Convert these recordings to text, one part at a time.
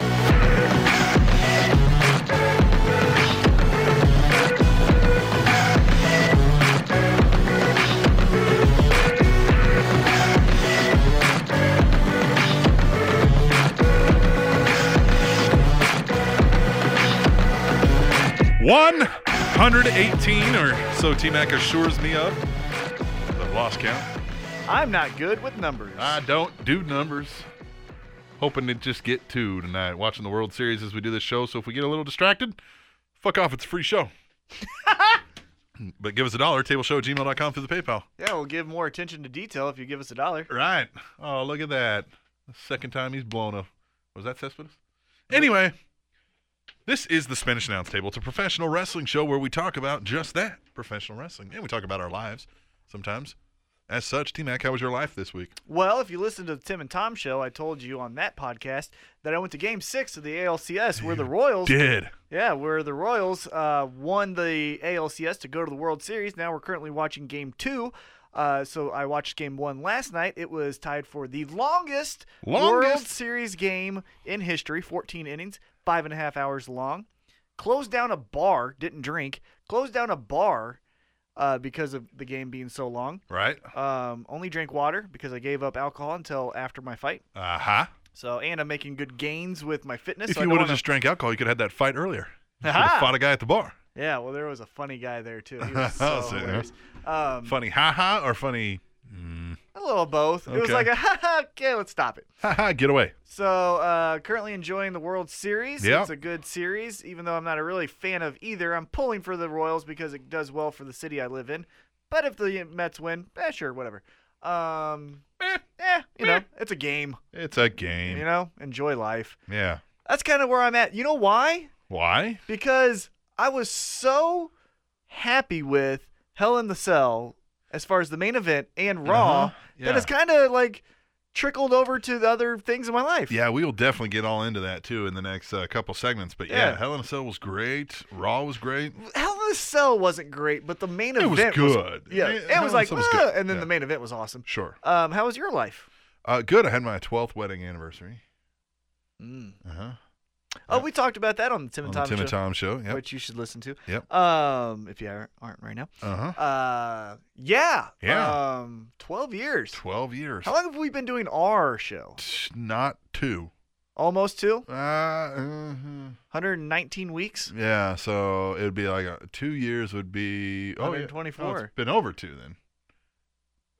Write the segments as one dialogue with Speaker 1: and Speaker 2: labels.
Speaker 1: One hundred eighteen, or so T Mac assures me of. I've lost count.
Speaker 2: I'm not good with numbers.
Speaker 1: I don't do numbers. Hoping to just get two tonight. Watching the World Series as we do this show. So if we get a little distracted, fuck off. It's a free show. but give us a dollar. Tableshow at gmail.com through the PayPal.
Speaker 2: yeah, we'll give more attention to detail if you give us a dollar.
Speaker 1: Right. Oh, look at that. The second time he's blown up. Was that Cespedes? Anyway, this is the Spanish Announce Table. It's a professional wrestling show where we talk about just that professional wrestling. And we talk about our lives sometimes. As such, T Mac, how was your life this week?
Speaker 2: Well, if you listened to the Tim and Tom show, I told you on that podcast that I went to Game Six of the ALCS, where the Royals,
Speaker 1: Did.
Speaker 2: yeah, where the Royals uh, won the ALCS to go to the World Series. Now we're currently watching Game Two. Uh, so I watched Game One last night. It was tied for the longest, World
Speaker 1: Longest?
Speaker 2: Series game in history, 14 innings, five and a half hours long. Closed down a bar, didn't drink. Closed down a bar uh, because of the game being so long.
Speaker 1: Right?
Speaker 2: Um, only drink water because I gave up alcohol until after my fight.
Speaker 1: Uh huh.
Speaker 2: So, and I'm making good gains with my fitness.
Speaker 1: If
Speaker 2: so I
Speaker 1: you
Speaker 2: don't
Speaker 1: would have
Speaker 2: wanna-
Speaker 1: just drank alcohol, you could have had that fight earlier. You could
Speaker 2: Aha.
Speaker 1: have fought a guy at the bar.
Speaker 2: yeah, well, there was a funny guy there too. He was so
Speaker 1: So, yeah.
Speaker 2: hilarious. Um,
Speaker 1: Funny ha ha or funny
Speaker 2: a little of both. It was
Speaker 1: Okay.
Speaker 2: like a ha ha. Okay, let's stop it.
Speaker 1: ha ha, get away.
Speaker 2: So, uh, currently enjoying the World Series.
Speaker 1: Yeah.
Speaker 2: It's a good series, even though I'm not a really fan of either. I'm pulling for the Royals because it does well for the city I live in. But if the Mets win, eh, sure, whatever. Um,
Speaker 1: Eh,
Speaker 2: yeah, you know, it's a game.
Speaker 1: It's a game.
Speaker 2: You know, enjoy life.
Speaker 1: Yeah.
Speaker 2: That's kind of where I'm at. You know why?
Speaker 1: Why?
Speaker 2: Because I was so happy with Hell in the Cell as far as the main event and Raw
Speaker 1: Uh-huh,
Speaker 2: that
Speaker 1: yeah.
Speaker 2: it's kind of like trickled over to the other things in my life.
Speaker 1: Yeah, we will definitely get all into that too in the next uh, couple segments. But yeah,
Speaker 2: Yeah.
Speaker 1: Hell in a Cell was great. Raw was great.
Speaker 2: Hell in the Cell wasn't great, but the main
Speaker 1: It was
Speaker 2: event
Speaker 1: good.
Speaker 2: yeah,
Speaker 1: Yeah,
Speaker 2: it
Speaker 1: Hell in
Speaker 2: was
Speaker 1: the
Speaker 2: like,
Speaker 1: Cell was
Speaker 2: "Ugh,"
Speaker 1: good.
Speaker 2: and then
Speaker 1: Yeah.
Speaker 2: the main event was awesome.
Speaker 1: Sure.
Speaker 2: Um, how was your life?
Speaker 1: Uh, good. I had my 12th wedding anniversary. Uh huh.
Speaker 2: Mm. Oh, we talked about that on the Tim
Speaker 1: On
Speaker 2: and
Speaker 1: the
Speaker 2: Tom
Speaker 1: Tim
Speaker 2: show,
Speaker 1: and Tom show. Yep.
Speaker 2: which you should listen to.
Speaker 1: Yep.
Speaker 2: Um, if you aren't aren't right now.
Speaker 1: Uh huh.
Speaker 2: Uh, yeah.
Speaker 1: Yeah.
Speaker 2: Um, twelve years.
Speaker 1: 12 years.
Speaker 2: How long have we been doing our show?
Speaker 1: Tch, Not two.
Speaker 2: Almost two?
Speaker 1: Uh,
Speaker 2: Ah, mm-hmm.
Speaker 1: uh-huh.
Speaker 2: 119 weeks?
Speaker 1: Yeah, so it would be like uh two years would be. Oh, yeah. Oh,
Speaker 2: 124.
Speaker 1: it's been over two then.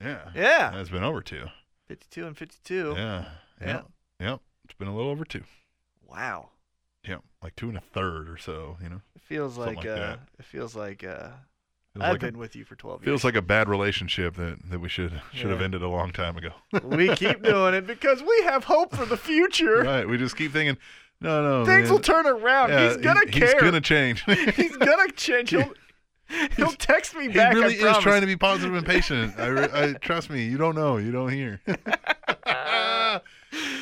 Speaker 1: Yeah.
Speaker 2: Yeah.
Speaker 1: It's been over two.
Speaker 2: 52 and 52.
Speaker 1: Yeah.
Speaker 2: Yeah.
Speaker 1: Yep. Yep. It's been a little over two.
Speaker 2: Wow.
Speaker 1: Yeah. Like two and a third or so, you know?
Speaker 2: It feels
Speaker 1: Something
Speaker 2: like,
Speaker 1: like
Speaker 2: uh
Speaker 1: that.
Speaker 2: it feels like uh
Speaker 1: Feels
Speaker 2: I've
Speaker 1: like a-
Speaker 2: been with you for 12
Speaker 1: Feels
Speaker 2: years.
Speaker 1: like a bad relationship that, that we should should have
Speaker 2: Yeah.
Speaker 1: ended a long time ago.
Speaker 2: we keep doing it because we have hope for the future.
Speaker 1: right. We just keep thinking, no, no.
Speaker 2: Things
Speaker 1: man,
Speaker 2: will turn around.
Speaker 1: yeah,
Speaker 2: he's going to
Speaker 1: he-
Speaker 2: care.
Speaker 1: He's gonna change. he
Speaker 2: He's gonna change. He'll, he'll text me back.
Speaker 1: really
Speaker 2: I
Speaker 1: is
Speaker 2: promise.
Speaker 1: trying to be positive and patient. I, re- I trust me. You don't know. You don't hear.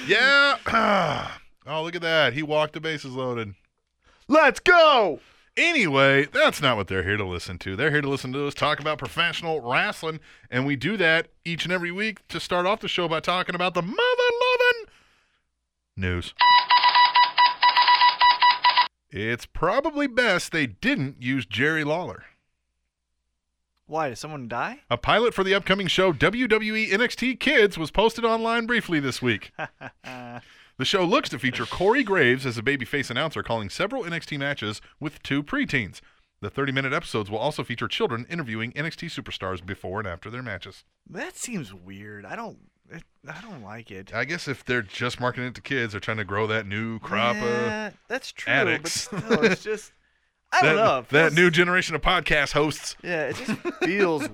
Speaker 1: yeah. oh, look at that. He walked the bases loaded.
Speaker 2: Let's go.
Speaker 1: Anyway, that's not what they're here to listen to. They're here to listen to us talk about professional wrestling, and we do that each and every week to start off the show by talking about the mother loving news. It's probably best they didn't use Jerry Lawler.
Speaker 2: Why did someone die?
Speaker 1: A pilot for the upcoming show E WWE NXT Kids was posted online briefly this week. the show looks to feature Corey Graves as a babyface announcer calling several NXT matches with two preteens. The 30 minute episodes will also feature children interviewing NXT superstars before and after their matches.
Speaker 2: That seems weird. I don't. It, I don't like it.
Speaker 1: I guess if they're just marketing it to kids, they're trying to grow that new crop of.
Speaker 2: Yeah, that's true.
Speaker 1: addicts.
Speaker 2: But still, it's just. I
Speaker 1: That,
Speaker 2: don't know. It
Speaker 1: that
Speaker 2: feels-
Speaker 1: new generation of podcast hosts.
Speaker 2: Yeah, it just feels.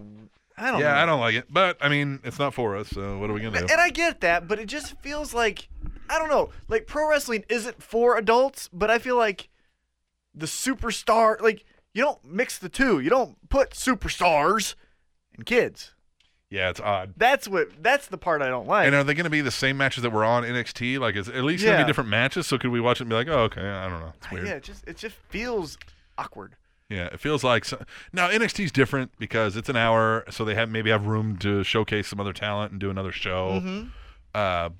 Speaker 2: I don't. know.
Speaker 1: Yeah, I don't like it. But, I mean, it's not for us, so what are we going to do?
Speaker 2: And I get that, but it just feels like I don't know. Like pro wrestling isn't for adults, but I feel like the superstar, like You don't mix the two. You don't put superstars and kids.
Speaker 1: Yeah, it's odd.
Speaker 2: That's what. That's the part I don't like.
Speaker 1: And uh, are they going to be the same matches that were on NXT? Like, is at least going to
Speaker 2: Yeah.
Speaker 1: be different matches? So could we watch it and be like, oh, okay, I don't know. It's weird.
Speaker 2: Yeah,
Speaker 1: Yeah,
Speaker 2: it just it just feels awkward.
Speaker 1: it feels like so- now NXT's different because it's an hour, so they have maybe have room to showcase some other talent and do another show.
Speaker 2: Mm-hmm.
Speaker 1: Uh,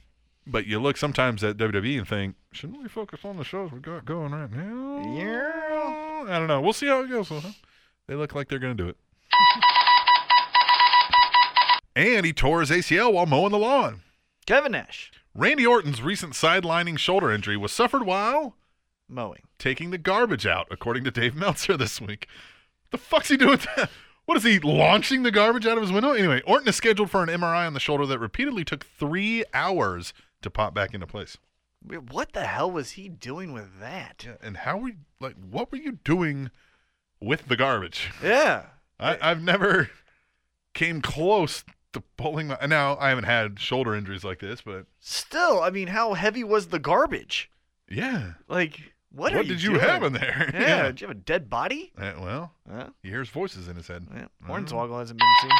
Speaker 1: but you look sometimes at WWE and think, shouldn't we focus on the shows we got going right now?
Speaker 2: Yeah.
Speaker 1: I don't know. We'll see how it goes. Uh-huh. They look like they're going to do it. and he tore his ACL while mowing the lawn.
Speaker 2: Kevin Nash
Speaker 1: Randy Orton's recent sidelining shoulder injury was suffered while
Speaker 2: mowing.
Speaker 1: taking the garbage out, according to Dave Meltzer this week. The fuck's he doing? That? What is he launching the garbage out of his window? Anyway, Orton is scheduled for an MRI on the shoulder that repeatedly took three hours to pop back into place.
Speaker 2: Wait, What the hell was he doing with that?
Speaker 1: Yeah, and how were you, like? What were you doing with the garbage?
Speaker 2: Yeah.
Speaker 1: I, I've never came close to pulling my. Now I haven't had shoulder injuries like this, but
Speaker 2: Still, I mean, how heavy was the garbage?
Speaker 1: yeah.
Speaker 2: Like, what? are
Speaker 1: What did you have
Speaker 2: doing?
Speaker 1: in there?
Speaker 2: Yeah. Did you have a dead body?
Speaker 1: Yeah. Uh, well,
Speaker 2: Huh?
Speaker 1: he hears voices in his head.
Speaker 2: Yeah.
Speaker 1: Mm.
Speaker 2: Hornswoggle hasn't been seen.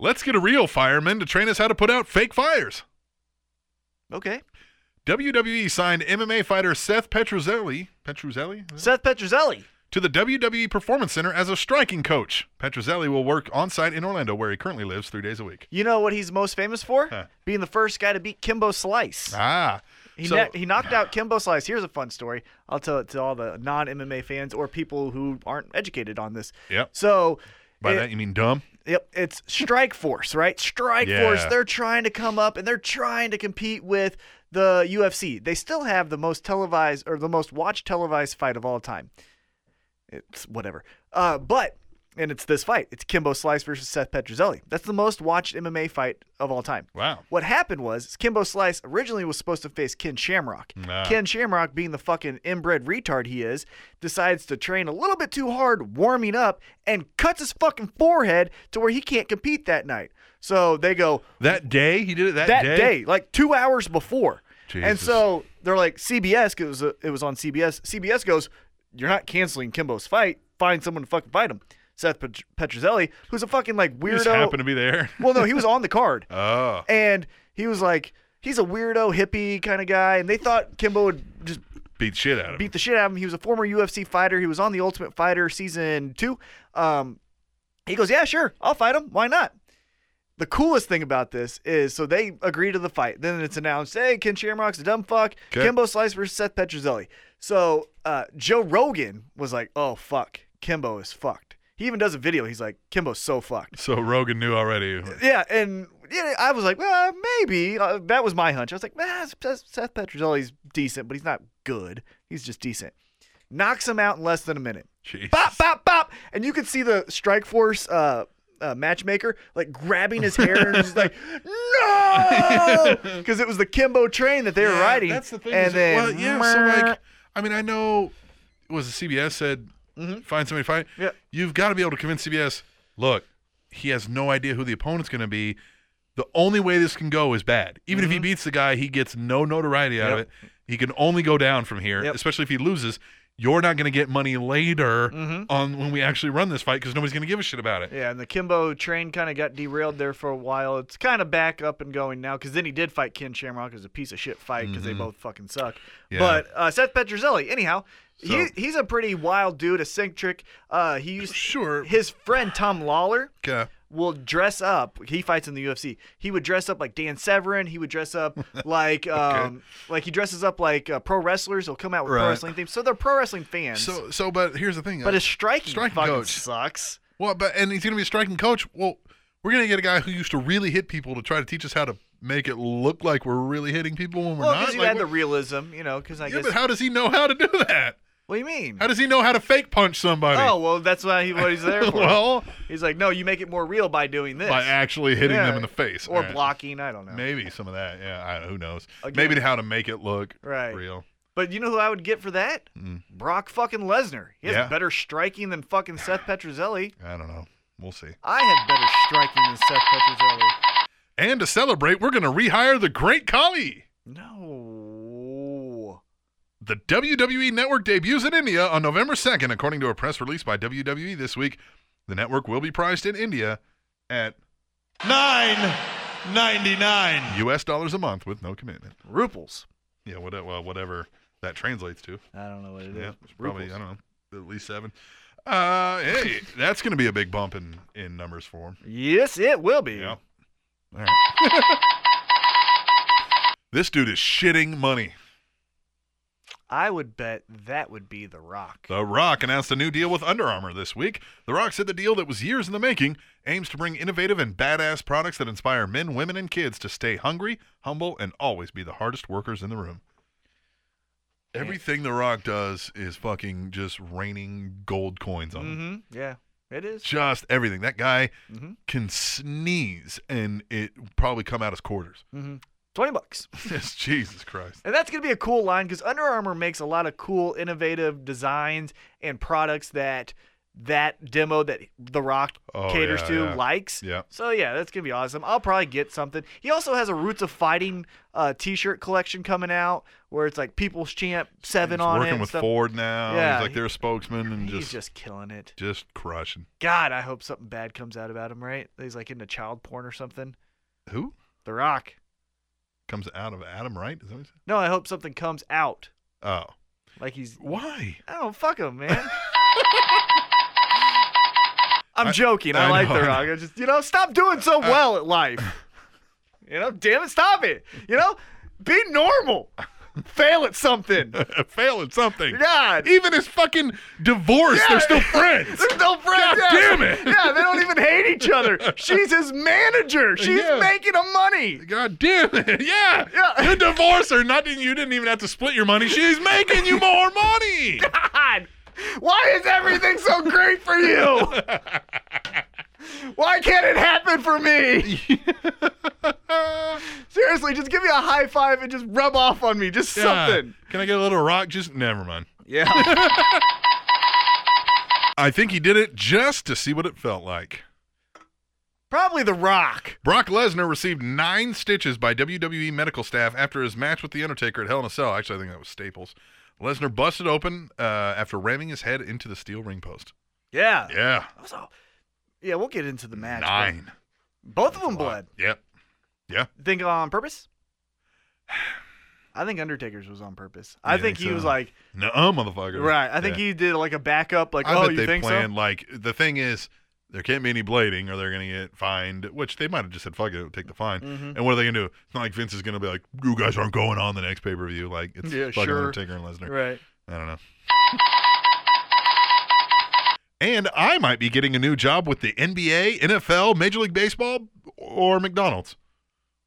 Speaker 1: Let's get a real fireman to train us how to put out fake fires.
Speaker 2: Okay.
Speaker 1: WWE signed MMA fighter Seth Petruzzelli, Petruzzelli
Speaker 2: Seth Petruzzelli.
Speaker 1: to the WWE Performance Center as a striking coach. Petruzzelli will work on site in Orlando, where he currently lives, three days a week.
Speaker 2: You know what he's most famous for?
Speaker 1: Huh.
Speaker 2: Being the first guy to beat Kimbo Slice.
Speaker 1: Ah,
Speaker 2: He,
Speaker 1: so-
Speaker 2: kno- he knocked out Kimbo Slice. Here's a fun story. I'll tell it to all the non MMA fans or people who aren't educated on this.
Speaker 1: Yep.
Speaker 2: So,
Speaker 1: by
Speaker 2: it-
Speaker 1: that you mean dumb?
Speaker 2: Yep, it's Strike Force, right? Strike Force,
Speaker 1: Yeah.
Speaker 2: they're trying to come up and they're trying to compete with the UFC. They still have the most televised or the most watched televised fight of all time. It's whatever. Uh, but and it's this fight. It's Kimbo Slice versus Seth Petruzzelli. That's the most watched MMA fight of all time.
Speaker 1: Wow.
Speaker 2: What happened was Kimbo Slice originally was supposed to face Ken Shamrock.
Speaker 1: Ah.
Speaker 2: Ken Shamrock, being the fucking inbred retard he is, decides to train a little bit too hard, warming up, and cuts his fucking forehead to where he can't compete that night. So they go
Speaker 1: That day he did it. That,
Speaker 2: that day, like two hours before. And
Speaker 1: Jesus.
Speaker 2: so they're like CBS, 'cause it was uh, it was on CBS. CBS goes, "You're not canceling Kimbo's fight. Find someone to fucking fight him." Seth Pet- Petruzzelli, who's a fucking like
Speaker 1: He
Speaker 2: weirdo.
Speaker 1: just happened to be there.
Speaker 2: well, no, he was on the card
Speaker 1: Oh.
Speaker 2: and he was like he's a weirdo hippie kind of guy and they thought kimbo would just
Speaker 1: beat shit out of him.
Speaker 2: beat the shit out of him he was a former ufc fighter he was on the ultimate fighter season two um, he goes yeah sure i'll fight him why not the coolest thing about this is so they agree to the fight. Then it's announced, hey, Ken Shamrock's a dumb fuck.
Speaker 1: Okay.
Speaker 2: Kimbo Slice versus Seth Petruzzelli. So uh, Joe Rogan was like, oh, fuck. Kimbo is fucked. He even does a video. He's like, Kimbo's so fucked.
Speaker 1: So Rogan knew already.
Speaker 2: Yeah, and yeah, I was like, well, maybe uh, that was my hunch. I was like, nah, Seth Seth Petruzzelli's decent, but he's not good. He's just decent. Knocks him out in less than a minute.
Speaker 1: Jesus.
Speaker 2: Bop, bop, bop, and you could see the Strike Force uh, uh, matchmaker like grabbing his hair and just like, no, because it was the Kimbo train that they were
Speaker 1: Yeah,
Speaker 2: riding.
Speaker 1: That's the thing.
Speaker 2: And
Speaker 1: is that-
Speaker 2: then,
Speaker 1: well, yeah. So like, I mean, I know it was it CBS said find somebody to fight.
Speaker 2: Mm-hmm. Yeah.
Speaker 1: You've got to be able to convince CBS. Look, he has no idea who the opponent's going to be. The only way this can go is bad. Even if he beats the guy, he gets no notoriety out of
Speaker 2: Mm-hmm. Yep.
Speaker 1: it. He can only go down from here,
Speaker 2: Yep.
Speaker 1: especially if he loses. You're not going to get money later on when we actually run this fight because nobody's going to give a shit about it.
Speaker 2: Mm-hmm. Yeah, and the Kimbo train kind of got derailed there for a while. It's kind of back up and going now because then he did fight Ken Shamrock. It was a piece of shit fight because they both fucking suck.
Speaker 1: Mm-hmm. Yeah.
Speaker 2: But uh, Seth Petruzzelli, anyhow, he,
Speaker 1: So-
Speaker 2: he's a pretty wild dude, eccentric. Uh, he used
Speaker 1: Sure.
Speaker 2: his friend Tom Lawler
Speaker 1: Okay.
Speaker 2: will dress up. He fights in the UFC. He would dress up like Dan Severin. He would dress up like um, like he dresses up like uh, pro wrestlers. He'll come out with pro
Speaker 1: Right.
Speaker 2: wrestling themes, so they're pro wrestling fans.
Speaker 1: So so, but here's the thing.
Speaker 2: but
Speaker 1: uh,
Speaker 2: his striking,
Speaker 1: striking
Speaker 2: fucking
Speaker 1: coach.
Speaker 2: sucks.
Speaker 1: Well, but and he's going to be a striking coach. Well, we're going to get a guy who used to really hit people to try to teach us how to make it look like we're really hitting people when we're
Speaker 2: Well,
Speaker 1: not.
Speaker 2: because you
Speaker 1: Like,
Speaker 2: had the
Speaker 1: what-
Speaker 2: realism, you know. Because I
Speaker 1: yeah,
Speaker 2: guess
Speaker 1: but how does he know how to do that?
Speaker 2: What do you mean?
Speaker 1: How does he know how to fake punch somebody?
Speaker 2: Oh well, that's why he, what he's there for.
Speaker 1: well,
Speaker 2: he's like, no, you make it more real by doing this,
Speaker 1: by actually hitting
Speaker 2: Yeah.
Speaker 1: them in the face
Speaker 2: or
Speaker 1: All right.
Speaker 2: blocking. I don't know.
Speaker 1: Maybe some of that. Yeah, I, who knows?
Speaker 2: Again-
Speaker 1: Maybe how to make it look
Speaker 2: Right.
Speaker 1: real.
Speaker 2: But you know who I would get for that? Brock fucking Lesnar. He has
Speaker 1: Mm. Yeah.
Speaker 2: better striking than fucking Seth Petruzzelli.
Speaker 1: I don't know. We'll see.
Speaker 2: I have better striking than Seth Petruzzelli.
Speaker 1: And to celebrate, we're going to rehire the Great Collie.
Speaker 2: No.
Speaker 1: The WWE Network debuts in India on November 2nd, according to a press release by WWE this week. The network will be priced in India at
Speaker 3: Nine ninety nine.
Speaker 1: US dollars a month with no commitment.
Speaker 2: Ruples.
Speaker 1: Yeah, whatever, well, whatever that translates to.
Speaker 2: I don't know what it is.
Speaker 1: Yeah, it's probably, I don't know, at least seven. Uh, hey, that's going to be a big bump in, in numbers for him.
Speaker 2: Yes, it will be.
Speaker 1: Yeah. All right. this dude is shitting money.
Speaker 2: I would bet that would be The Rock.
Speaker 1: The Rock announced a new deal with Under Armour this week. The Rock said the deal that was years in the making aims to bring innovative and badass products that inspire men, women, and kids to stay hungry, humble, and always be the hardest workers in the room. Everything The Rock does is fucking just raining gold coins on him.
Speaker 2: Mm-hmm. Yeah, it is.
Speaker 1: Just everything. That guy
Speaker 2: Mhm.
Speaker 1: can sneeze and it probably come out as quarters.
Speaker 2: Twenty bucks,
Speaker 1: Yes, Jesus Christ.
Speaker 2: and that's gonna be a cool line because Under Armour makes a lot of cool, innovative designs and products that that demo that The Rock
Speaker 1: Oh,
Speaker 2: caters
Speaker 1: yeah,
Speaker 2: to
Speaker 1: yeah.
Speaker 2: likes.
Speaker 1: Yeah.
Speaker 2: So yeah, that's gonna be awesome. I'll probably get something. He also has a Roots of Fighting uh, T-shirt collection coming out where it's like People's Champ Seven
Speaker 1: He's
Speaker 2: on it.
Speaker 1: working
Speaker 2: and
Speaker 1: with
Speaker 2: stuff.
Speaker 1: Ford now.
Speaker 2: Yeah,
Speaker 1: He's like
Speaker 2: he-
Speaker 1: their spokesman and
Speaker 2: He's
Speaker 1: just, just
Speaker 2: just killing it.
Speaker 1: crushing.
Speaker 2: God, I hope something bad comes out about him, right? That He's like into child porn or something.
Speaker 1: Who
Speaker 2: The Rock.
Speaker 1: comes out of Adam? Right? Is that what he said?
Speaker 2: No, I hope something comes out.
Speaker 1: Oh,
Speaker 2: Like he's
Speaker 1: why?
Speaker 2: I don't fuck him, man. I'm
Speaker 1: I-
Speaker 2: joking. I,
Speaker 1: I
Speaker 2: like
Speaker 1: know,
Speaker 2: The
Speaker 1: I know.
Speaker 2: Rock. I just you know, stop doing so well at life. You know, damn it, stop it. You know, be normal. Fail at something.
Speaker 1: Fail at something.
Speaker 2: God.
Speaker 1: Even his fucking divorce,
Speaker 2: Yeah.
Speaker 1: they're still friends.
Speaker 2: There's no
Speaker 1: God
Speaker 2: friends. yeah.
Speaker 1: damn it.
Speaker 2: Yeah, they don't even hate each other. She's his manager. She's
Speaker 1: Yeah.
Speaker 2: making him money.
Speaker 1: God damn it. Yeah.
Speaker 2: Yeah.
Speaker 1: You divorce her. Nothing. You didn't even have to split your money. She's making you more money.
Speaker 2: God, why is everything so great for you? Why can't it happen for me? Seriously, just give me a high five and just rub off on me, just
Speaker 1: Yeah.
Speaker 2: something.
Speaker 1: Can I get a little rock? Just never mind.
Speaker 2: Yeah.
Speaker 1: I think he did it just to see what it felt like.
Speaker 2: Probably The Rock.
Speaker 1: Brock Lesnar received nine stitches by WWE medical staff after his match with The Undertaker at Hell in a Cell. Actually, I think that was Staples. Lesnar busted open uh, after ramming his head into the steel ring post.
Speaker 2: Yeah.
Speaker 1: Yeah,
Speaker 2: Also, yeah, we'll get into the match. but
Speaker 1: nine.
Speaker 2: Both of them blood.
Speaker 1: Yep.
Speaker 2: Think on purpose? I think Undertaker's was on purpose. I
Speaker 1: You
Speaker 2: think,
Speaker 1: think
Speaker 2: he
Speaker 1: so?
Speaker 2: was like,
Speaker 1: Nuh-uh, motherfucker.
Speaker 2: right. I think
Speaker 1: Yeah.
Speaker 2: he did like a backup, like,
Speaker 1: I
Speaker 2: oh,
Speaker 1: bet
Speaker 2: you
Speaker 1: they
Speaker 2: think
Speaker 1: planned like the thing is there can't be any blading or they're gonna get fined, which they might have just said fuck it, take the fine.
Speaker 2: Mhm.
Speaker 1: And what are they gonna do? It's not like Vince is gonna be like, you guys aren't going on the next pay per view. Like it's
Speaker 2: Yeah,
Speaker 1: fucking
Speaker 2: sure.
Speaker 1: Undertaker and Lesnar.
Speaker 2: so? Right.
Speaker 1: I don't know. and I might be getting a new job with the NBA, NFL, Major League Baseball, or McDonald's.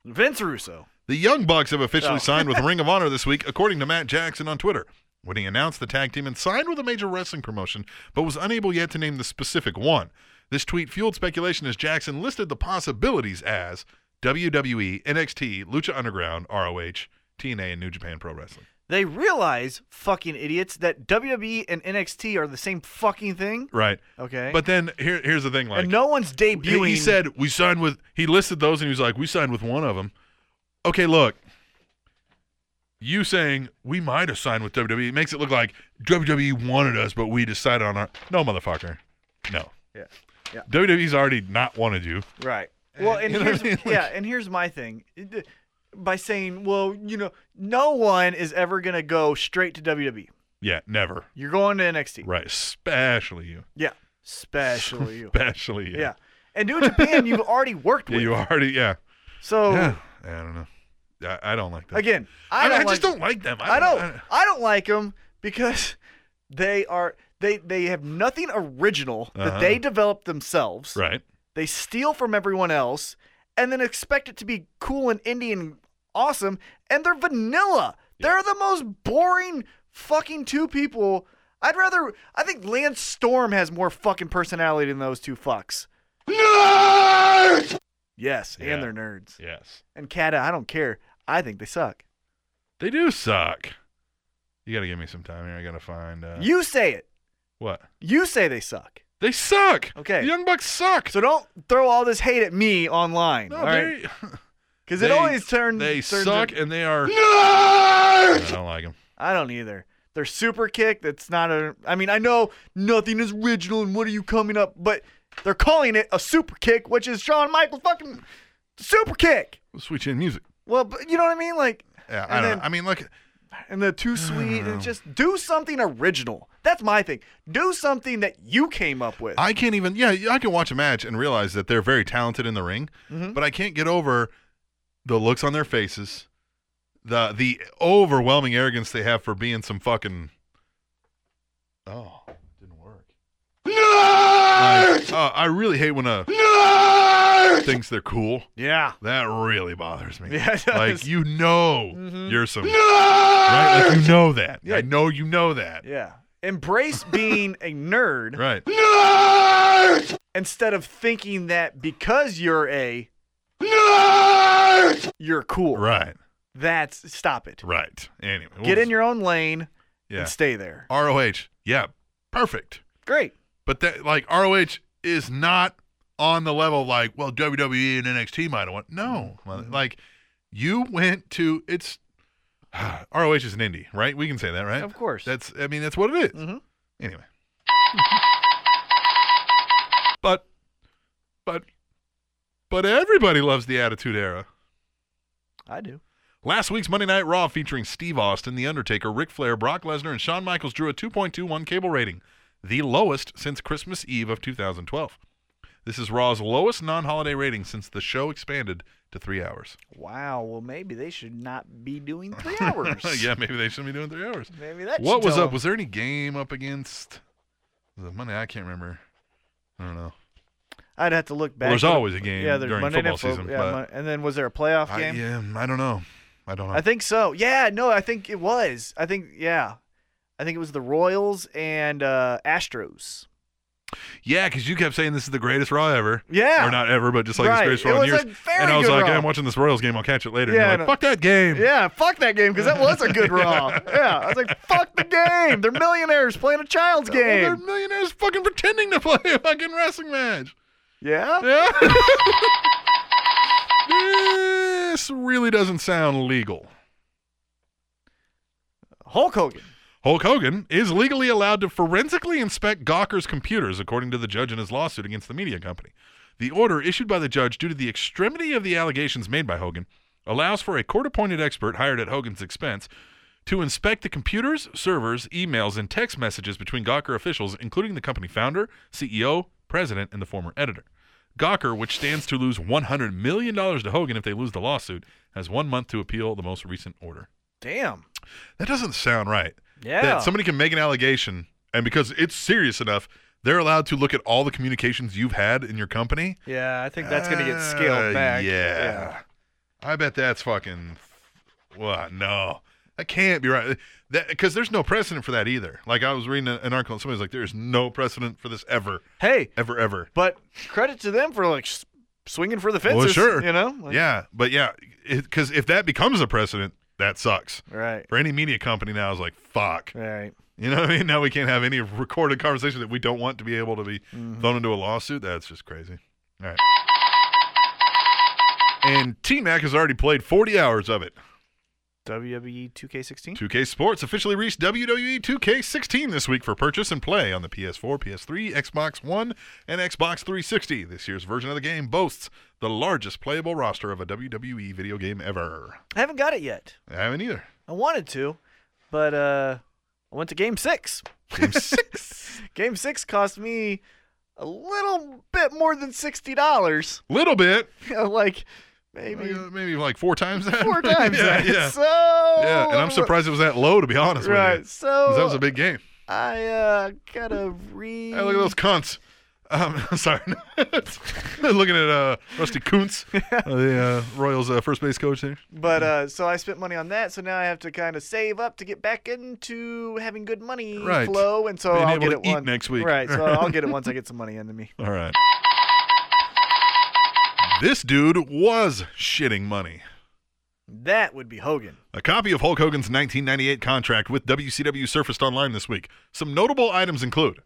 Speaker 2: Vince Russo.
Speaker 1: The Young Bucks have officially
Speaker 2: Oh.
Speaker 1: signed with Ring of Honor this week, according to Matt Jackson on Twitter. When he announced the tag team and signed with a major wrestling promotion, but was unable yet to name the specific one. This tweet fueled speculation as Jackson listed the possibilities as E, WWE, NXT, Lucha Underground, ROH, TNA, and New Japan Pro Wrestling.
Speaker 2: They realize, fucking idiots, that WWE and NXT are the same fucking thing.
Speaker 1: Right.
Speaker 2: Okay.
Speaker 1: But then here, here's the thing like
Speaker 2: and no one's
Speaker 1: He-
Speaker 2: debuting.
Speaker 1: He said we signed with. He listed those, and he was like, "We signed with one of them." Okay, look. You saying we might have signed with WWE makes it look like WWE wanted us, but we decided on our no, motherfucker, no.
Speaker 2: Yeah. Yeah.
Speaker 1: WWE's already not wanted you.
Speaker 2: right. Well, and
Speaker 1: You know
Speaker 2: here's,
Speaker 1: what I mean? Like-
Speaker 2: yeah, and here's my thing. It- By saying, well, you know, no one is ever gonna go straight to WWE.
Speaker 1: Yeah, never.
Speaker 2: You're going to NXT.
Speaker 1: Right, especially you.
Speaker 2: Yeah. Especially you.
Speaker 1: Especially you.
Speaker 2: yeah. And New Japan, you've already worked
Speaker 1: Yeah,
Speaker 2: with.
Speaker 1: you already. Yeah.
Speaker 2: So
Speaker 1: Yeah. I don't know. I, I don't like that.
Speaker 2: Oh. again,
Speaker 1: I,
Speaker 2: I, don't
Speaker 1: I
Speaker 2: like-
Speaker 1: just don't like them.
Speaker 2: I don't I don't like them because they are they they have nothing original
Speaker 1: Uh-huh.
Speaker 2: that they develop themselves.
Speaker 1: right.
Speaker 2: They steal from everyone else and then expect it to be cool and indie and awesome and they're vanilla. They're the most boring fucking two people. I'd rather I think Lance Storm has more fucking personality than those two fucks. Nerds! Yes,
Speaker 1: Yeah.
Speaker 2: and they're nerds.
Speaker 1: Yes.
Speaker 2: And Kata, I don't care. I think they suck.
Speaker 1: They do suck. You gotta give me some time here. I gotta find uh,
Speaker 2: You say it.
Speaker 1: what
Speaker 2: You say they suck.
Speaker 1: they suck.
Speaker 2: Okay.
Speaker 1: the Young Bucks suck.
Speaker 2: So don't throw all this hate at me online,
Speaker 1: no,
Speaker 2: all right?
Speaker 1: they-
Speaker 2: Because
Speaker 1: they-
Speaker 2: it always turns.
Speaker 1: They
Speaker 2: turns
Speaker 1: suck
Speaker 2: in-
Speaker 1: and they are. I don't like them.
Speaker 2: I don't either. Their super kick, that's not a. I mean, I know nothing is original and what are you coming up, but they're calling it a super kick, which is Shawn Michaels fucking super kick.
Speaker 1: Sweet Chin Music.
Speaker 2: Well, but you know what I mean? Like,
Speaker 1: Yeah,
Speaker 2: and
Speaker 1: I don't
Speaker 2: then-
Speaker 1: know. I mean, look,
Speaker 2: and the too sweet, and just do something original. That's my thing. Do something that you came up with.
Speaker 1: I can't even. Yeah, I can watch a match and realize that they're very talented in the ring,
Speaker 2: Mm-hmm.
Speaker 1: but I can't get over the looks on their faces, the the overwhelming arrogance they have for being some fucking. Oh, didn't work. Nerd! I, uh, I really hate when a thinks they're cool.
Speaker 2: yeah.
Speaker 1: That really bothers me.
Speaker 2: Yeah, it
Speaker 1: like
Speaker 2: does. Mm-hmm.
Speaker 1: you know you're some right? Like, you know that.
Speaker 2: Yeah.
Speaker 1: I know you know that.
Speaker 2: Yeah. Embrace being a nerd
Speaker 1: Right.
Speaker 2: instead of thinking that because you're a nerd, you're cool.
Speaker 1: Right.
Speaker 2: That's stop it.
Speaker 1: Right. Anyway, we'll
Speaker 2: Get
Speaker 1: just-
Speaker 2: in your own lane
Speaker 1: yeah. Uh-huh.
Speaker 2: and stay there.
Speaker 1: ROH. Yeah. Perfect.
Speaker 2: Great.
Speaker 1: But that like ROH is not on the level of, like well WWE and NXT might have won. No.
Speaker 2: Mm-hmm.
Speaker 1: Like you went to it's ROH is an indie, right? We can say that, right?
Speaker 2: Of course.
Speaker 1: That's I mean that's what it is.
Speaker 2: Mhm.
Speaker 1: Anyway. but but but everybody loves the Attitude Era.
Speaker 2: I do.
Speaker 1: Last week's Monday Night Raw featuring Steve Austin, The Undertaker, Ric Flair, Brock Lesnar, and Shawn Michaels drew a 2.21 cable rating, the lowest since Christmas Eve of 2012. This is Raw's lowest non holiday rating since the show expanded to three hours.
Speaker 2: Wow. Well, maybe they should not be doing three hours.
Speaker 1: yeah, maybe they shouldn't be doing three hours.
Speaker 2: Maybe that.
Speaker 1: What
Speaker 2: should
Speaker 1: was
Speaker 2: tell
Speaker 1: up?
Speaker 2: them.
Speaker 1: Was there any game up against the Monday? I can't remember. I don't know.
Speaker 2: I'd have to look back.
Speaker 1: Well, there's
Speaker 2: to the-
Speaker 1: always a game
Speaker 2: yeah, there's
Speaker 1: during
Speaker 2: Monday
Speaker 1: football
Speaker 2: Night Fo-
Speaker 1: season.
Speaker 2: Yeah,
Speaker 1: but
Speaker 2: Mon- and then was there a playoff
Speaker 1: I,
Speaker 2: game?
Speaker 1: yeah, I don't know. I don't know.
Speaker 2: I think so. Yeah, no, I think it was. I think yeah. I think it was the Royals and uh Astros.
Speaker 1: Yeah, because you kept saying this is the greatest Raw ever.
Speaker 2: Yeah.
Speaker 1: Or not ever, but just like
Speaker 2: Right.
Speaker 1: this greatest
Speaker 2: It
Speaker 1: Raw in
Speaker 2: was
Speaker 1: years.
Speaker 2: a very
Speaker 1: and I was
Speaker 2: good
Speaker 1: like,
Speaker 2: Raw.
Speaker 1: I'm watching this Royals game. I'll catch it later.
Speaker 2: Yeah,
Speaker 1: and
Speaker 2: I know.
Speaker 1: you're like, fuck that game.
Speaker 2: Yeah, fuck that game because that was a good Raw. Yeah, I was like, fuck the game. They're millionaires playing a child's
Speaker 1: Well, they're
Speaker 2: game.
Speaker 1: millionaires fucking pretending to play a fucking wrestling match.
Speaker 2: Yeah,
Speaker 1: Yeah. this really doesn't sound legal.
Speaker 2: Hulk Hogan.
Speaker 1: Hulk Hogan is legally allowed to forensically inspect Gawker's computers, according to the judge in his lawsuit against the media company. The order issued by the judge, due to the extremity of the allegations made by Hogan, allows for a court appointed expert hired at Hogan's expense to inspect the computers, servers, emails, and text messages between Gawker officials, including the company founder, CEO, president, and the former editor. Gawker, which stands to lose $100 million to Hogan if they lose the lawsuit, has one month to appeal the most recent order.
Speaker 2: Damn.
Speaker 1: That doesn't sound right
Speaker 2: Yeah.
Speaker 1: that somebody can make an allegation and because it's serious enough they're allowed to look at all the communications you've had in your company
Speaker 2: yeah, I think that's gonna get
Speaker 1: Uh,
Speaker 2: scaled back.
Speaker 1: yeah. i bet that's fucking what no that can't be right that because there's no precedent for that either like i was reading an article and somebody's like there's no precedent for this ever
Speaker 2: Hey,
Speaker 1: ever ever
Speaker 2: but credit to them for like s- swinging for the fences.
Speaker 1: well sure
Speaker 2: You know. Like-
Speaker 1: yeah but yeah because if that becomes a precedent that sucks
Speaker 2: Right.
Speaker 1: for any media company now is like fuck
Speaker 2: All right.
Speaker 1: You know what I mean? Now we can't have any recorded conversation that we don't want to be able to be
Speaker 2: Mm-hmm.
Speaker 1: thrown into a lawsuit. That's just crazy. All right. And T Mac has already played 40 hours of it.
Speaker 2: WWE 2K16.
Speaker 1: 2K Sports officially reached WWE 2K16 this week for purchase and play on the PS4, PS3, Xbox One, and Xbox 360. This year's version of the game boasts the largest playable roster of a WWE video game ever.
Speaker 2: I haven't got it yet.
Speaker 1: I haven't either.
Speaker 2: I wanted to, but uh, I went to game six.
Speaker 1: Game six.
Speaker 2: Game six cost me a little bit more than sixty dollars.
Speaker 1: Little bit.
Speaker 2: like maybe
Speaker 1: Uh, Maybe like four times that.
Speaker 2: four times
Speaker 1: yeah,
Speaker 2: that.
Speaker 1: Yeah.
Speaker 2: So
Speaker 1: Yeah, and I'm surprised it was that low, to be honest
Speaker 2: Oh, Right. Oh.
Speaker 1: with you.
Speaker 2: So
Speaker 1: 'Cause That was a big game.
Speaker 2: I uh gotta re.
Speaker 1: Hey, look at those cunts. Um, sorry. Looking at uh, Rusty Kuntz, uh, the uh, Royals' uh, first base coach there.
Speaker 2: But uh, so I spent money on that. So now I have to kind of save up to get back into having good money
Speaker 1: Right.
Speaker 2: flow. And so
Speaker 1: Being
Speaker 2: I'll
Speaker 1: able
Speaker 2: get
Speaker 1: to
Speaker 2: it
Speaker 1: eat
Speaker 2: one-
Speaker 1: next week.
Speaker 2: Right. So I'll get it once I get some money into me.
Speaker 1: All right. This dude was shitting money.
Speaker 2: That would be Hogan.
Speaker 1: A copy of Hulk Hogan's 1998 contract with WCW surfaced online this week. Some notable items include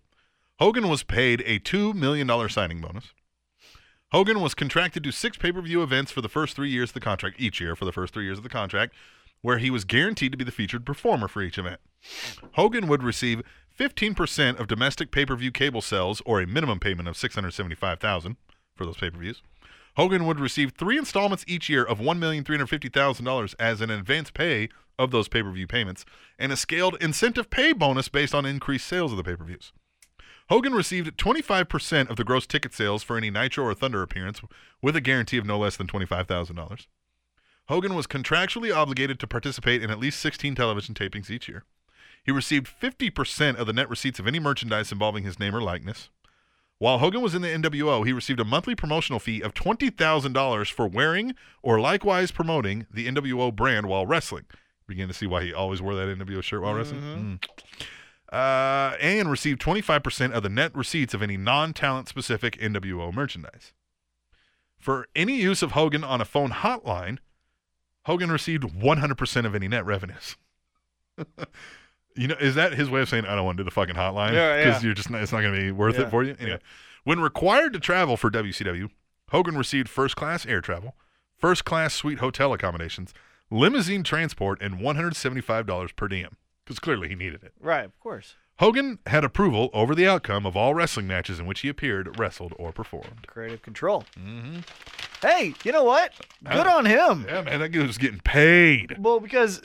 Speaker 1: Hogan was paid a $2 million signing bonus. Hogan was contracted to six pay per view events for the first three years of the contract, each year for the first three years of the contract. where he was guaranteed to be the featured performer for each event. Hogan would receive 15% of domestic pay-per-view cable sales or a minimum payment of 675,000 for those pay-per-views. Hogan would receive 3 installments each year of $1,350,000 as an advance pay of those pay-per-view payments and a scaled incentive pay bonus based on increased sales of the pay-per-views. Hogan received 25% of the gross ticket sales for any Nitro or Thunder appearance with a guarantee of no less than $25,000. Hogan was contractually obligated to participate in at least 16 television tapings each year. He received 50% of the net receipts of any merchandise involving his name or likeness. While Hogan was in the NWO, he received a monthly promotional fee of $20,000 for wearing or likewise promoting the NWO brand while wrestling. Begin to see why he always wore that NWO shirt while wrestling.
Speaker 2: Mm-hmm.
Speaker 1: Mm. Uh, and received 25% of the net receipts of any non talent specific NWO merchandise. For any use of Hogan on a phone hotline, Hogan received 100% of any net revenues. you know, is that his way of saying, I don't want to do the fucking hotline?
Speaker 2: Yeah, yeah.
Speaker 1: you're just not, it's not going to be worth
Speaker 2: Yeah.
Speaker 1: it for you. Anyway, when required to travel for WCW, Hogan received first class air travel, first class suite hotel accommodations, limousine transport, and $175 per diem because clearly he needed it.
Speaker 2: Right, of course.
Speaker 1: Hogan had approval over the outcome of all wrestling matches in which he appeared, wrestled, or performed.
Speaker 2: Creative control. Mm-hmm. Hey, you know what? Good on him.
Speaker 1: Yeah, man, that dude was getting paid.
Speaker 2: Well, because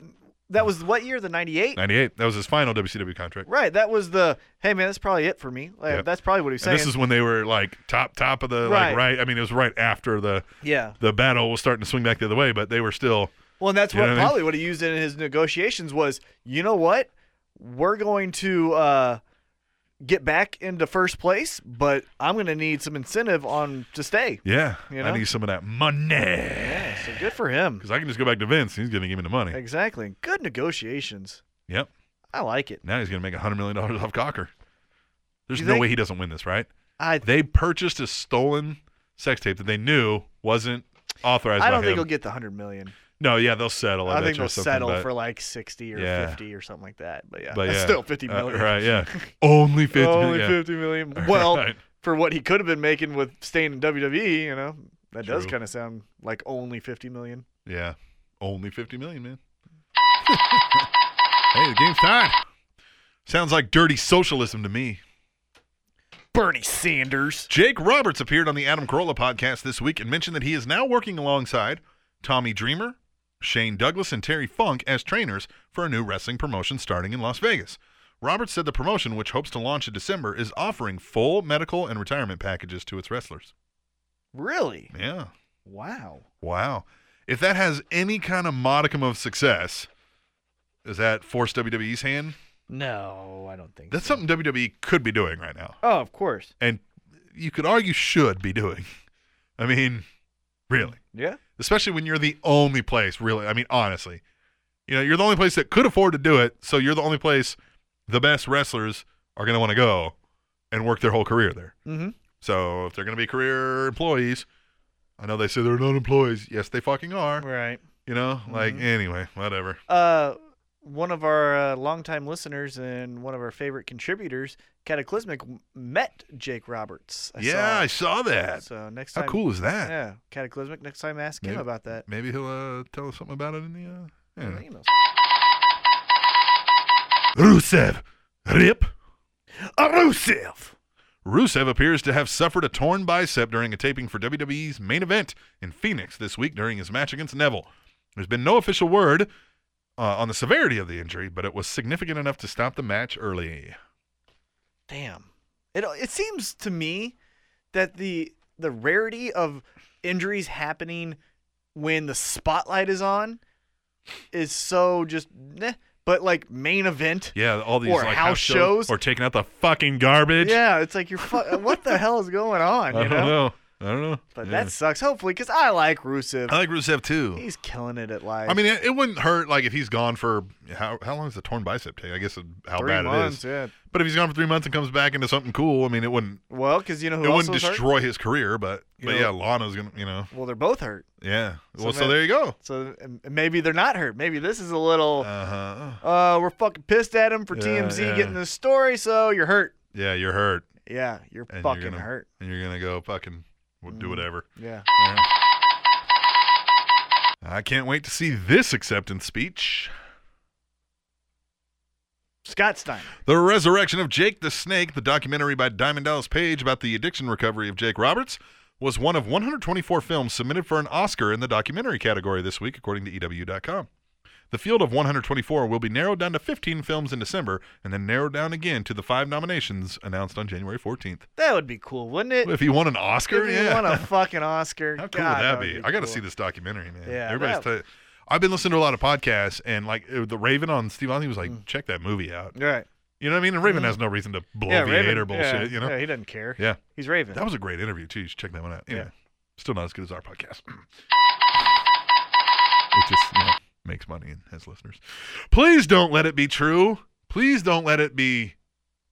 Speaker 2: that was what year? The 98?
Speaker 1: 98. That was his final WCW contract.
Speaker 2: Right. That was the, hey, man, that's probably it for me. Like,
Speaker 1: Yeah.
Speaker 2: That's probably what he's
Speaker 1: And
Speaker 2: saying.
Speaker 1: this is when they were like top top of the
Speaker 2: Right.
Speaker 1: like right. I mean, it was right after the
Speaker 2: yeah.
Speaker 1: the battle was starting to swing back the other way, but they were still
Speaker 2: Well, and that's
Speaker 1: You
Speaker 2: what,
Speaker 1: know what I mean?
Speaker 2: probably what he used in his negotiations was, you know what? We're going to uh, get back into first place, but I'm going to need some incentive on to stay.
Speaker 1: yeah.
Speaker 2: You know?
Speaker 1: I need some of that money
Speaker 2: Yeah, so good for him.
Speaker 1: because I can just go back to Vince. He's going to give me the money.
Speaker 2: Exactly. Good negotiations.
Speaker 1: Yep.
Speaker 2: I like it.
Speaker 1: Now he's going to make a hundred million dollars off Cocker. There's
Speaker 2: You
Speaker 1: no
Speaker 2: think-
Speaker 1: way he doesn't win this, right?
Speaker 2: I
Speaker 1: They purchased a stolen sex tape that they knew wasn't authorized.
Speaker 2: I
Speaker 1: by
Speaker 2: don't think
Speaker 1: him.
Speaker 2: he'll get the 100 million.
Speaker 1: No, yeah, they'll settle. I,
Speaker 2: I
Speaker 1: bet
Speaker 2: think
Speaker 1: you, or
Speaker 2: they'll
Speaker 1: something,
Speaker 2: settle
Speaker 1: but-
Speaker 2: for like 60 or
Speaker 1: Yeah.
Speaker 2: 50 or something like that. But yeah,
Speaker 1: but
Speaker 2: that's
Speaker 1: yeah.
Speaker 2: still 50
Speaker 1: Uh,
Speaker 2: million.
Speaker 1: right? Yeah, only fifty.
Speaker 2: Only
Speaker 1: yeah.
Speaker 2: 50 Oh, million. Well,
Speaker 1: Right.
Speaker 2: for what he could have been making with staying in WWE, you know, that does
Speaker 1: True.
Speaker 2: kind of sound like only 50 million.
Speaker 1: Yeah, only fifty million, man. hey, the game's tied. Sounds like dirty socialism to me.
Speaker 2: Bernie Sanders.
Speaker 1: Jake Roberts appeared on the Adam Carolla podcast this week and mentioned that he is now working alongside Tommy Dreamer, Shane Douglas, and Terry Funk as trainers for a new wrestling promotion starting in Las Vegas. Roberts said the promotion, which hopes to launch in December, is offering full medical and retirement packages to its wrestlers.
Speaker 2: Really?
Speaker 1: Yeah.
Speaker 2: Wow.
Speaker 1: Wow. If that has any kind of modicum of success, does that force WWE's hand?
Speaker 2: No, I don't think
Speaker 1: That's
Speaker 2: so.
Speaker 1: something WWE could be doing right now.
Speaker 2: Oh, of course.
Speaker 1: And you could argue should be doing. I mean, really.
Speaker 2: Yeah.
Speaker 1: Especially when you're the only place, really. I mean, honestly. You know, you're the only place that could afford to do it, so you're the only place the best wrestlers are going to want to go and work their whole career there.
Speaker 2: Mm-hmm.
Speaker 1: So if they're going to be career employees, I know they say they're not employees. Yes, they fucking are.
Speaker 2: Right.
Speaker 1: You know,
Speaker 2: Mm-hmm.
Speaker 1: like anyway, whatever.
Speaker 2: Uh, one of our uh, longtime listeners and one of our favorite contributors, Cataclysmic, m- met Jake Roberts. I
Speaker 1: yeah, I
Speaker 2: saw.
Speaker 1: saw that.
Speaker 2: So next
Speaker 1: How
Speaker 2: time,
Speaker 1: cool is that?
Speaker 2: Yeah, Cataclysmic. Next time, ask him
Speaker 1: Maybe-
Speaker 2: about that.
Speaker 1: Maybe he'll uh, tell us something about it in the. Uh,
Speaker 2: in
Speaker 1: yeah.
Speaker 2: the emails.
Speaker 1: Rusev, rip.
Speaker 2: Rusev.
Speaker 1: Rusev appears to have suffered a torn bicep during a taping for WWE's main event in Phoenix this week during his match against Neville. There's been no official word uh, on the severity of the injury, but it was significant enough to stop the match early.
Speaker 2: Damn. It it seems to me that the the rarity of injuries happening when the spotlight is on is so just meh. but like main event.
Speaker 1: Yeah, all these
Speaker 2: Or
Speaker 1: like
Speaker 2: house shows.
Speaker 1: or taking out the fucking garbage.
Speaker 2: Yeah, it's like you're fu- uh, what the hell is going on,
Speaker 1: I
Speaker 2: you
Speaker 1: don't
Speaker 2: know?
Speaker 1: know? I don't know.
Speaker 2: But
Speaker 1: Yeah.
Speaker 2: that sucks hopefully cuz I like Rusev.
Speaker 1: I like Rusev too.
Speaker 2: He's killing it at live.
Speaker 1: I mean, it, it wouldn't hurt like if he's gone for how how long does a torn bicep take? I guess how
Speaker 2: 3
Speaker 1: bad
Speaker 2: months,
Speaker 1: it is.
Speaker 2: yeah.
Speaker 1: But if he's gone for three months and comes back into something cool, I mean, it wouldn't
Speaker 2: Well, cuz you know who
Speaker 1: it
Speaker 2: else
Speaker 1: wouldn't
Speaker 2: was hurt?
Speaker 1: destroy his career. But but
Speaker 2: know-
Speaker 1: yeah, Lana's gonna you know
Speaker 2: Well, they're both hurt.
Speaker 1: yeah. well, so
Speaker 2: that-
Speaker 1: there you go.
Speaker 2: So and maybe they're not hurt. Maybe this is a little
Speaker 1: Uh huh.
Speaker 2: Uh, we're fucking pissed at him for
Speaker 1: Yeah,
Speaker 2: TMZ
Speaker 1: yeah.
Speaker 2: getting this story, so you're hurt.
Speaker 1: Yeah, you're hurt.
Speaker 2: Yeah, you're
Speaker 1: And
Speaker 2: fucking
Speaker 1: you're gonna,
Speaker 2: hurt. Mm.
Speaker 1: And you're gonna go fucking well, do whatever.
Speaker 2: Yeah.
Speaker 1: Yeah. I I can't wait to see this acceptance speech.
Speaker 2: Scott Stein.
Speaker 1: The Resurrection of Jake the Snake, the documentary by Diamond Dallas Page about the addiction recovery of Jake Roberts, was one of 124 films submitted for an Oscar in the documentary category this week, according to E EW.com. The field of 124 will be narrowed down to 15 films in December and then narrowed down again to the five nominations announced on January 14th.
Speaker 2: That would be cool, wouldn't it?
Speaker 1: If he won an Oscar,
Speaker 2: If you
Speaker 1: yeah.
Speaker 2: won a fucking Oscar.
Speaker 1: How cool
Speaker 2: God,
Speaker 1: would that
Speaker 2: would
Speaker 1: be? I got to see this documentary, man.
Speaker 2: Yeah,
Speaker 1: everybody's.
Speaker 2: that-
Speaker 1: tell- I've been listening to a lot of podcasts, and like uh, the Raven on Steve Austin was like,
Speaker 2: Mm.
Speaker 1: check that movie out.
Speaker 2: cool. Right.
Speaker 1: You know what I mean? And Raven has no reason to
Speaker 2: Mm-hmm. Yeah,
Speaker 1: bloviate
Speaker 2: Raven.
Speaker 1: or bullshit.
Speaker 2: yeah,
Speaker 1: you know?
Speaker 2: Yeah, he doesn't care.
Speaker 1: Yeah.
Speaker 2: He's Raven.
Speaker 1: That was a great interview too. You should check that one out. Anyway,
Speaker 2: Yeah.
Speaker 1: still not as good as our podcast. it just you know, makes money and has listeners. Please don't let it be true. Please don't let it be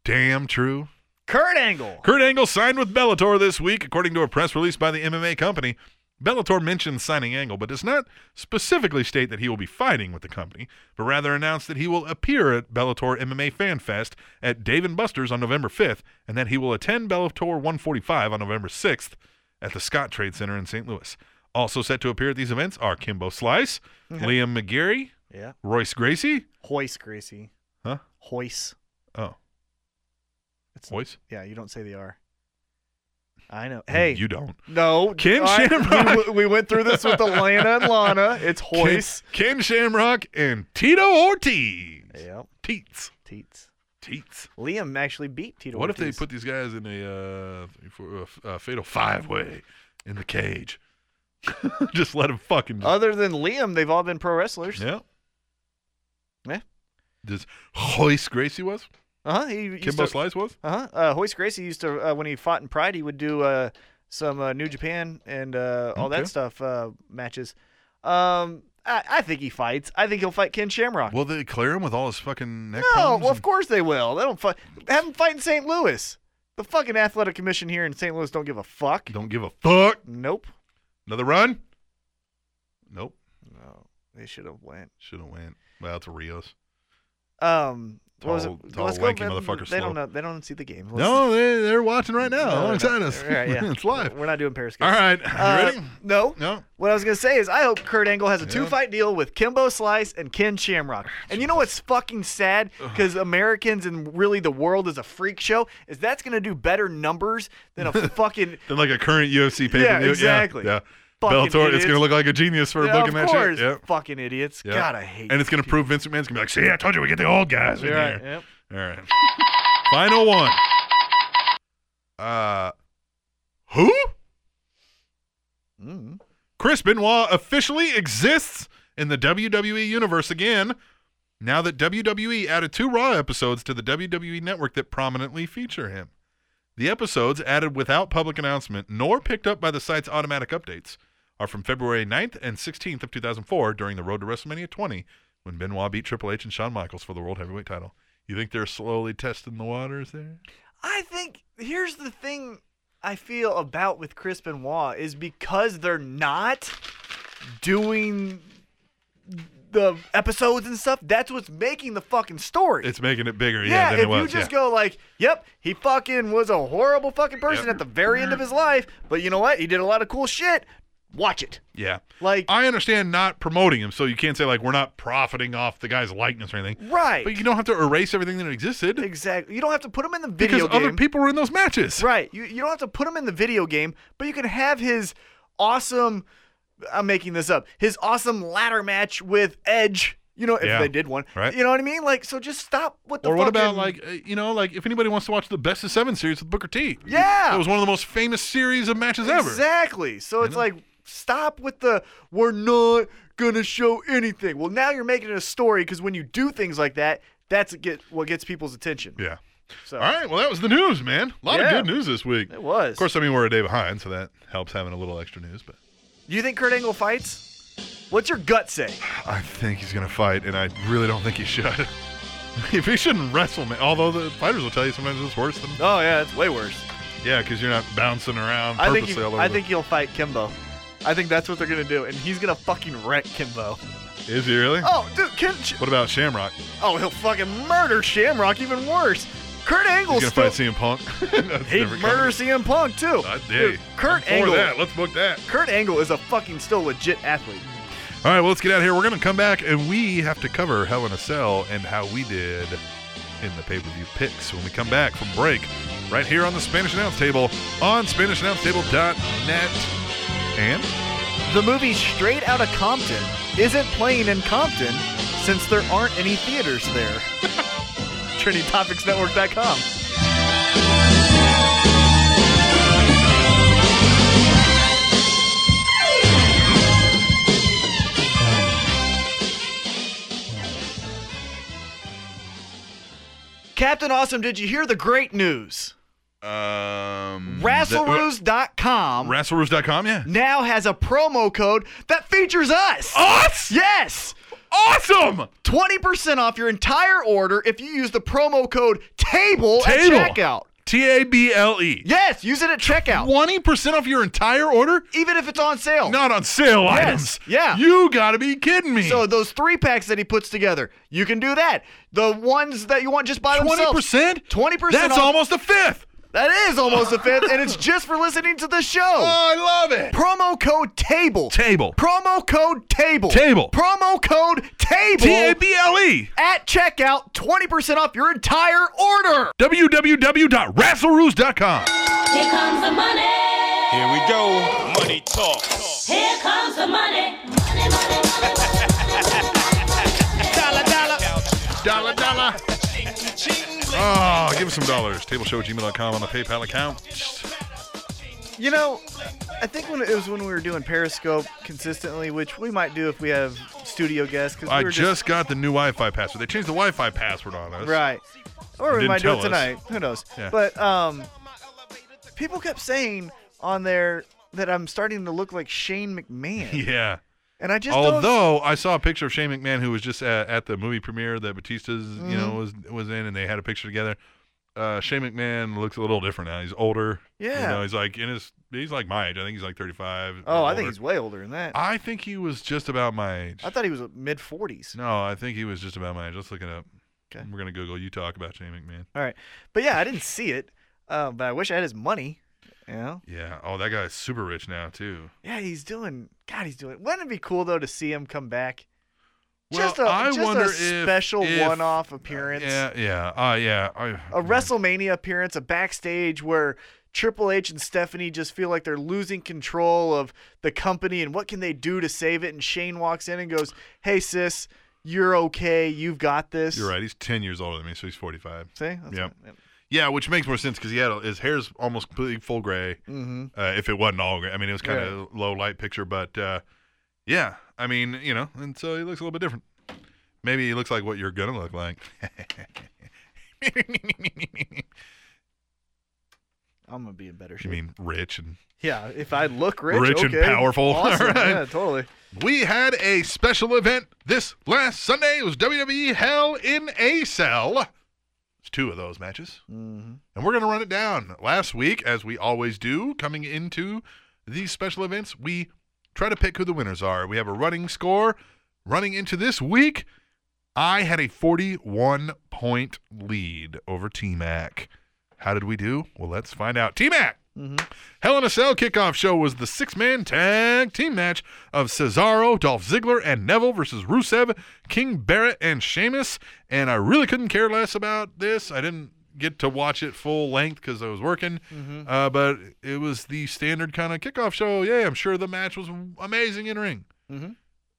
Speaker 1: damn true.
Speaker 2: Kurt Angle.
Speaker 1: Kurt Angle signed with Bellator this week, according to a press release by the MMA company. Bellator mentions signing Angle, but does not specifically state that he will be fighting with the company, but rather announced that he will appear at Bellator MMA Fan Fest at Dave and Buster's on November 5th, and that he will attend Bellator 145 on November 6th at the Scott Trade Center in St. Louis. Also set to appear at these events are Kimbo Slice,
Speaker 2: Mm-hmm.
Speaker 1: Liam McGarry,
Speaker 2: Yeah.
Speaker 1: Royce Gracie.
Speaker 2: Hoist Gracie.
Speaker 1: Huh?
Speaker 2: Hoist.
Speaker 1: Oh,
Speaker 2: It's,
Speaker 1: Royce?
Speaker 2: Yeah, you don't say the R. I know. Hey.
Speaker 1: You don't.
Speaker 2: no.
Speaker 1: Ken
Speaker 2: all right,
Speaker 1: Shamrock.
Speaker 2: We, w- we went through this with Elena and Lana. It's
Speaker 1: Ken,
Speaker 2: Hoist.
Speaker 1: Ken Shamrock and Tito Ortiz.
Speaker 2: Yep.
Speaker 1: Teats.
Speaker 2: Teats.
Speaker 1: Teats.
Speaker 2: Liam actually beat Tito.
Speaker 1: What if they
Speaker 2: Ortiz.
Speaker 1: put these guys in a uh, three, four, uh, f- uh, fatal five way in the cage? just let them fucking. Just,
Speaker 2: Other than Liam, they've all been pro wrestlers.
Speaker 1: yeah.
Speaker 2: Yeah.
Speaker 1: Does Hoist Gracie was?
Speaker 2: Uh huh. He used
Speaker 1: Kimbo
Speaker 2: to-
Speaker 1: Slice was?
Speaker 2: Uh-huh. Uh Hoist Gracie used to uh, when he fought in Pride, he would do uh, some uh, New Japan and uh, all
Speaker 1: Okay.
Speaker 2: that stuff uh, matches. Um, I, I think he fights. I think he'll fight Ken Shamrock.
Speaker 1: Will they clear him with all his fucking neck
Speaker 2: no,
Speaker 1: problems
Speaker 2: well, of
Speaker 1: and-
Speaker 2: course they will. They don't fight. Have him fight in St. Louis. The fucking athletic commission here in St. Louis don't give a fuck.
Speaker 1: Don't give a fuck.
Speaker 2: Nope.
Speaker 1: Another run? Nope.
Speaker 2: No, they should have went.
Speaker 1: Should have went. Well, it's a Rios.
Speaker 2: Um, what was it?
Speaker 1: Tall- tall,
Speaker 2: Let's go
Speaker 1: lanky
Speaker 2: back-
Speaker 1: motherfucker
Speaker 2: They
Speaker 1: slow.
Speaker 2: don't know. They don't see the game. Let's-
Speaker 1: No, they, they're watching right now
Speaker 2: no, they're
Speaker 1: alongside
Speaker 2: not.
Speaker 1: us.
Speaker 2: Right, yeah.
Speaker 1: it's live.
Speaker 2: We're not doing Periscope.
Speaker 1: All right. You
Speaker 2: Uh,
Speaker 1: ready?
Speaker 2: No.
Speaker 1: No.
Speaker 2: What I was gonna say is, I hope Kurt Angle has a
Speaker 1: Yeah.
Speaker 2: two-fight deal with Kimbo Slice and Ken Shamrock. And you know what's fucking sad? Because Americans and really the world is a freak show. Is that's gonna do better numbers than a fucking
Speaker 1: Then like a current UFC pay per view.
Speaker 2: exactly.
Speaker 1: Yeah.
Speaker 2: Fucking
Speaker 1: Bellator, it's
Speaker 2: idiots.
Speaker 1: gonna look like a genius for
Speaker 2: yeah,
Speaker 1: booking
Speaker 2: of
Speaker 1: that
Speaker 2: course,
Speaker 1: shit. Yep.
Speaker 2: fucking idiots.
Speaker 1: yep.
Speaker 2: God, I hate.
Speaker 1: And it's gonna prove Vince McMahon's gonna be like, see, I told you we get the old guys in
Speaker 2: You're right,
Speaker 1: here. All right. Final one. Uh who?
Speaker 2: yep. Mm.
Speaker 1: Chris Benoit officially exists in the WWE universe again. Now that WWE added two Raw episodes to the WWE network that prominently feature him. The episodes, added without public announcement nor picked up by the site's automatic updates, are from February 9th and 16th of 2004 during the road to WrestleMania 20 when Benoit beat Triple H and Shawn Michaels for the World Heavyweight title. You think they're slowly testing the waters there?
Speaker 2: I think here's the thing I feel about with Chris Benoit is because they're not doing the episodes and stuff. That's what's making the fucking story.
Speaker 1: It's making it bigger, yeah,
Speaker 2: yeah,
Speaker 1: than
Speaker 2: if
Speaker 1: it was.
Speaker 2: you just
Speaker 1: yeah.
Speaker 2: go like, "Yep, he fucking was a horrible fucking
Speaker 1: Yep.
Speaker 2: person
Speaker 1: Mm-hmm.
Speaker 2: at the very end of his life, but you know what? He did a lot of cool shit." Watch it.
Speaker 1: yeah.
Speaker 2: Like,
Speaker 1: I understand not promoting him, so you can't say like we're not profiting off the guy's likeness or anything.
Speaker 2: right.
Speaker 1: But you don't have to erase everything that existed
Speaker 2: exactly. You don't have to put him in the
Speaker 1: because
Speaker 2: video game.
Speaker 1: other people were in those matches.
Speaker 2: Right. You, you don't have to put him in the video game, but you can have his awesome. I'm making this up. His awesome ladder match with Edge. You know, if
Speaker 1: Yeah.
Speaker 2: they did one.
Speaker 1: Right.
Speaker 2: You know what I mean? Like, so just stop with the.
Speaker 1: Or what about
Speaker 2: fucking-
Speaker 1: like uh, you know like if anybody wants to watch the best of seven series with Booker T?
Speaker 2: Yeah.
Speaker 1: that was one of the most famous series of matches ever.
Speaker 2: Exactly. So it's
Speaker 1: Mm-hmm.
Speaker 2: like stop with the we're not gonna show anything. Well, now you're making it a story because when you do things like that, that's what get what gets people's attention.
Speaker 1: Yeah.
Speaker 2: So
Speaker 1: All right. Well, that was the news, man. A lot
Speaker 2: Yeah.
Speaker 1: of good news this week.
Speaker 2: it was.
Speaker 1: Of course, I mean we're a day behind, so that helps having a little extra news. But
Speaker 2: Do you think Kurt Angle fights? What's your gut say?
Speaker 1: I think he's gonna fight, and I really don't think he should. if he shouldn't wrestle, man. Although the fighters will tell you sometimes it's worse than
Speaker 2: Oh yeah, it's way worse.
Speaker 1: yeah, because you're not bouncing around
Speaker 2: I
Speaker 1: purposely
Speaker 2: think, he,
Speaker 1: all over.
Speaker 2: I
Speaker 1: the-
Speaker 2: think he'll fight Kimbo. I think that's what they're gonna do, and he's gonna fucking wreck Kimbo.
Speaker 1: is he really?
Speaker 2: Oh, dude, Kim. Sh-
Speaker 1: What about Shamrock?
Speaker 2: oh, he'll fucking murder Shamrock. Even worse, Kurt Angle
Speaker 1: He's
Speaker 2: still.
Speaker 1: gonna fight CM Punk. That's
Speaker 2: he
Speaker 1: never coming.
Speaker 2: murders CM Punk too.
Speaker 1: I dare
Speaker 2: Dude,
Speaker 1: you.
Speaker 2: Kurt
Speaker 1: For
Speaker 2: Angle.
Speaker 1: that, let's book that.
Speaker 2: Kurt Angle is a fucking still legit athlete.
Speaker 1: All right, well, let's get out of here. We're going to come back and we have to cover Hell in a Cell and how we did in the pay per view picks when we come back from break right here on the Spanish Announce Table on SpanishAnnounceTable.net. And
Speaker 2: The movie Straight Outta Compton isn't playing in Compton since there aren't any theaters there. TrinityTopicsNetwork.com. Captain Awesome, did you hear the great news?
Speaker 1: um,
Speaker 2: Rasselroos.com
Speaker 1: Rasselroos.com, yeah.
Speaker 2: now has a promo code that features us.
Speaker 1: Us?
Speaker 2: Yes!
Speaker 1: Awesome!
Speaker 2: 20% off your entire order if you use the promo code TABLE,
Speaker 1: Table.
Speaker 2: at checkout.
Speaker 1: T A B L E.
Speaker 2: Yes, use it at checkout.
Speaker 1: 20% off your entire order?
Speaker 2: Even if it's on sale.
Speaker 1: Not on sale items.
Speaker 2: yeah.
Speaker 1: You gotta be kidding me.
Speaker 2: So those three packs that he puts together, you can do that. The ones that you want just by
Speaker 1: Twenty
Speaker 2: themselves.
Speaker 1: percent?
Speaker 2: 20%
Speaker 1: That's
Speaker 2: off.
Speaker 1: almost a fifth.
Speaker 2: That is almost a fifth, and it's just for listening to the show.
Speaker 1: Oh, I love it.
Speaker 2: promo code TABLE.
Speaker 1: Table.
Speaker 2: promo code TABLE.
Speaker 1: Table.
Speaker 2: Promo code TABLE.
Speaker 1: T A B L E.
Speaker 2: at checkout, 20% off your entire order.
Speaker 1: www.rasselroos.com.
Speaker 4: Here comes the money.
Speaker 3: Here we go. Money talk.
Speaker 4: Here comes the money. Money, money, money, money, money,
Speaker 3: Dollar, dollar.
Speaker 1: Dollar, dollar. Oh, give us some dollars. Tableshow at gmail.com on the PayPal account.
Speaker 2: You know, I think when it was when we were doing Periscope consistently, which we might do if we have studio guests. Cause we
Speaker 1: I
Speaker 2: were
Speaker 1: just, got the new Wi Fi password. They changed the Wi Fi password on us.
Speaker 2: right, or we
Speaker 1: Didn't
Speaker 2: might do
Speaker 1: tell
Speaker 2: it
Speaker 1: us.
Speaker 2: tonight. Who knows?
Speaker 1: Yeah.
Speaker 2: But um, people kept saying on there that I'm starting to look like Shane McMahon,
Speaker 1: Yeah.
Speaker 2: and I just don't-
Speaker 1: Although I saw a picture of Shane McMahon who was just at, at the movie premiere that Batista's, you
Speaker 2: Mm-hmm.
Speaker 1: know, was was in, and they had a picture together. Uh, Shane McMahon looks a little different now. He's older.
Speaker 2: Yeah.
Speaker 1: You know, he's like in his, he's like my age. I think he's like 35.
Speaker 2: oh, I think
Speaker 1: older.
Speaker 2: he's way older than that. I,
Speaker 1: I think he was just about my age.
Speaker 2: thought he was mid 40s.
Speaker 1: no, I think he was just about my age. Let's look it up.
Speaker 2: Okay.
Speaker 1: We're gonna Google. You talk about Shane McMahon.
Speaker 2: All right, but yeah, I didn't see it, uh, but I wish I had his money. You know.
Speaker 1: Yeah. Oh, that guy's super rich now too.
Speaker 2: Yeah, he's doing. God, he's doing. Wouldn't it be cool though to see him come back?
Speaker 1: Well,
Speaker 2: just a,
Speaker 1: I
Speaker 2: just
Speaker 1: wonder
Speaker 2: a
Speaker 1: if-
Speaker 2: special
Speaker 1: if- uh,
Speaker 2: one-off appearance,
Speaker 1: Yeah. Yeah. Oh, yeah. I,
Speaker 2: a WrestleMania appearance, a backstage where Triple H and Stephanie just feel like they're losing control of the company and what can they do to save it? And Shane walks in and goes, "Hey sis, you're okay. You've got this."
Speaker 1: You're right. He's 10 years older than me, so he's 45.
Speaker 2: See? That's
Speaker 1: Yep.
Speaker 2: what-
Speaker 1: Yeah, which makes more sense because he had his hair's almost completely full gray. Mm-hmm. Uh, if it wasn't all gray, I mean, it was kind of low light picture, but uh, yeah, I mean, you know, and so he looks a little bit different. Maybe he looks like what you're gonna look like.
Speaker 2: I'm gonna be in better
Speaker 1: you
Speaker 2: shape.
Speaker 1: mean rich and
Speaker 2: Yeah, if I look rich,
Speaker 1: Rich and
Speaker 2: okay,
Speaker 1: powerful.
Speaker 2: awesome.
Speaker 1: All right.
Speaker 2: Yeah, totally.
Speaker 1: We had a special event this last Sunday. It was WWE Hell in a Cell. It's two of those matches. Mm-hmm. And we're going to run it down. Last week, as we always do, coming into these special events, we try to pick who the winners are. We have a running score. Running into this week, I had a 41 point lead over T Mac. How did we do? Well, let's find out. T Mac! Hell in a Cell kickoff show was the six man tag team match of Cesaro, Dolph Ziggler, and Neville versus Rusev, King Barrett, and Sheamus. And I really couldn't care less about this. I didn't get to watch it full length because I was working. Uh, but it was the standard kind of kickoff show. Yeah, I'm sure the match was amazing in ring.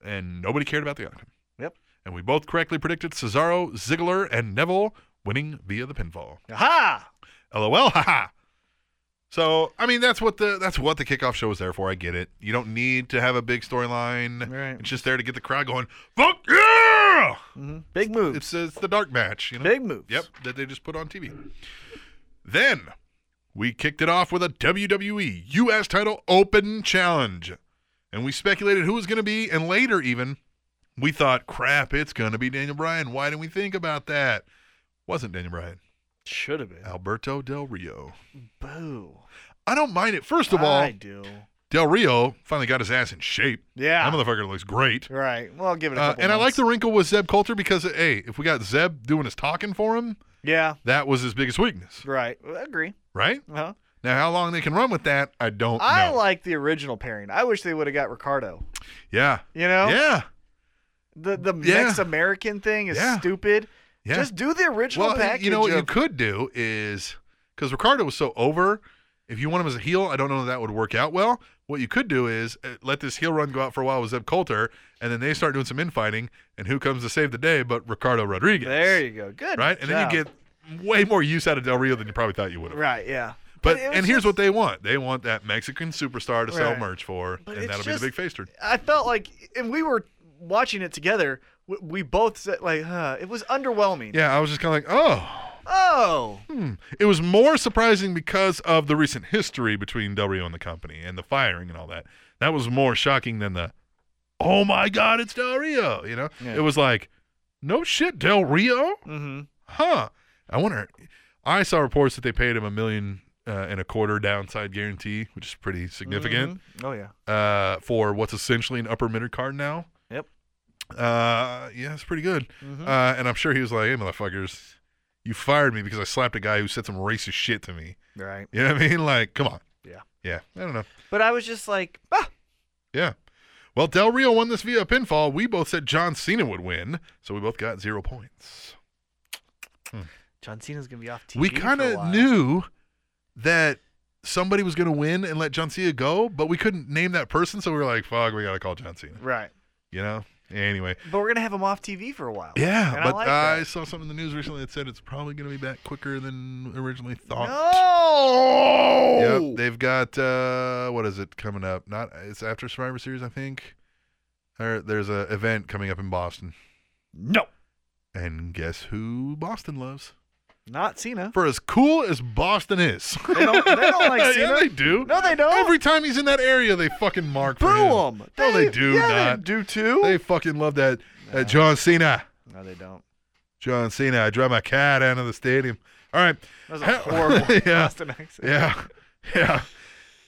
Speaker 1: And nobody cared about the outcome.
Speaker 2: Yep.
Speaker 1: And we both correctly predicted Cesaro, Ziggler, and Neville winning via the pinfall.
Speaker 2: Aha!
Speaker 1: LOL, haha. So I mean that's what the that's what the kickoff show is there for. I get it. You don't need to have a big storyline.
Speaker 2: Right.
Speaker 1: It's just there to get the crowd going. Fuck yeah!
Speaker 2: Mm-hmm. Big move.
Speaker 1: It's it's the dark match. You know.
Speaker 2: Big moves.
Speaker 1: Yep. That they just put on TV. Then we kicked it off with a WWE U.S. title open challenge, and we speculated who was going to be. And later, even we thought, crap, it's going to be Daniel Bryan. Why didn't we think about that? Wasn't Daniel Bryan?
Speaker 2: Should have been.
Speaker 1: Alberto Del Rio.
Speaker 2: Boo.
Speaker 1: I don't mind it. First of all,
Speaker 2: I do.
Speaker 1: Del Rio finally got his ass in shape.
Speaker 2: Yeah.
Speaker 1: That motherfucker looks great.
Speaker 2: Right. Well, I'll give it a
Speaker 1: Uh,
Speaker 2: couple
Speaker 1: and I like
Speaker 2: months.
Speaker 1: the wrinkle with Zeb Coulter because, hey, if we got Zeb doing his talking for him,
Speaker 2: Yeah.
Speaker 1: that was his biggest weakness,
Speaker 2: Right. I agree.
Speaker 1: right?
Speaker 2: Uh-huh.
Speaker 1: Now, how long they can run with that, I don't
Speaker 2: I
Speaker 1: know.
Speaker 2: like the original pairing. I wish they would have got Ricardo.
Speaker 1: yeah.
Speaker 2: You know?
Speaker 1: Yeah.
Speaker 2: The the
Speaker 1: Yeah.
Speaker 2: next American thing is
Speaker 1: Yeah.
Speaker 2: stupid.
Speaker 1: Yeah.
Speaker 2: Just do the original
Speaker 1: Well,
Speaker 2: package.
Speaker 1: you know what you
Speaker 2: of-
Speaker 1: could do is because Ricardo was so over. If you want him as a heel, I don't know that, that would work out well. What you could do is uh, let this heel run go out for a while with Zeb Coulter, and then they start doing some infighting. And who comes to save the day but Ricardo Rodriguez?
Speaker 2: There you go. Good.
Speaker 1: right, and then you
Speaker 2: job.
Speaker 1: get way more use out of Del Rio than you probably thought you would have.
Speaker 2: right. Yeah.
Speaker 1: But
Speaker 2: it was
Speaker 1: and here's
Speaker 2: just-
Speaker 1: what they want: they want that Mexican superstar to sell
Speaker 2: Right.
Speaker 1: merch for,
Speaker 2: But
Speaker 1: and
Speaker 2: it's
Speaker 1: that'll
Speaker 2: just-
Speaker 1: be the big face turn.
Speaker 2: I felt like, and we were watching it together. We, we both said like, huh, it was underwhelming.
Speaker 1: Yeah, I was just kind of like, oh, hmm."
Speaker 2: Oh,
Speaker 1: it was more surprising because of the recent history between Del Rio and the company and the firing and all that. That was more shocking than the, oh my God, it's Del Rio. You know,
Speaker 2: Yeah.
Speaker 1: it was like, no shit, Del Rio,
Speaker 2: mm-hmm.
Speaker 1: huh? I wonder. I saw reports that they paid him a million uh, and a quarter downside guarantee, which is pretty significant.
Speaker 2: Oh yeah.
Speaker 1: uh, for what's essentially an upper mid card now.
Speaker 2: Yep.
Speaker 1: Uh, yeah, it's pretty good.
Speaker 2: Mhm.
Speaker 1: Uh, and I'm sure he was like, "Hey, motherfuckers, you fired me because I slapped a guy who said some racist shit to me."
Speaker 2: Right.
Speaker 1: You know what I mean? Like, come on.
Speaker 2: Yeah.
Speaker 1: Yeah. I don't know.
Speaker 2: But I was just like, ah,
Speaker 1: Yeah. Well, Del Rio won this via pinfall. We both said John Cena would win, so we both got zero points.
Speaker 2: John Cena's gonna be off TV.
Speaker 1: we
Speaker 2: for a
Speaker 1: kind of
Speaker 2: while.
Speaker 1: knew that somebody was going to win and let John Cena go, but we couldn't name that person, so we were like, "Fuck, we got to call John Cena."
Speaker 2: Right.
Speaker 1: You know? Anyway,
Speaker 2: But we're gonna have him off TV for a while.
Speaker 1: Yeah,
Speaker 2: And I
Speaker 1: but uh,
Speaker 2: like
Speaker 1: I,
Speaker 2: that.
Speaker 1: saw something in the news recently that said it's probably going to be back quicker than originally thought.
Speaker 2: No.
Speaker 1: Yep, they've got uh, what is it coming up? Not it's after Survivor Series, I think. Or there's a event coming up in Boston,
Speaker 2: No.
Speaker 1: and guess who Boston loves?
Speaker 2: Not Cena.
Speaker 1: For as cool as Boston is,
Speaker 2: They don't, they don't like Cena.
Speaker 1: yeah, they do.
Speaker 2: No, they don't.
Speaker 1: Every time he's in that area, they fucking mark
Speaker 2: Boo
Speaker 1: for him.
Speaker 2: 'em.
Speaker 1: No, they, do
Speaker 2: yeah,
Speaker 1: not.
Speaker 2: They do too.
Speaker 1: They fucking love that that John Cena.
Speaker 2: no, they don't.
Speaker 1: John Cena. I drive my cat out of the stadium. All right.
Speaker 2: That was a
Speaker 1: Hell-
Speaker 2: horrible
Speaker 1: yeah.
Speaker 2: Boston accent.
Speaker 1: Yeah. Yeah.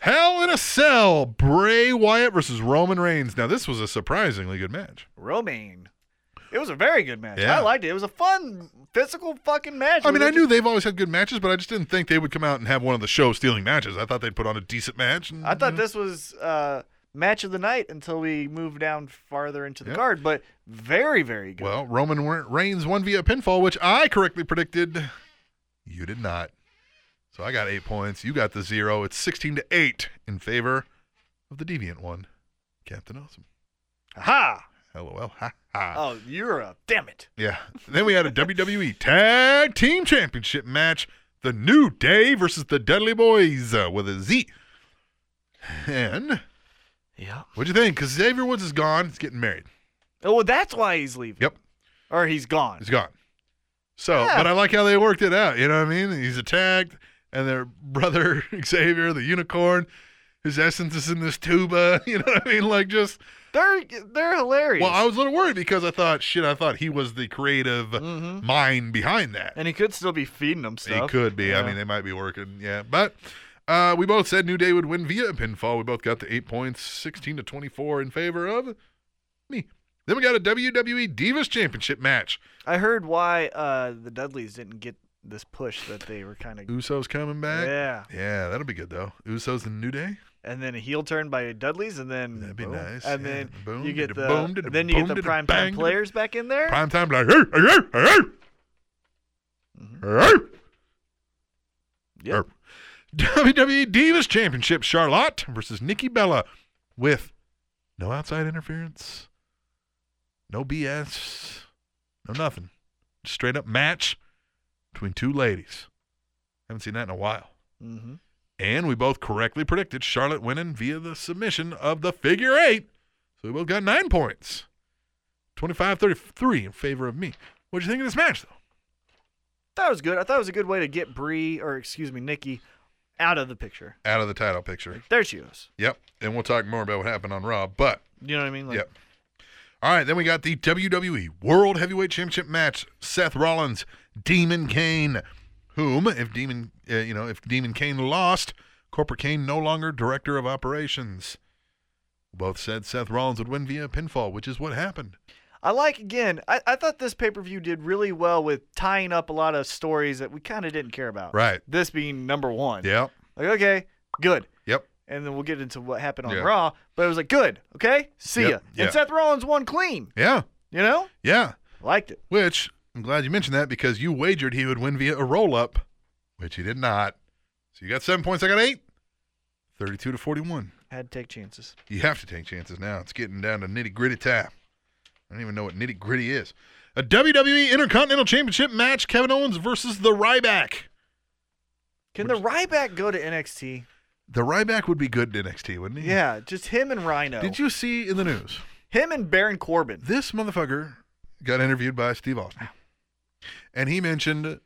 Speaker 1: Hell in a Cell. Bray Wyatt versus Roman Reigns. Now, this was a surprisingly good match.
Speaker 2: Romaine. It was a very good match.
Speaker 1: Yeah.
Speaker 2: I liked it. It was a fun physical fucking match.
Speaker 1: I mean, I
Speaker 2: It was
Speaker 1: knew they've always had good matches, but I just didn't think they would come out and have one of the show stealing matches. I thought they'd put on a decent match. and-
Speaker 2: I thought this was uh, match of the night until we moved down farther into the
Speaker 1: Yeah.
Speaker 2: card, but very, very good.
Speaker 1: Well, Roman Re- Reigns won via pinfall, which I correctly predicted. You did not. So I got eight points. You got the zero. It's 16 to 8 in favor of the deviant one, Captain Awesome.
Speaker 2: ha!
Speaker 1: LOL. Ha ha.
Speaker 2: Oh, you're a damn it.
Speaker 1: Yeah. Then we had a WWE Tag Team Championship match. The New Day versus the Dudley Boys uh, with a Z. And
Speaker 2: Yeah.
Speaker 1: what'd you think? Because Xavier Woods is gone. He's getting married.
Speaker 2: Oh, well, that's why he's leaving.
Speaker 1: Yep.
Speaker 2: Or he's gone.
Speaker 1: He's gone. So,
Speaker 2: Yeah.
Speaker 1: but I like how they worked it out. You know what I mean? He's attacked, and their brother Xavier, the unicorn, his essence is in this tuba. You know what I mean? Like, just.
Speaker 2: They're they're hilarious.
Speaker 1: Well, I was a little worried because I thought, shit, I thought he was the creative
Speaker 2: Mhm.
Speaker 1: mind behind that.
Speaker 2: and he could still be feeding them
Speaker 1: He
Speaker 2: stuff.
Speaker 1: could be. I
Speaker 2: Yeah.
Speaker 1: mean, they might be working. Yeah, but uh, we both said New Day would win via pinfall. We both got the eight points, sixteen to twenty-four in favor of me. Then we got a WWE Divas Championship match.
Speaker 2: I heard why uh, the Dudleys didn't get this push that they were kind of.
Speaker 1: Usos coming back.
Speaker 2: Yeah.
Speaker 1: Yeah, that'll be good though. Usos and New Day.
Speaker 2: and then a heel turn by Dudley's, and then
Speaker 1: That'd be
Speaker 2: boom.
Speaker 1: nice,
Speaker 2: And
Speaker 1: yeah.
Speaker 2: then
Speaker 1: Boom,
Speaker 2: you get
Speaker 1: didda
Speaker 2: the
Speaker 1: boom, didda
Speaker 2: then you
Speaker 1: boom,
Speaker 2: get the
Speaker 1: didda
Speaker 2: prime
Speaker 1: bang,
Speaker 2: time
Speaker 1: didda-
Speaker 2: players back in there.
Speaker 1: Prime time like. "Hey, hey, hey, hey, hey."
Speaker 2: Mm-hmm.
Speaker 1: Hey. Er.
Speaker 2: Yep.
Speaker 1: WWE E Divas Championship Charlotte versus Nikki Bella with no outside interference, no BS, no nothing. Just straight up match between two ladies. Haven't seen that in a while.
Speaker 2: Mm-hmm.
Speaker 1: And we both correctly predicted Charlotte winning via the submission of the figure eight. So we both got nine points 25 33 in favor of me. What'd you think of this match, though?
Speaker 2: That was good. I thought it was a good way to get Bree or excuse me Nikki out of the picture.
Speaker 1: Out of the title picture.
Speaker 2: There she is.
Speaker 1: Yep. And we'll talk more about what happened on Raw, but
Speaker 2: You know what I mean? Like,
Speaker 1: Yep. All right, then we got the WWE World Heavyweight Championship match: Seth Rollins, Demon Kane, whom, if Demon, uh, you know, if Demon Kane lost, Corporate Kane no longer director of operations. Both said Seth Rollins would win via pinfall, which is what happened.
Speaker 2: I like again. I, I thought this pay per view did really well with tying up a lot of stories that we kind of didn't care about.
Speaker 1: Right.
Speaker 2: This being number one.
Speaker 1: Yep.
Speaker 2: Like, okay, good.
Speaker 1: Yep.
Speaker 2: And then we'll get into what happened on
Speaker 1: Yeah.
Speaker 2: Raw. But it was like, good, okay, see
Speaker 1: Yep,
Speaker 2: ya.
Speaker 1: yeah.
Speaker 2: And Seth Rollins won clean,
Speaker 1: Yeah.
Speaker 2: you know?
Speaker 1: Yeah.
Speaker 2: Liked it.
Speaker 1: Which I'm glad you mentioned that because you wagered he would win via a roll up, which he did not. So you got seven points. I got eight. 32 to 41.
Speaker 2: Had to take chances.
Speaker 1: You have to take chances now. It's getting down to nitty gritty time. I don't even know what nitty gritty is. A WWE Intercontinental Championship match Kevin Owens versus The Ryback.
Speaker 2: Can the Ryback go to NXT?
Speaker 1: The Ryback would be good in NXT, wouldn't he?
Speaker 2: Yeah, just him and Rhino.
Speaker 1: Did you see in the news?
Speaker 2: Him and Baron Corbin.
Speaker 1: This motherfucker got interviewed by Steve Austin. And he mentioned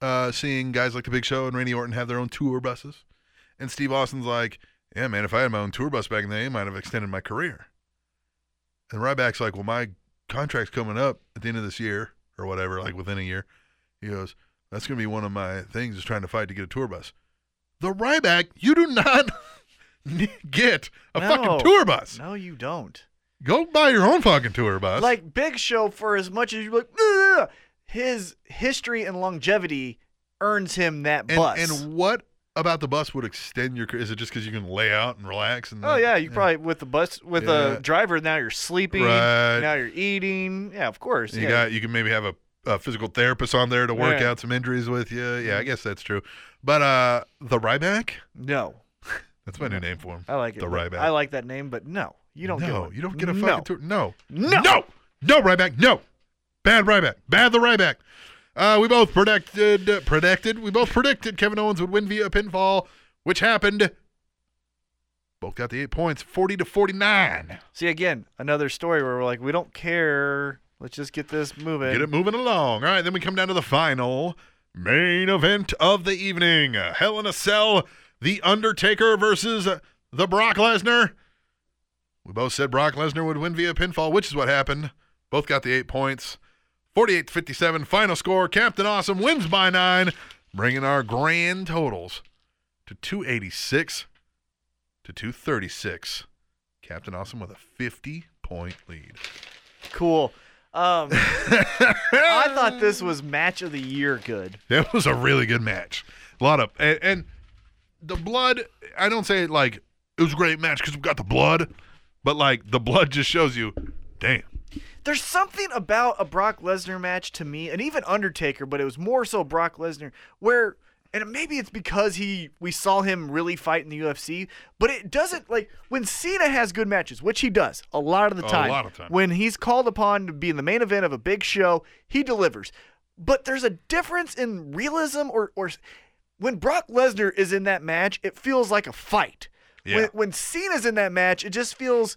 Speaker 1: uh, seeing guys like The Big Show and Randy Orton have their own tour buses. And Steve Austin's like, Yeah, man, if I had my own tour bus back in the day, I might have extended my career. And Ryback's like, Well, my contract's coming up at the end of this year or whatever, like within a year. He goes, That's going to be one of my things is trying to fight to get a tour bus. The Ryback, you do not get a
Speaker 2: No.
Speaker 1: fucking tour bus.
Speaker 2: No, you don't.
Speaker 1: Go buy your own fucking tour bus.
Speaker 2: Like Big Show, for as much as you like, "Ugh," his history and longevity earns him that
Speaker 1: And,
Speaker 2: bus.
Speaker 1: and what about the bus would extend your? Is it just because you can lay out and relax? And
Speaker 2: oh yeah, you probably with the bus with
Speaker 1: Yeah.
Speaker 2: a driver now you're sleeping,
Speaker 1: Right.
Speaker 2: now you're eating. Yeah, of course.
Speaker 1: you
Speaker 2: yeah.
Speaker 1: got you can maybe have a, a physical therapist on there to work
Speaker 2: Yeah. Mm-hmm.
Speaker 1: out some injuries with you. Yeah, I guess that's true. But uh, the Ryback,
Speaker 2: no,
Speaker 1: that's my new name for him.
Speaker 2: Mm-hmm. I like it.
Speaker 1: The
Speaker 2: but-
Speaker 1: Ryback.
Speaker 2: I like that name, but no, you don't. get
Speaker 1: no,
Speaker 2: one.
Speaker 1: you don't get a
Speaker 2: no.
Speaker 1: fucking tour. No,
Speaker 2: No.
Speaker 1: no, no Ryback, no, bad Ryback, bad the Ryback. Uh, we both predicted, uh, predicted, we both predicted Kevin Owens would win via pinfall, which happened. Both got the eight points, forty to forty-nine.
Speaker 2: See again, another story where we're like, we don't care. Let's just get this moving.
Speaker 1: Get it moving along. All right, then we come down to the final main event of the evening Hell in a Cell, The Undertaker versus The Brock Lesnar. We both said Brock Lesnar would win via pinfall, which is what happened. Both got the eight points. 48 to 57, final score. Captain Awesome wins by nine, bringing our grand totals to 286 to 236. Captain Awesome with a 50 point lead.
Speaker 2: Cool. Um, I thought this was match of the year. Good.
Speaker 1: That was a really good match. A lot of and, and the blood. I don't say it like it was a great match because we got the blood, but like the blood just shows you, damn.
Speaker 2: There's something about a Brock Lesnar match to me, and even Undertaker, but it was more so Brock Lesnar, where and maybe it's because he we saw him really fight in the UFC, but it doesn't like when Cena has good matches, which he does a lot of the
Speaker 1: A
Speaker 2: time.
Speaker 1: lot of time.
Speaker 2: When he's called upon to be in the main event of a big show, he delivers. But there's a difference in realism or or when Brock Lesnar is in that match, it feels like a fight.
Speaker 1: Yeah.
Speaker 2: When when Cena's in that match, it just feels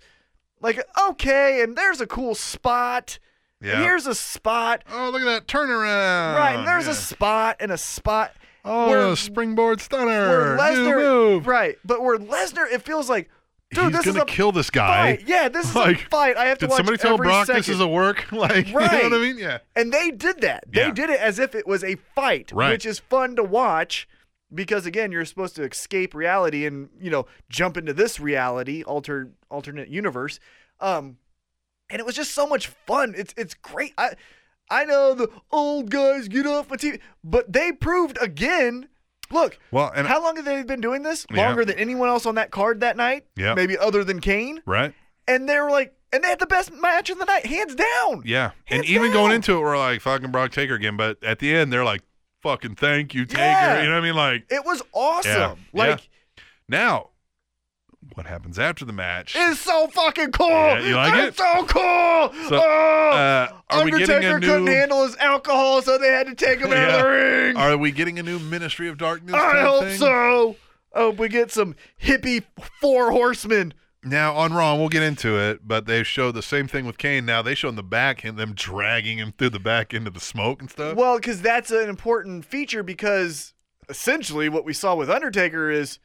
Speaker 2: like okay, and there's a cool spot.
Speaker 1: Yeah.
Speaker 2: And here's a spot.
Speaker 1: Oh, look at that turnaround.
Speaker 2: right, and there's
Speaker 1: Yeah.
Speaker 2: a spot and a spot.
Speaker 1: oh
Speaker 2: where-
Speaker 1: a springboard stunner.
Speaker 2: where
Speaker 1: New
Speaker 2: Lesnar
Speaker 1: move.
Speaker 2: Right. But where Lesnar, it feels like dude,
Speaker 1: He's
Speaker 2: this is
Speaker 1: gonna
Speaker 2: a
Speaker 1: kill this guy.
Speaker 2: fight. Yeah, this is
Speaker 1: Like,
Speaker 2: a fight. I have to
Speaker 1: Did
Speaker 2: watch
Speaker 1: somebody tell
Speaker 2: every
Speaker 1: Brock
Speaker 2: second.
Speaker 1: this is a work? Like, you
Speaker 2: Right.
Speaker 1: know what I mean? Yeah.
Speaker 2: And they did that. They
Speaker 1: Yeah.
Speaker 2: did it as if it was a fight,
Speaker 1: Right.
Speaker 2: which is fun to watch because again, you're supposed to escape reality and, you know, jump into this reality, alter alternate universe. Um and it was just so much fun. It's it's great. I I know the old guys get off my TV, but they proved again. Look,
Speaker 1: Well, and-
Speaker 2: how long have they been doing this?
Speaker 1: Yeah.
Speaker 2: Longer than anyone else on that card that night.
Speaker 1: Yeah.
Speaker 2: maybe other than Kane.
Speaker 1: Right.
Speaker 2: And they were like, and they had the best match of the night, hands down.
Speaker 1: Yeah. and
Speaker 2: Hands
Speaker 1: even going
Speaker 2: down.
Speaker 1: into it, we're like fucking Brock Taker again. But at the end, they're like, fucking thank you, Taker.
Speaker 2: Yeah.
Speaker 1: You know what I mean? Like.
Speaker 2: It was awesome.
Speaker 1: Yeah.
Speaker 2: Like
Speaker 1: Now, what happens after the match?
Speaker 2: it's so fucking cool.
Speaker 1: Yeah, you like
Speaker 2: it's
Speaker 1: it?
Speaker 2: so cool.
Speaker 1: So,
Speaker 2: oh,
Speaker 1: uh, are we getting a
Speaker 2: Undertaker couldn't
Speaker 1: new-
Speaker 2: handle his alcohol, so they had to take him out of the
Speaker 1: Yeah.
Speaker 2: ring.
Speaker 1: Are we getting a new Ministry of Darkness?
Speaker 2: I
Speaker 1: type
Speaker 2: hope
Speaker 1: thing?
Speaker 2: so. I hope we get some hippie four horsemen.
Speaker 1: Now on Raw, and we'll get into it, but they showed the same thing with Kane. Now they show in the back and them dragging him through the back into the smoke and stuff.
Speaker 2: Well, because that's an important feature because essentially what we saw with Undertaker is,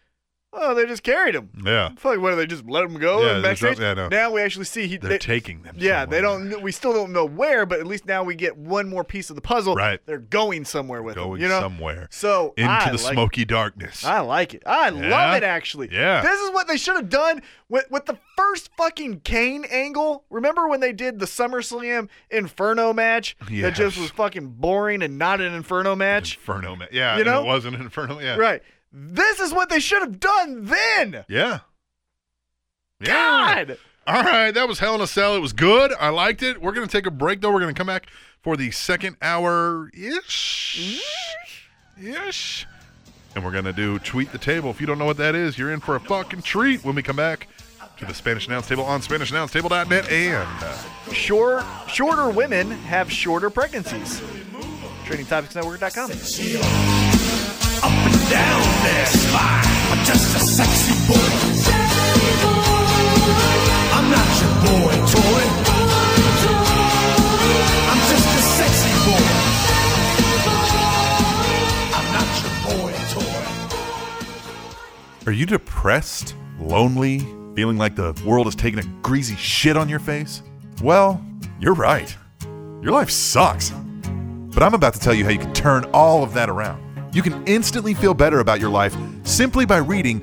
Speaker 2: oh, they just carried him.
Speaker 1: yeah,
Speaker 2: Fuck, what, they just let him go
Speaker 1: Mm. Yeah,
Speaker 2: and
Speaker 1: they just-
Speaker 2: backstage?
Speaker 1: yeah, I know.
Speaker 2: Now we actually see he,
Speaker 1: they're
Speaker 2: they-
Speaker 1: taking them.
Speaker 2: Yeah, they
Speaker 1: somewhere.
Speaker 2: don't. We still don't know where, but at least now we get one more piece of the puzzle.
Speaker 1: Right.
Speaker 2: they're going somewhere with
Speaker 1: going
Speaker 2: it. You know,
Speaker 1: somewhere
Speaker 2: so
Speaker 1: into
Speaker 2: I
Speaker 1: the
Speaker 2: like,
Speaker 1: smoky darkness.
Speaker 2: I like it. I
Speaker 1: Yeah?
Speaker 2: love it. Actually,
Speaker 1: Yeah.
Speaker 2: This is what they should have done with with the first fucking Kane angle. Remember when they did the SummerSlam Inferno match? That
Speaker 1: Yes.
Speaker 2: just was fucking boring and not an Inferno match.
Speaker 1: Inferno, man. Yeah,
Speaker 2: You
Speaker 1: and
Speaker 2: know?
Speaker 1: it was an inferno. Yeah,
Speaker 2: Right. This is what they should have done then.
Speaker 1: Yeah. Yeah.
Speaker 2: God.
Speaker 1: All right, that was Hell in a Cell. It was good. I liked it. We're gonna take a break though. We're gonna come back for the second hour ish, ish, and we're gonna do tweet the table. If you don't know what that is, you're in for a fucking treat when we come back to the Spanish Announce Table on SpanishAnnounceTable.net and uh,
Speaker 2: Short, shorter women have shorter pregnancies. TrainingTopicsNetwork.com.
Speaker 5: I'm not your boy toy. I'm just a sexy boy. I'm not your boy toy.
Speaker 1: Are you depressed? Lonely? Feeling like the world is taking a greasy shit on your face? Well, you're right. Your life sucks. But I'm about to tell you how you can turn all of that around. You can instantly feel better about your life simply by reading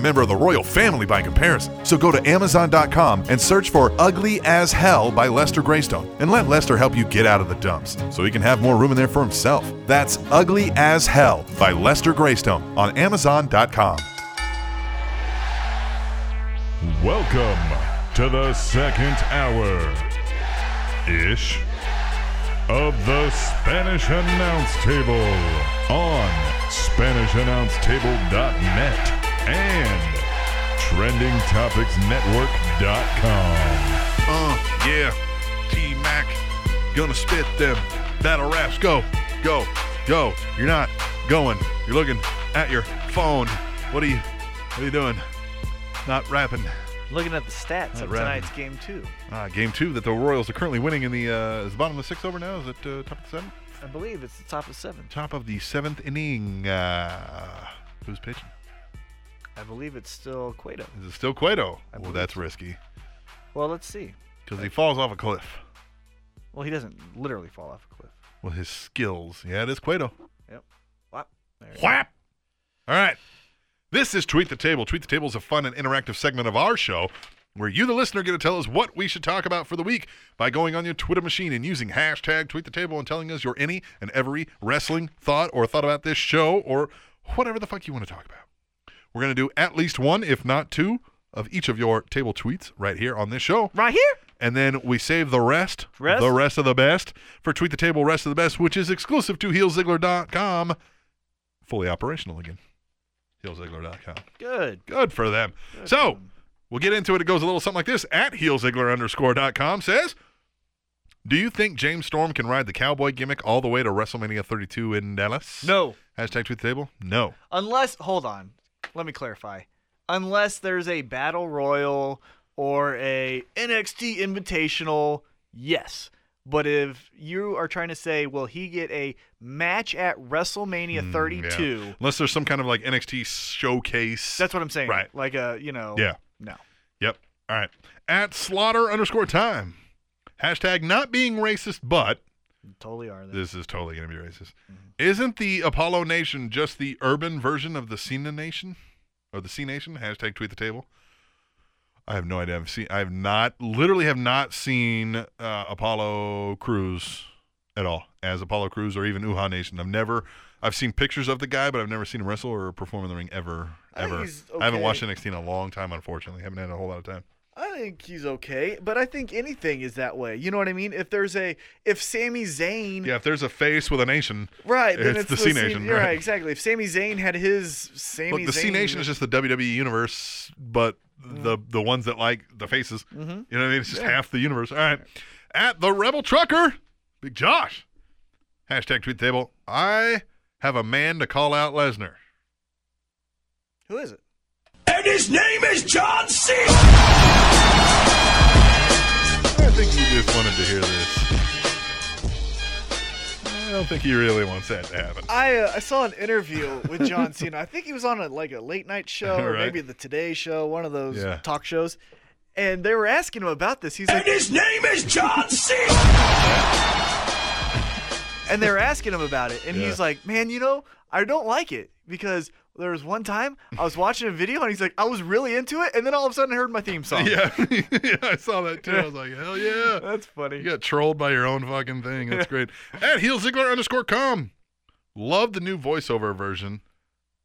Speaker 1: member of the royal family by comparison. So go to Amazon.com and search for Ugly as Hell by Lester Greystone and let Lester help you get out of the dumps so he can have more room in there for himself. That's Ugly as Hell by Lester Greystone on Amazon.com.
Speaker 6: Welcome to the second hour ish of the Spanish Announce Table on SpanishAnnounceTable.net and TrendingTopicsNetwork.com.
Speaker 1: Uh, yeah. T Mac, gonna spit them battle raps. Go, go, go. You're not going. You're looking at your phone. What are you? What are you doing? Not rapping.
Speaker 2: Looking at the stats
Speaker 1: Not
Speaker 2: of
Speaker 1: rapping.
Speaker 2: tonight's game two,
Speaker 1: Ah, game two that the Royals are currently winning in the uh, is the bottom of the sixth over now. Is it uh, top of the seventh?
Speaker 2: I believe it's the top of seven.
Speaker 1: Top of the seventh inning. Uh, who's pitching?
Speaker 2: I believe it's still Cueto.
Speaker 1: Is it still Cueto?
Speaker 2: I
Speaker 1: Well,
Speaker 2: believe
Speaker 1: that's
Speaker 2: so.
Speaker 1: risky
Speaker 2: Well, let's see.
Speaker 1: because he falls off a cliff.
Speaker 2: Well, he doesn't literally fall off a cliff.
Speaker 1: Well, his skills. Yeah, it is Cueto.
Speaker 2: Yep. Wow. There you go.
Speaker 1: Whap! All right. This is Tweet the Table. Tweet the Table is a fun and interactive segment of our show where you, the listener, get to tell us what we should talk about for the week by going on your Twitter machine and using hashtag Tweet the Table and telling us your any and every wrestling thought or thought about this show or whatever the fuck you want to talk about. We're going to do at least one, if not two, of each of your table tweets right here on this show
Speaker 2: Right here.
Speaker 1: and then we save the rest,
Speaker 2: Rest?
Speaker 1: the rest of the best, for Tweet the Table Rest of the Best, which is exclusive to HeelZiggler.com. Fully operational again. HeelZiggler.com.
Speaker 2: Good.
Speaker 1: Good for them. so we'll get into it. It goes a little something like this at HeelZiggler underscore dot com says, Do you think James Storm can ride the cowboy gimmick all the way to WrestleMania 32 in Dallas?
Speaker 2: No.
Speaker 1: Hashtag Tweet the Table? No.
Speaker 2: Unless, hold on, let me clarify. Unless there's a battle royal or a NXT invitational, yes. But if you are trying to say, will he get a match at WrestleMania 32?
Speaker 1: Mm, Yeah. Unless there's some kind of like NXT showcase.
Speaker 2: That's what I'm saying.
Speaker 1: Right.
Speaker 2: Like a, you know.
Speaker 1: Yeah.
Speaker 2: No.
Speaker 1: Yep. All right. At slaughter underscore time. Hashtag not being racist, but
Speaker 2: Totally are. There.
Speaker 1: this is totally going to be racist.
Speaker 2: Mm-hmm.
Speaker 1: Isn't the Apollo Nation just the urban version of the Cena Nation? Or the C Nation? Hashtag tweet the table. I have no idea. I've seen, I've not, literally have not seen uh, Apollo Crews at all as Apollo Crews or even Uha Nation. I've never, I've seen pictures of the guy, but I've never seen him wrestle or perform in the ring ever,
Speaker 2: I think
Speaker 1: ever.
Speaker 2: he's
Speaker 1: I haven't
Speaker 2: okay.
Speaker 1: watched NXT in a long time, unfortunately. haven't had a whole lot of time.
Speaker 2: I think he's okay, but I think anything is that way. You know what I mean? If there's a, if Sami Zayn
Speaker 1: Yeah, if there's a face with a nation,
Speaker 2: Right, then
Speaker 1: It's
Speaker 2: it's,
Speaker 1: the
Speaker 2: the
Speaker 1: C
Speaker 2: C-
Speaker 1: Nation,
Speaker 2: you're
Speaker 1: right.
Speaker 2: right. exactly. If Sami Zayn had his Sami
Speaker 1: look, the
Speaker 2: Zayn,
Speaker 1: C Nation is just the WWE universe, but
Speaker 2: Mm-hmm.
Speaker 1: the the ones that like the faces, you know what I mean? It's just half the universe. All right, at the Rebel Trucker, Big Josh, hashtag tweet the table. I have a man to call out Lesnar.
Speaker 2: who is it?
Speaker 5: And his name is John C.
Speaker 1: I think you just wanted to hear this. I I don't think he really wants that to happen.
Speaker 2: I, uh, I saw an interview with John Cena. I think he was on a, like a late night show or
Speaker 1: Right.
Speaker 2: maybe the Today Show, one of those
Speaker 1: Yeah.
Speaker 2: talk shows. And they were asking him about this. He's like,
Speaker 5: His name is John C.
Speaker 2: and they were asking him about it, and
Speaker 1: Yeah.
Speaker 2: he's like, "Man, you know, I don't like it because there was one time I was watching a video, and he's like, I was really into it, and then all of a sudden I heard my theme song.
Speaker 1: Yeah. yeah, I saw that too. I was like, hell yeah.
Speaker 2: that's funny.
Speaker 1: You got trolled by your own fucking thing. That's great. At heel Ziggler underscore com. Love the new voiceover version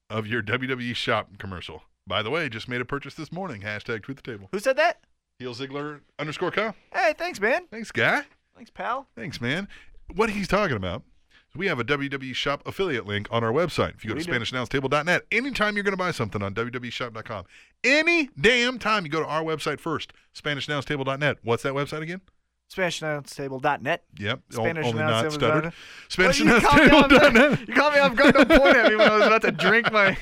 Speaker 1: of your WWE shop commercial. By the way, just made a purchase this morning. Hashtag truth the table.
Speaker 2: Who said that?
Speaker 1: Heel Ziggler underscore com.
Speaker 2: Hey, thanks, man.
Speaker 1: Thanks, guy.
Speaker 2: Thanks, pal.
Speaker 1: Thanks, man. What he's talking about is we have a WWE Shop affiliate link on our website. If you go to SpanishAnnounceTable.net, anytime you're going to buy something on E WWEshop.com, any damn time you go to our website first, SpanishAnnounceTable.net. What's that website again?
Speaker 2: SpanishAnnounceTable.net.
Speaker 1: Yep. o-
Speaker 2: Spanish
Speaker 1: only
Speaker 2: announce
Speaker 1: not
Speaker 2: table
Speaker 1: stuttered.
Speaker 2: dot Well, you caught me off guard.
Speaker 1: SpanishAnnounceTable.net.
Speaker 2: You caught me off guard. Don't point at me when I was about to drink my.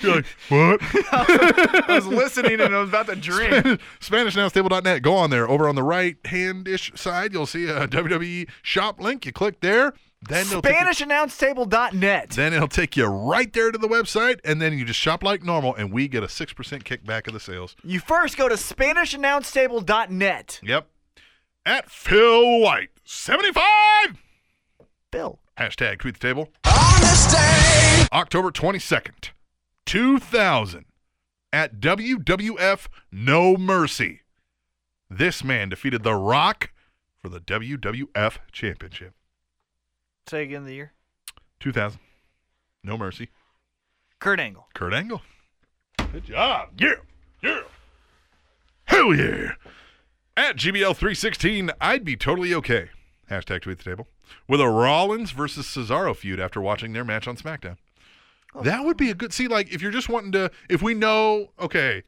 Speaker 1: You're like, what?
Speaker 2: I was listening and I was about to drink.
Speaker 1: SpanishNowstable.net. Go on there. Over on the right hand ish side, you'll see a WWE shop link. You click there. Then it'll take you-
Speaker 2: SpanishAnnounceTable.net.
Speaker 1: Then it'll take you right there to the website, and then you just shop like normal, and we get a 6% kickback of the sales.
Speaker 2: You first go to SpanishAnnounceTable.net.
Speaker 1: Yep. At Phil White, 75!
Speaker 2: Bill.
Speaker 1: Hashtag tweet the table. October 22nd, 2000, at WWF No Mercy, this man defeated The Rock for the WWF Championship.
Speaker 2: Say again the year.
Speaker 1: 2000. No Mercy.
Speaker 2: Kurt Angle.
Speaker 1: Kurt Angle. Good job. Yeah. Yeah. Hell yeah. At GBL316, I'd be totally okay. Hashtag tweet the table. With a Rollins versus Cesaro feud after watching their match on SmackDown. That would be a good. See, like, if you're just wanting to, if we know, okay,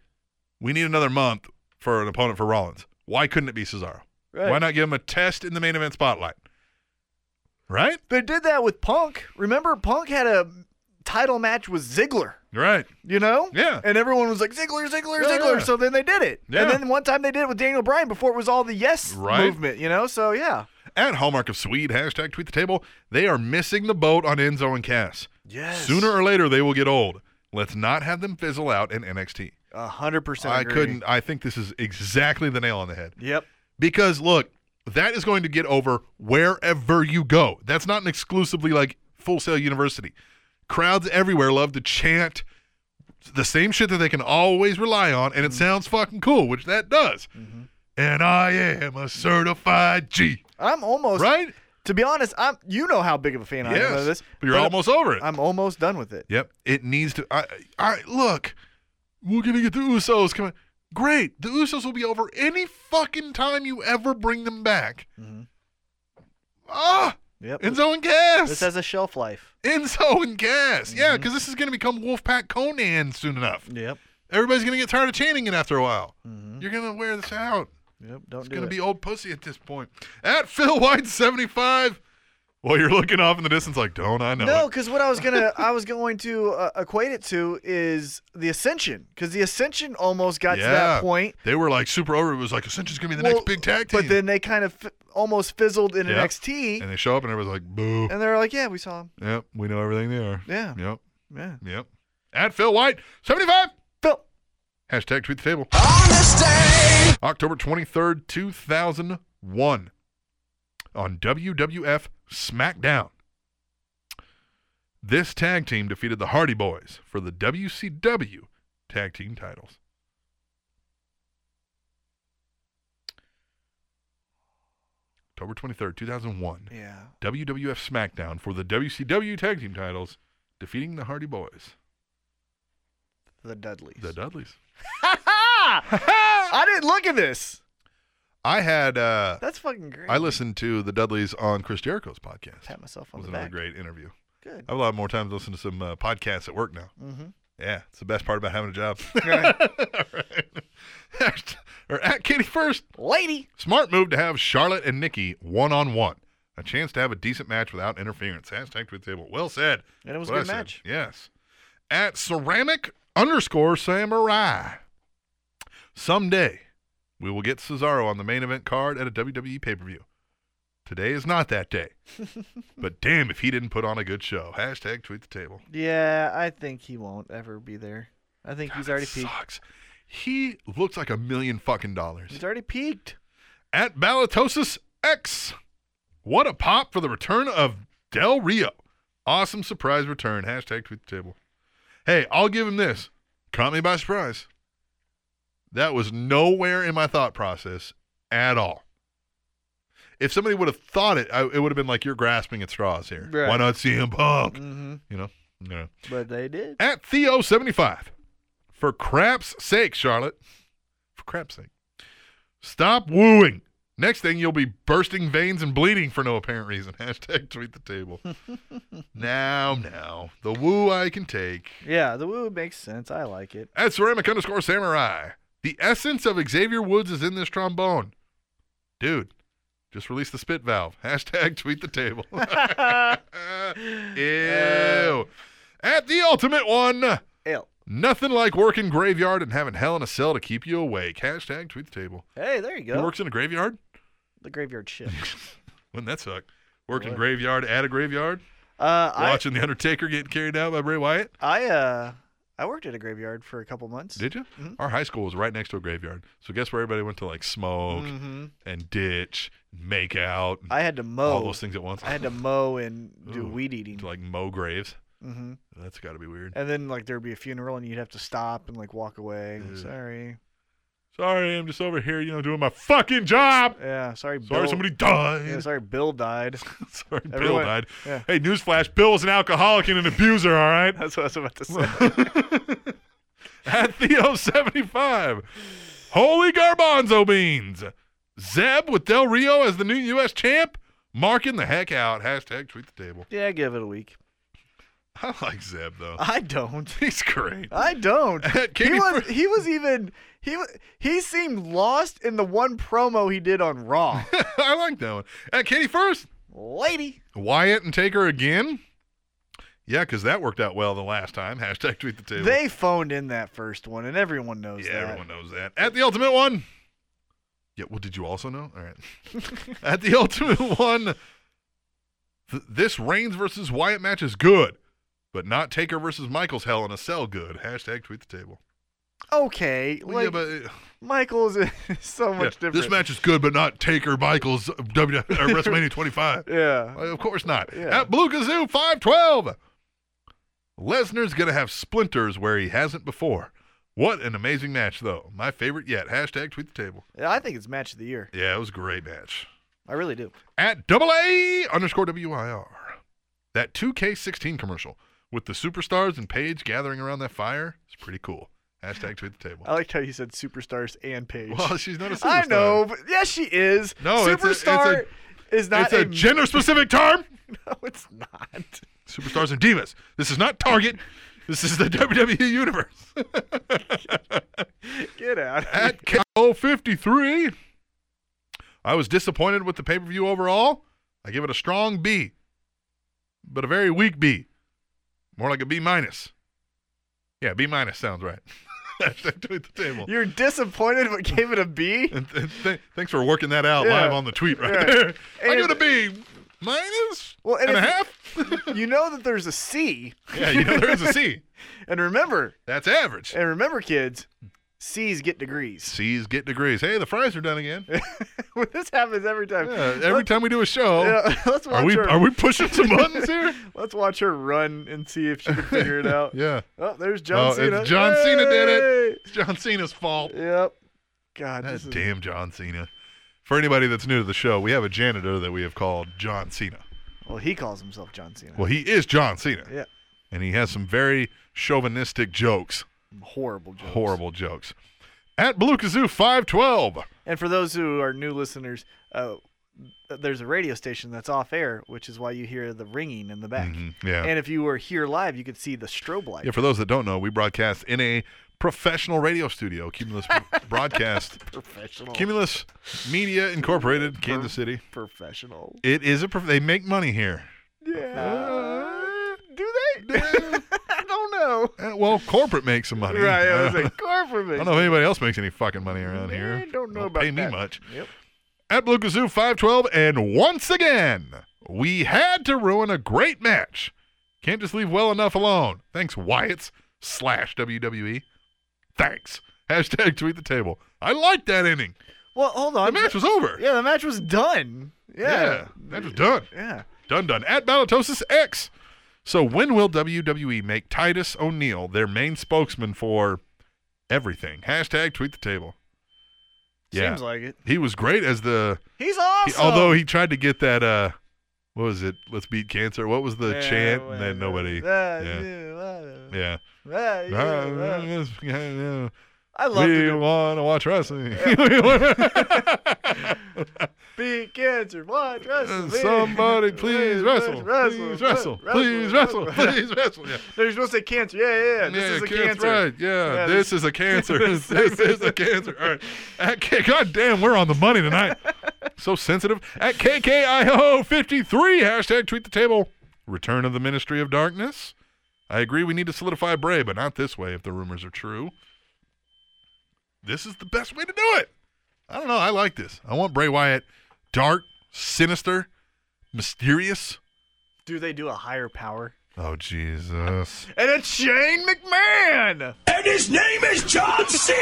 Speaker 1: we need another month for an opponent for Rollins, why couldn't it be Cesaro?
Speaker 2: Right.
Speaker 1: Why not give him a test in the main event spotlight? Right?
Speaker 2: They did that with Punk. Remember, Punk had a title match with Ziggler,
Speaker 1: Right.
Speaker 2: you know?
Speaker 1: Yeah.
Speaker 2: And everyone was like, Ziggler, Ziggler,
Speaker 1: Yeah,
Speaker 2: Ziggler.
Speaker 1: yeah.
Speaker 2: So then they did it.
Speaker 1: Yeah.
Speaker 2: And then one time they did it with Daniel Bryan before it was all the yes
Speaker 1: Right.
Speaker 2: movement, you know? So yeah.
Speaker 1: at Hallmark of Swede, hashtag tweet the table, they are missing the boat on Enzo and Cass.
Speaker 2: Yes.
Speaker 1: Sooner or later, they will get old. Let's not have them fizzle out in NXT.
Speaker 2: A 100%
Speaker 1: I
Speaker 2: agree.
Speaker 1: couldn't. I think this is exactly the nail on the head.
Speaker 2: Yep.
Speaker 1: Because, look, that is going to get over wherever you go. That's not an exclusively like full sale university. Crowds everywhere love to chant the same shit that they can always rely on,
Speaker 2: Mm-hmm.
Speaker 1: and it sounds fucking cool, which that does. And I am a certified G,
Speaker 2: I'm almost
Speaker 1: right?
Speaker 2: To be honest, I'm you know how big of a fan I am
Speaker 1: Yes,
Speaker 2: of this.
Speaker 1: but you're almost over it.
Speaker 2: I'm almost done with it.
Speaker 1: Yep. It needs to. I, I look. We're gonna get the Usos coming. Great. The Usos will be over any fucking time you ever bring them back. Ah,
Speaker 2: Mm-hmm. Yep.
Speaker 1: Enzo and Cass.
Speaker 2: This has Mm-hmm. a shelf life.
Speaker 1: Enzo and Cass. Yeah, because this is gonna become Wolfpack Conan soon enough.
Speaker 2: Yep.
Speaker 1: Everybody's gonna get tired of chanting it after a while. You're gonna wear this out.
Speaker 2: Yep. Don't
Speaker 1: It's
Speaker 2: Mm-hmm. do
Speaker 1: gonna
Speaker 2: it.
Speaker 1: be old pussy at this point. At Phil White seventy five. Well, you're looking off in the distance like, don't I know?
Speaker 2: No,
Speaker 1: it.
Speaker 2: because what I was gonna, I was going to uh, equate it to is the ascension, because the ascension almost got to
Speaker 1: Yeah.
Speaker 2: that point.
Speaker 1: They were like super over. It was like Ascension's gonna be the
Speaker 2: Well,
Speaker 1: next big tag team.
Speaker 2: But then they kind of f- almost fizzled in
Speaker 1: Yep.
Speaker 2: NXT,
Speaker 1: and they show up and everybody's like, boo.
Speaker 2: and they're like, "Yeah, we saw him."
Speaker 1: Yep, we know everything they are.
Speaker 2: Yeah.
Speaker 1: Yep,
Speaker 2: Yeah.
Speaker 1: yep. At Phil White, 75.
Speaker 2: Phil,
Speaker 1: Hashtag tweet the table. October 23rd, 2001. On WWF SmackDown. This tag team defeated the Hardy Boys for the WCW tag team titles. October 23rd, 2001.
Speaker 2: yeah,
Speaker 1: WWF SmackDown for the WCW Tag Team titles, defeating the Hardy Boys,
Speaker 2: the Dudleys.
Speaker 1: the Dudleys.
Speaker 2: I didn't look at this.
Speaker 1: I had uh,
Speaker 2: That's fucking great.
Speaker 1: I listened to the Dudleys on Chris Jericho's podcast.
Speaker 2: pat myself
Speaker 1: It
Speaker 2: on
Speaker 1: was
Speaker 2: the
Speaker 1: another
Speaker 2: back.
Speaker 1: great interview.
Speaker 2: Good.
Speaker 1: I have a lot more time to listen to some uh, podcasts at work now.
Speaker 2: Mm-hmm.
Speaker 1: Yeah, it's the best part about having a job.
Speaker 2: Right.
Speaker 1: All right. or at Kitty first.
Speaker 2: Lady.
Speaker 1: Smart move to have Charlotte and Nikki one on one. A chance to have a decent match without interference. Hashtag tweet the table. Well said.
Speaker 2: And it was a
Speaker 1: What
Speaker 2: good
Speaker 1: I said.
Speaker 2: match.
Speaker 1: Yes. At ceramic underscore samurai. Someday we will get Cesaro on the main event card at a WWE pay per view. E Today is not that day. but damn if he didn't put on a good show. Hashtag tweet the table.
Speaker 2: Yeah, I think he won't ever be there. I think he's already peaked.
Speaker 1: Sucks. He looks like a million fucking dollars.
Speaker 2: He's already peaked.
Speaker 1: At Balatosis X. What a pop for the return of Del Rio. Awesome surprise return. Hashtag tweet the table. Hey, I'll give him this. Caught me by surprise. That was nowhere in my thought process at all. If somebody would have thought it, I, it would have been like you're grasping at straws here.
Speaker 2: Right.
Speaker 1: Why not CM Punk?
Speaker 2: hmm
Speaker 1: You know, no.
Speaker 2: But they did.
Speaker 1: At Theo seventy five, for crap's sake, Charlotte, for crap's sake, stop wooing. Next thing you'll be bursting veins and bleeding for no apparent reason. Hashtag tweet the table. now, now, the woo I can take.
Speaker 2: Yeah, the woo makes sense. I like it.
Speaker 1: At ceramic underscore samurai, the essence of Xavier Woods is in this trombone. Dude, just release the spit valve. Hashtag tweet the table. Ew. At the ultimate one,
Speaker 2: Ew.
Speaker 1: nothing like working graveyard and having hell in a cell to keep you awake. Hashtag tweet the table.
Speaker 2: Hey, there you
Speaker 1: He
Speaker 2: go.
Speaker 1: works in a graveyard?
Speaker 2: The graveyard shift.
Speaker 1: Wouldn't that suck? Working graveyard at a graveyard?
Speaker 2: Uh, I,
Speaker 1: Watching The Undertaker getting carried out by Bray Wyatt?
Speaker 2: I uh, I worked at a graveyard for a couple months.
Speaker 1: Did you?
Speaker 2: Mm-hmm.
Speaker 1: Our high school was right next to a graveyard. So guess where everybody went to like smoke and ditch, make out, and
Speaker 2: Mm-hmm. I had to mow.
Speaker 1: all those things at once.
Speaker 2: I had to mow and do
Speaker 1: Ooh,
Speaker 2: weed eating.
Speaker 1: to like mow graves.
Speaker 2: hmm
Speaker 1: That's got to be weird.
Speaker 2: And then like there'd be a funeral and you'd have to stop and like walk away.
Speaker 1: Ugh.
Speaker 2: Sorry.
Speaker 1: Sorry, I'm just over here, you know, doing my fucking job.
Speaker 2: Yeah. Sorry. Bill.
Speaker 1: Sorry, somebody died.
Speaker 2: Yeah, sorry, Bill died.
Speaker 1: sorry, Bill
Speaker 2: Everyone-
Speaker 1: died.
Speaker 2: yeah.
Speaker 1: Hey, newsflash: Bill was an alcoholic and an abuser. All right.
Speaker 2: That's what I was about to say.
Speaker 1: At Theo seventy five, holy garbanzo beans. Zeb with Del Rio as the new U.S. champ, marking the heck out. Hashtag tweet the table.
Speaker 2: yeah, give it a week.
Speaker 1: I like Zeb though.
Speaker 2: I don't.
Speaker 1: He's great.
Speaker 2: I don't.
Speaker 1: Katie
Speaker 2: he was.
Speaker 1: Fr-
Speaker 2: He was even. He wa- he seemed lost in the one promo he did on Raw.
Speaker 1: I like that one. At Katie first,
Speaker 2: Lady.
Speaker 1: Wyatt and Taker again. Yeah, because that worked out well the last time. Hashtag tweet the table.
Speaker 2: They phoned in that first one, and everyone knows
Speaker 1: yeah,
Speaker 2: that.
Speaker 1: everyone knows that. At the ultimate one. Yeah, well, did you also know? All right. At the ultimate one, th- this Reigns versus Wyatt match is good, but not Taker versus Michaels Hell in a Cell good. Hashtag tweet the table.
Speaker 2: Okay,
Speaker 1: Well,
Speaker 2: like
Speaker 1: yeah, but uh,
Speaker 2: Michael's is so
Speaker 1: yeah,
Speaker 2: much different.
Speaker 1: this match is good, but not Taker Michaels uh, W or WrestleMania 25.
Speaker 2: Yeah.
Speaker 1: Well, of course not.
Speaker 2: Yeah.
Speaker 1: At Blue Kazoo 512. Lesnar's going to have splinters where he hasn't before. What an amazing match, though. My favorite yet. Hashtag tweet the table.
Speaker 2: Yeah, I think it's match of the year.
Speaker 1: Yeah, it was a great match.
Speaker 2: I really do.
Speaker 1: At double A underscore WIR. That 2K16 commercial with the superstars and Paige gathering around that fire is pretty cool. Hashtag tweet the table.
Speaker 2: I liked how you said superstars and Paige.
Speaker 1: Well, she's not a superstar.
Speaker 2: I know, but yes, she is.
Speaker 1: No, it's a- it's a-
Speaker 2: superstar is not
Speaker 1: It's a gender specific term.
Speaker 2: no, it's not.
Speaker 1: Superstars and Divas. This is not Target. This is the WWE Universe.
Speaker 2: Get out. of
Speaker 1: At KO53, I was disappointed with the pay per view overall. I give it a strong B, but a very weak B. More like a B minus. Yeah, B minus sounds right. Hashtag tweet the table.
Speaker 2: here. You're disappointed, but gave it a B.
Speaker 1: And th- th- thanks for working that out
Speaker 2: Yeah.
Speaker 1: live on the tweet right
Speaker 2: Yeah.
Speaker 1: there. I
Speaker 2: And-
Speaker 1: give it a B minus
Speaker 2: Well, and
Speaker 1: and a
Speaker 2: if-
Speaker 1: half.
Speaker 2: You know that there's a C.
Speaker 1: yeah, you know, there's a C.
Speaker 2: And remember,
Speaker 1: That's average.
Speaker 2: and remember, kids, C's get degrees.
Speaker 1: C's get degrees. Hey, the fries are done again.
Speaker 2: this happens every time.
Speaker 1: Yeah, every time we do a show,
Speaker 2: Yeah, let's watch
Speaker 1: are we
Speaker 2: her.
Speaker 1: are we pushing some buttons here?
Speaker 2: Let's watch her run and see if she can figure it out.
Speaker 1: Yeah.
Speaker 2: Oh, there's John
Speaker 1: Oh,
Speaker 2: Cena.
Speaker 1: it's John Cena did it. It's John Cena's fault.
Speaker 2: Hey! Yep. God,
Speaker 1: That
Speaker 2: this is,
Speaker 1: damn John Cena. For anybody that's new to the show, we have a janitor that we have called John Cena.
Speaker 2: well, he calls himself John Cena.
Speaker 1: Well, he is John Cena.
Speaker 2: Yeah.
Speaker 1: And he has some very chauvinistic jokes,
Speaker 2: Horrible joke.
Speaker 1: horrible jokes. At Blue Kazoo 512.
Speaker 2: And for those who are new listeners, uh, there's a radio station that's off air, which is why you hear the ringing in the back.
Speaker 1: Mhm, yeah.
Speaker 2: And if you were here live, you could see the strobe light.
Speaker 1: Yeah, for those that don't know, we broadcast in a professional radio studio, Cumulus Broadcast,
Speaker 2: professional.
Speaker 1: Cumulus Media Incorporated, Kansas City.
Speaker 2: professional.
Speaker 1: It is a prof- they make money here.
Speaker 2: Yeah. Do they? I don't know.
Speaker 1: Eh, Well, corporate makes some money.
Speaker 2: Right. I
Speaker 1: Uh,
Speaker 2: was like, corporate.
Speaker 1: I don't know if anybody else makes any fucking money around here.
Speaker 2: I don't know
Speaker 1: Don't
Speaker 2: about
Speaker 1: pay me
Speaker 2: that.
Speaker 1: much.
Speaker 2: Yep.
Speaker 1: At Blue Kazoo 512, and once again, we had to ruin a great match. Can't just leave well enough alone. Thanks, Wyatt's slash WWE. Thanks. Hashtag tweet the table. I like that ending.
Speaker 2: Well, hold on.
Speaker 1: The match was over.
Speaker 2: Yeah, the match was done. Yeah.
Speaker 1: that was done.
Speaker 2: Yeah.
Speaker 1: Done, done. At Balatosis X. So when will WWE make Titus O'Neil their main spokesman for everything? Hashtag tweet the table.
Speaker 2: Seems like it.
Speaker 1: He was great as the.
Speaker 2: He's
Speaker 1: he-
Speaker 2: awesome.
Speaker 1: although he tried to get that, uh, what was it? Let's beat cancer. What was the chant? And then nobody. yeah. Yeah. Ah, yeah.
Speaker 2: I love
Speaker 1: We
Speaker 2: to
Speaker 1: want to watch wrestling. We wanna-
Speaker 2: beat cancer. Watch wrestling.
Speaker 1: Uh, Somebody, please wrestle. Please wrestle. Please wrestle. Please wrestle. Yeah.
Speaker 2: They're supposed to say cancer. Yeah, yeah, yeah. This
Speaker 1: yeah,
Speaker 2: is a
Speaker 1: cancer.
Speaker 2: cancer.
Speaker 1: Right. Yeah,
Speaker 2: Yeah,
Speaker 1: this,
Speaker 2: this-
Speaker 1: is a cancer. this is a cancer. All right. At K- God damn, we're on the money tonight. so sensitive. At KKIO53, hashtag tweet the table. Return of the Ministry of Darkness. I agree we need to solidify Bray, but not this way if the rumors are true. This is the best way to do it. I don't know. I like this. I want Bray Wyatt dark, sinister, mysterious.
Speaker 2: Do they do a higher power?
Speaker 1: Oh, Jesus.
Speaker 2: And it's Shane McMahon.
Speaker 5: And his name is John C.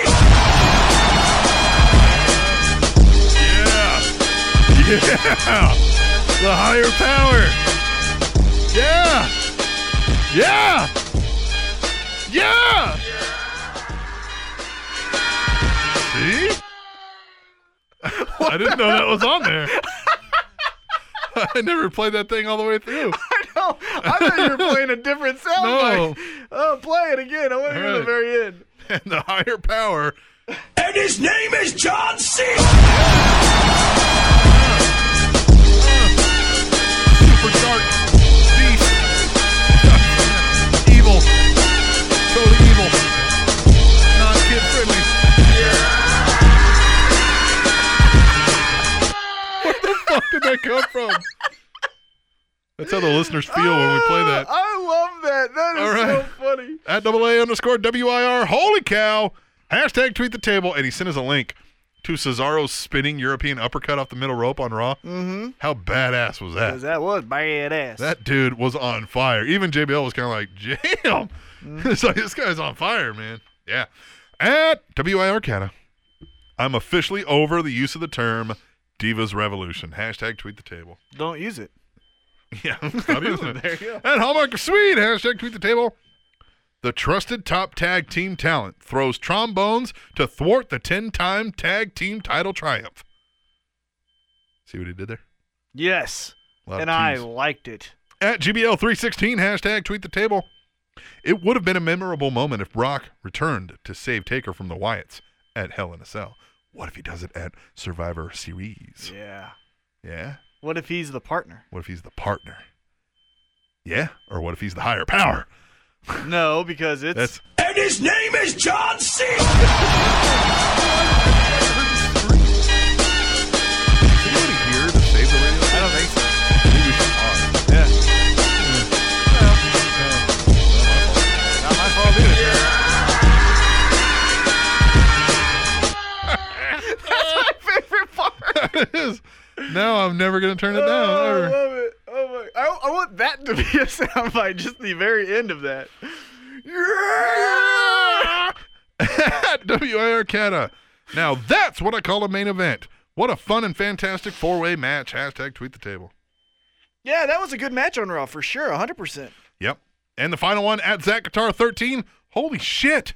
Speaker 1: Yeah. The higher power. Yeah. Yeah. Yeah. See? I didn't know that was on there. I never played that thing all the way through.
Speaker 2: No, I thought you were playing a different sound.
Speaker 1: No.
Speaker 2: Like, oh, play it again. I want to hear the
Speaker 1: Alright.
Speaker 2: very end.
Speaker 1: And the higher power.
Speaker 5: And his name is John C.
Speaker 1: super dark beast. evil. Totally evil. Not kid friendly. Where the fuck did that come from? That's how the listeners feel when we play that.
Speaker 2: Ah, I love that. That is
Speaker 1: Alright.
Speaker 2: so funny.
Speaker 1: At double A underscore WIR. Holy cow. Hashtag tweet the table. And he sent us a link to Cesaro's spinning European uppercut off the middle rope on Raw. Mm-hmm. How badass was that?
Speaker 2: 'Cause that was badass.
Speaker 1: That dude was on fire. Even JBL was kind of like, jam. it's like, this guy's on fire, man. Yeah. At WIR Canada, I'm officially over the use of the term Divas Revolution. Hashtag tweet the table.
Speaker 2: Don't use it.
Speaker 1: Yeah. Stop using it. there you go. At Hallmark of Swede, hashtag tweet the table. The trusted top tag team talent throws trombones to thwart the 10 time tag team title triumph. See what he did there?
Speaker 2: Yes.
Speaker 1: A lot of
Speaker 2: and I
Speaker 1: Ts.
Speaker 2: liked it.
Speaker 1: At GBL316, hashtag tweet the table. It would have been a memorable moment if Brock returned to save Taker from the Wyatts at Hell in a Cell. What if he does it at Survivor Series?
Speaker 2: Yeah.
Speaker 1: Yeah.
Speaker 2: What if he's the partner?
Speaker 1: What if he's the partner? Yeah. Or what if he's the higher power?
Speaker 2: No, because it's
Speaker 1: That's
Speaker 5: And his name is John C.
Speaker 1: Can anybody here to save the radio? I don't think so. Maybe we should pause. Yeah. Not my fault either.
Speaker 2: my favorite part.
Speaker 1: It is. Now I'm never gonna turn it down.
Speaker 2: Oh, I
Speaker 1: Ever.
Speaker 2: love it. Oh my! I, I want that to be a soundbite, just the very end of that.
Speaker 1: at WIR Canada. Now that's what I call a main event. What a fun and fantastic four-way match. Hashtag tweet the table.
Speaker 2: Yeah, that was a good match on Raw for sure, 100%.
Speaker 1: Yep. And the final one at Zach Guitar 13. Holy shit.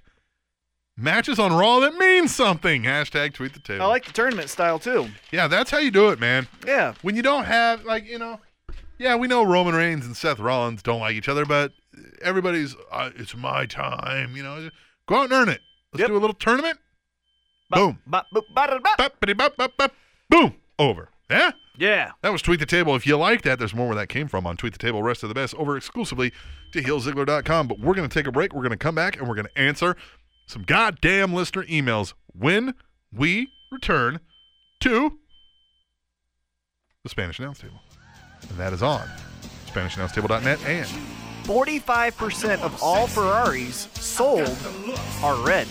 Speaker 1: Matches on Raw that means something. Hashtag tweet the table.
Speaker 2: I like the tournament style too.
Speaker 1: yeah, that's how you do it, man.
Speaker 2: Yeah.
Speaker 1: When you don't have, like, you know, yeah, we know Roman Reigns and Seth Rollins don't like each other, but everybody's, uh, it's my time, you know. Go out and earn it. Let's
Speaker 2: Yep.
Speaker 1: do a little tournament. Boom.
Speaker 2: Ba- ba- ba- da- ba-
Speaker 1: Bop, bitty, bop, bop, bop. Boom. Over. Yeah?
Speaker 2: Yeah.
Speaker 1: That was Tweet the Table. If you like that, there's more where that came from on Tweet the Table, Rest of the Best, over exclusively to HeelZiggler.com. But we're going to take a break. We're going to come back and we're going to answer some goddamn listener emails when we return to the Spanish Announce Table. And that is on SpanishAnnounceTable.net and
Speaker 2: 45% of all Ferraris sold are red.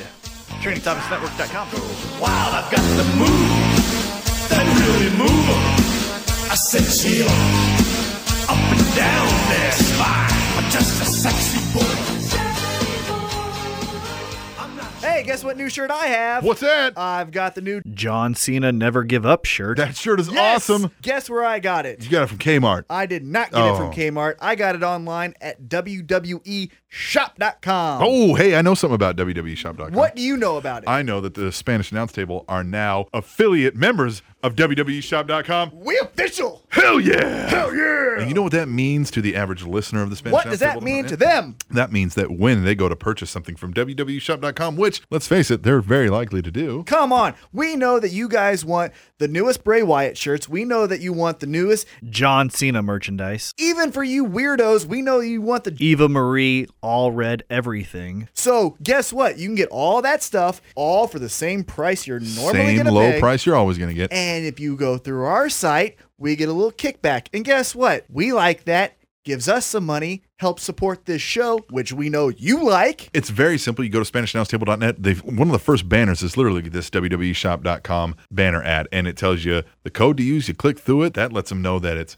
Speaker 2: TrainingThomasNetwork.com.
Speaker 5: Wow, I've got the move. that really move 'em. I said chill 'em. up and down their spine. I'm just a sexy boy.
Speaker 2: Hey, guess what new shirt I have?
Speaker 1: What's that?
Speaker 2: I've got the new John Cena Never Give Up shirt.
Speaker 1: that shirt is
Speaker 2: Yes!
Speaker 1: awesome.
Speaker 2: Guess where I got it?
Speaker 1: You got it from Kmart.
Speaker 2: I did not get it from
Speaker 1: Oh.
Speaker 2: Kmart. I got it online at E WWEshop.com.
Speaker 1: oh, hey, I know something about E WWEshop.com.
Speaker 2: What do you know about it?
Speaker 1: I know that the Spanish announce table are now affiliate members of E WWEshop.com.
Speaker 2: we official.
Speaker 1: Hell yeah! Hell yeah! And you know what that means to the average listener of the Spanish
Speaker 2: What
Speaker 1: announce
Speaker 2: does that
Speaker 1: table?
Speaker 2: mean to them?
Speaker 1: That means that when they go to purchase something from E WWEshop.com, which, let's face it, they're very likely to do.
Speaker 2: Come on. We know that you guys want the newest Bray Wyatt shirts. We know that you want the newest
Speaker 7: John Cena merchandise.
Speaker 2: even for you weirdos, we know you want the.
Speaker 7: Eva Marie all red everything.
Speaker 2: So guess what? You can get all that stuff all for the same price you're normally
Speaker 1: Same
Speaker 2: going to
Speaker 1: low
Speaker 2: pay.
Speaker 1: price you're always going to get.
Speaker 2: And if you go through our site, we get a little kickback. And guess what? We like that. Gives us some money, helps support this show, which we know you like.
Speaker 1: It's very simple. You go to SpanishAnnounceTable.net. They've one of the first banners is literally this E WWEshop.com banner ad, and it tells you the code to use. You click through it. That lets them know that it's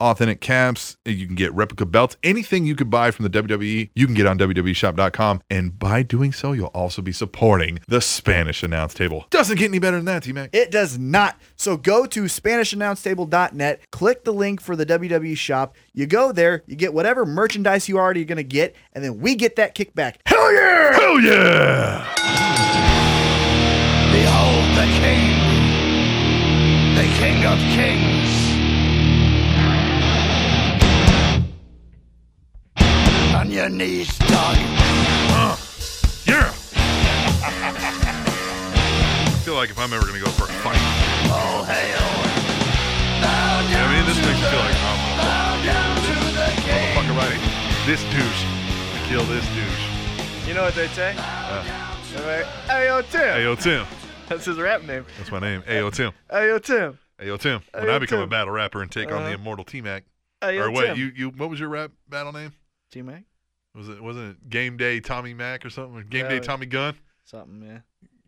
Speaker 1: Authentic caps. You can get replica belts. Anything you could buy from the WWE, you can get on E WWEshop.com. And by doing so, you'll also be supporting the Spanish announce table. Doesn't get any better than that, T Mac.
Speaker 2: It does not. So go to SpanishAnnounceTable.net, click the link for the WWE shop. You go there, you get whatever merchandise you already going to get, and then we get that kickback.
Speaker 1: Hell yeah! Hell yeah!
Speaker 5: Behold the King, the King of Kings. On your knees, darling.
Speaker 1: Yeah! I feel like if I'm ever going to go for a fight,
Speaker 5: Oh, hail.
Speaker 1: you know what I mean, this makes me feel like I'm a fucking righty. This douche. I kill this douche.
Speaker 2: You know what they say? They're like, Ayo Tim.
Speaker 1: Ayo Tim.
Speaker 2: That's his rap name.
Speaker 1: That's my name. Ayo Tim.
Speaker 2: Ayo Tim.
Speaker 1: Ayo Tim. When
Speaker 2: Ayo
Speaker 1: I become a
Speaker 2: Tim.
Speaker 1: battle rapper and take on the immortal T Mac.
Speaker 2: Ayo
Speaker 1: Or wait,
Speaker 2: Tim.
Speaker 1: you, you what was your rap battle name?
Speaker 2: T-Mac?
Speaker 1: Was it wasn't it Game Day Tommy Mac or something? Or Game
Speaker 2: Yeah,
Speaker 1: Day
Speaker 2: it-
Speaker 1: Tommy Gun?
Speaker 2: Something, yeah.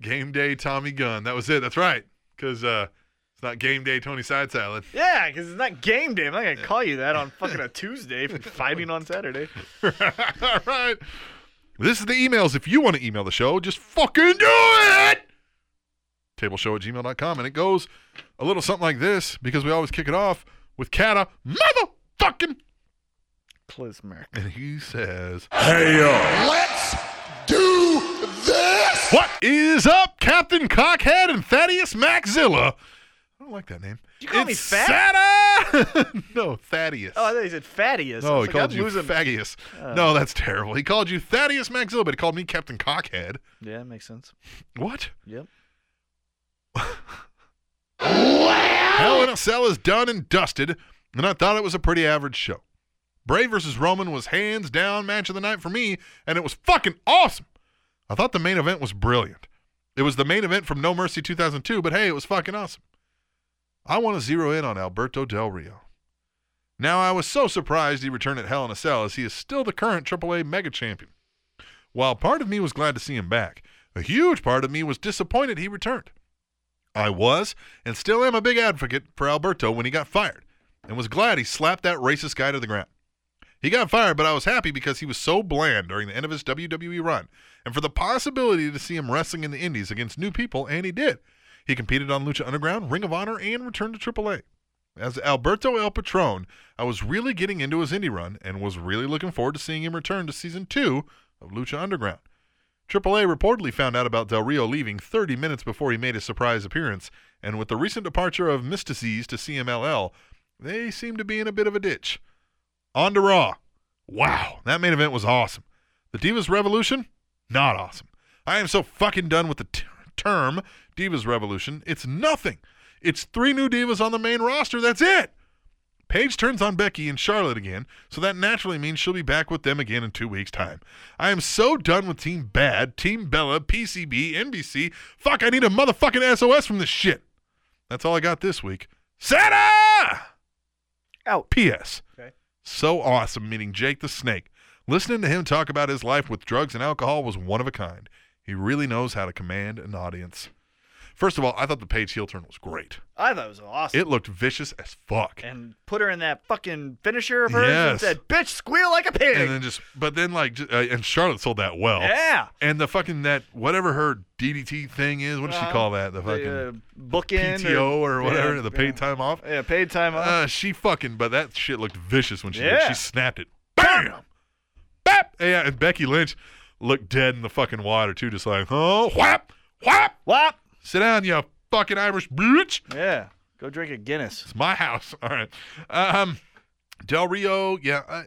Speaker 1: Game Day Tommy Gun. That was it. That's right. Cause uh it's not Game Day Tony Side Salad.
Speaker 2: Yeah, because it's not game day. I'm not going to call you that on fucking a Tuesday for fighting on Saturday.
Speaker 1: All right. This is the emails. If you want to email the show, just fucking do it. Tableshow at gmail.com. And it goes a little something like this because we always kick it off with Kata motherfucking.
Speaker 2: Klizmer.
Speaker 1: And he says,
Speaker 5: Let's do this!
Speaker 1: What is up, Captain Cockhead and Thaddeus Maxilla? I don't like that name.
Speaker 2: you call
Speaker 1: it's
Speaker 2: me fat?
Speaker 1: Sata! no, Thaddeus.
Speaker 2: Oh, I thought he said fattiest.
Speaker 1: no,
Speaker 2: I
Speaker 1: he
Speaker 2: was like,
Speaker 1: called
Speaker 2: I'm
Speaker 1: you
Speaker 2: losing- Oh.
Speaker 1: Faggius. no, that's terrible. He called you Thaddeus Maxilla, but he called me Captain Cockhead.
Speaker 2: Yeah, that makes sense.
Speaker 1: What?
Speaker 2: Yep.
Speaker 1: Hell in a Cell is done and dusted, and I thought it was a pretty average show. Bray versus Roman was hands down match of the night for me, and it was fucking awesome. I thought the main event was brilliant. It was the main event from No Mercy 2002, but hey, it was fucking awesome. I want to zero in on Alberto Del Rio. Now, I was so surprised he returned at Hell in a Cell as he is still the current AAA Mega Champion. While part of me was glad to see him back, a huge part of me was disappointed he returned. I was and still am a big advocate for Alberto when he got fired and was glad he slapped that racist guy to the ground. He got fired, but I was happy because he was so bland during the end of his WWE run and for the possibility to see him wrestling in the indies against new people, and he did. He competed on Lucha Underground, Ring of Honor, and returned to AAA. As Alberto El Patron, I was really getting into his indie run and was really looking forward to seeing him return to season two of Lucha Underground. AAA reportedly found out about Del Rio leaving 30 minutes before he made his surprise appearance, and with the recent departure of Mystices to CMLL, they seem to be in a bit of a ditch. On to Raw. Wow, that main event was awesome. The Divas Revolution? Not awesome. I am so fucking done with the t- term Divas Revolution. It's nothing. It's three new Divas on the main roster. That's it. Paige turns on Becky and Charlotte again, so that naturally means she'll be back with them again in two weeks' time. I am so done with Team Bad, Team Bella, PCB, NBC. Fuck, I need a motherfucking SOS from this shit. That's all I got this week. Santa!
Speaker 2: Out.
Speaker 1: P.S.
Speaker 2: Okay.
Speaker 1: So awesome meeting Jake the Snake. Listening to him talk about his life with drugs and alcohol was one of a kind. He really knows how to command an audience. First of all, I thought the Paige heel turn was great.
Speaker 2: I thought it was awesome.
Speaker 1: It looked vicious as fuck.
Speaker 2: and put her in that fucking finisher of hers
Speaker 1: Yes.
Speaker 2: and said, "Bitch, squeal like a pig."
Speaker 1: And then oh, just, but then like, ju- uh, and Charlotte sold that well.
Speaker 2: yeah.
Speaker 1: And the fucking that whatever her DDT thing is, what does she
Speaker 2: Uh,
Speaker 1: call that? The
Speaker 2: The,
Speaker 1: fucking
Speaker 2: uh, bookend
Speaker 1: PTO or, whatever,
Speaker 2: yeah,
Speaker 1: the paid
Speaker 2: yeah.
Speaker 1: time off.
Speaker 2: Yeah, paid time off.
Speaker 1: Uh, she fucking, but that shit looked vicious when she did.
Speaker 2: Yeah.
Speaker 1: She snapped it. Bam! Bap! Yeah, and Becky Lynch looked dead in the fucking water, too, just like, oh, whap, whap.
Speaker 2: Wop.
Speaker 1: Sit down, you fucking Irish bitch.
Speaker 2: Yeah. Go drink a Guinness.
Speaker 1: It's my house. All right. Um, Del Rio, yeah. I,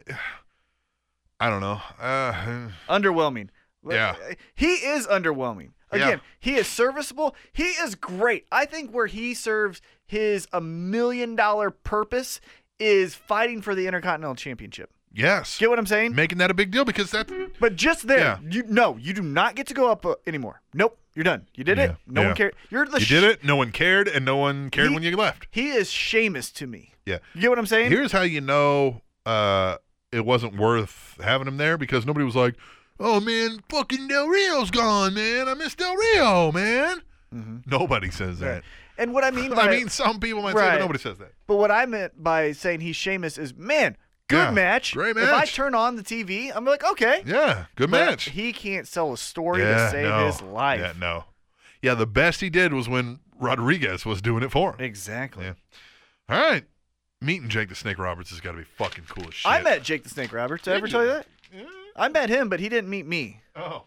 Speaker 1: I don't know. Uh,
Speaker 2: Underwhelming. uh,
Speaker 1: Yeah.
Speaker 2: He is underwhelming. Again, he is serviceable. He is great. I think where he serves his a million dollar purpose is fighting for the Intercontinental Championship.
Speaker 1: yes.
Speaker 2: Get what I'm saying?
Speaker 1: Making that a big deal because that's.
Speaker 2: But just there,
Speaker 1: Yeah.
Speaker 2: you no, you do not get to go up uh, anymore. Nope, you're done. You did
Speaker 1: Yeah,
Speaker 2: it. No
Speaker 1: yeah.
Speaker 2: one cared. You're the
Speaker 1: You did it. No one cared, and no one cared
Speaker 2: He-
Speaker 1: when you left.
Speaker 2: He is Seamus to me.
Speaker 1: Yeah.
Speaker 2: You get what I'm saying?
Speaker 1: Here's how you know uh, it wasn't worth having him there because nobody was like, "Oh man, fucking Del Rio's gone, man. I miss Del Rio, man." Nobody says that.
Speaker 2: and what I mean by
Speaker 1: I mean, some people might say, but
Speaker 2: Mm-hmm. Right.
Speaker 1: nobody says that.
Speaker 2: but what I meant by saying he's Seamus is man, good
Speaker 1: Yeah,
Speaker 2: match.
Speaker 1: great
Speaker 2: If I
Speaker 1: match.
Speaker 2: turn on the TV, I'm like, okay.
Speaker 1: Yeah, good
Speaker 2: But
Speaker 1: match.
Speaker 2: He can't sell a story
Speaker 1: yeah,
Speaker 2: to save
Speaker 1: no.
Speaker 2: his life.
Speaker 1: Yeah, no. Yeah, the best he did was when Rodriguez was doing it for him.
Speaker 2: Exactly.
Speaker 1: Yeah. All right. Meeting Jake the Snake Roberts has got to be fucking cool as shit.
Speaker 2: I met Jake the Snake Roberts. Did I ever tell you that? I met him, but he didn't meet me.
Speaker 1: Oh.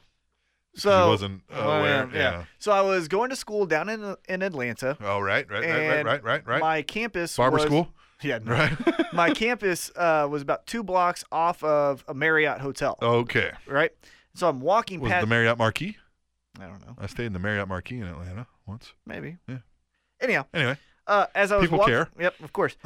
Speaker 2: So
Speaker 1: wasn't
Speaker 2: Oh,
Speaker 1: aware, yeah.
Speaker 2: So I was going to school down in in Atlanta.
Speaker 1: Oh, right, right, right, right,
Speaker 2: and
Speaker 1: right, right, right.
Speaker 2: My campus
Speaker 1: Barber
Speaker 2: was-
Speaker 1: school,
Speaker 2: Yeah. no.
Speaker 1: right?
Speaker 2: my campus uh, was about two blocks off of a Marriott hotel.
Speaker 1: okay.
Speaker 2: Right. So I'm walking
Speaker 1: Oh. Was it
Speaker 2: past.
Speaker 1: the Marriott Marquis?
Speaker 2: I don't know.
Speaker 1: I stayed in the Marriott Marquis in Atlanta once.
Speaker 2: Maybe.
Speaker 1: Yeah.
Speaker 2: Anyhow,
Speaker 1: Anyway,
Speaker 2: uh, as I was
Speaker 1: People
Speaker 2: walk-
Speaker 1: care.
Speaker 2: Yep, of course.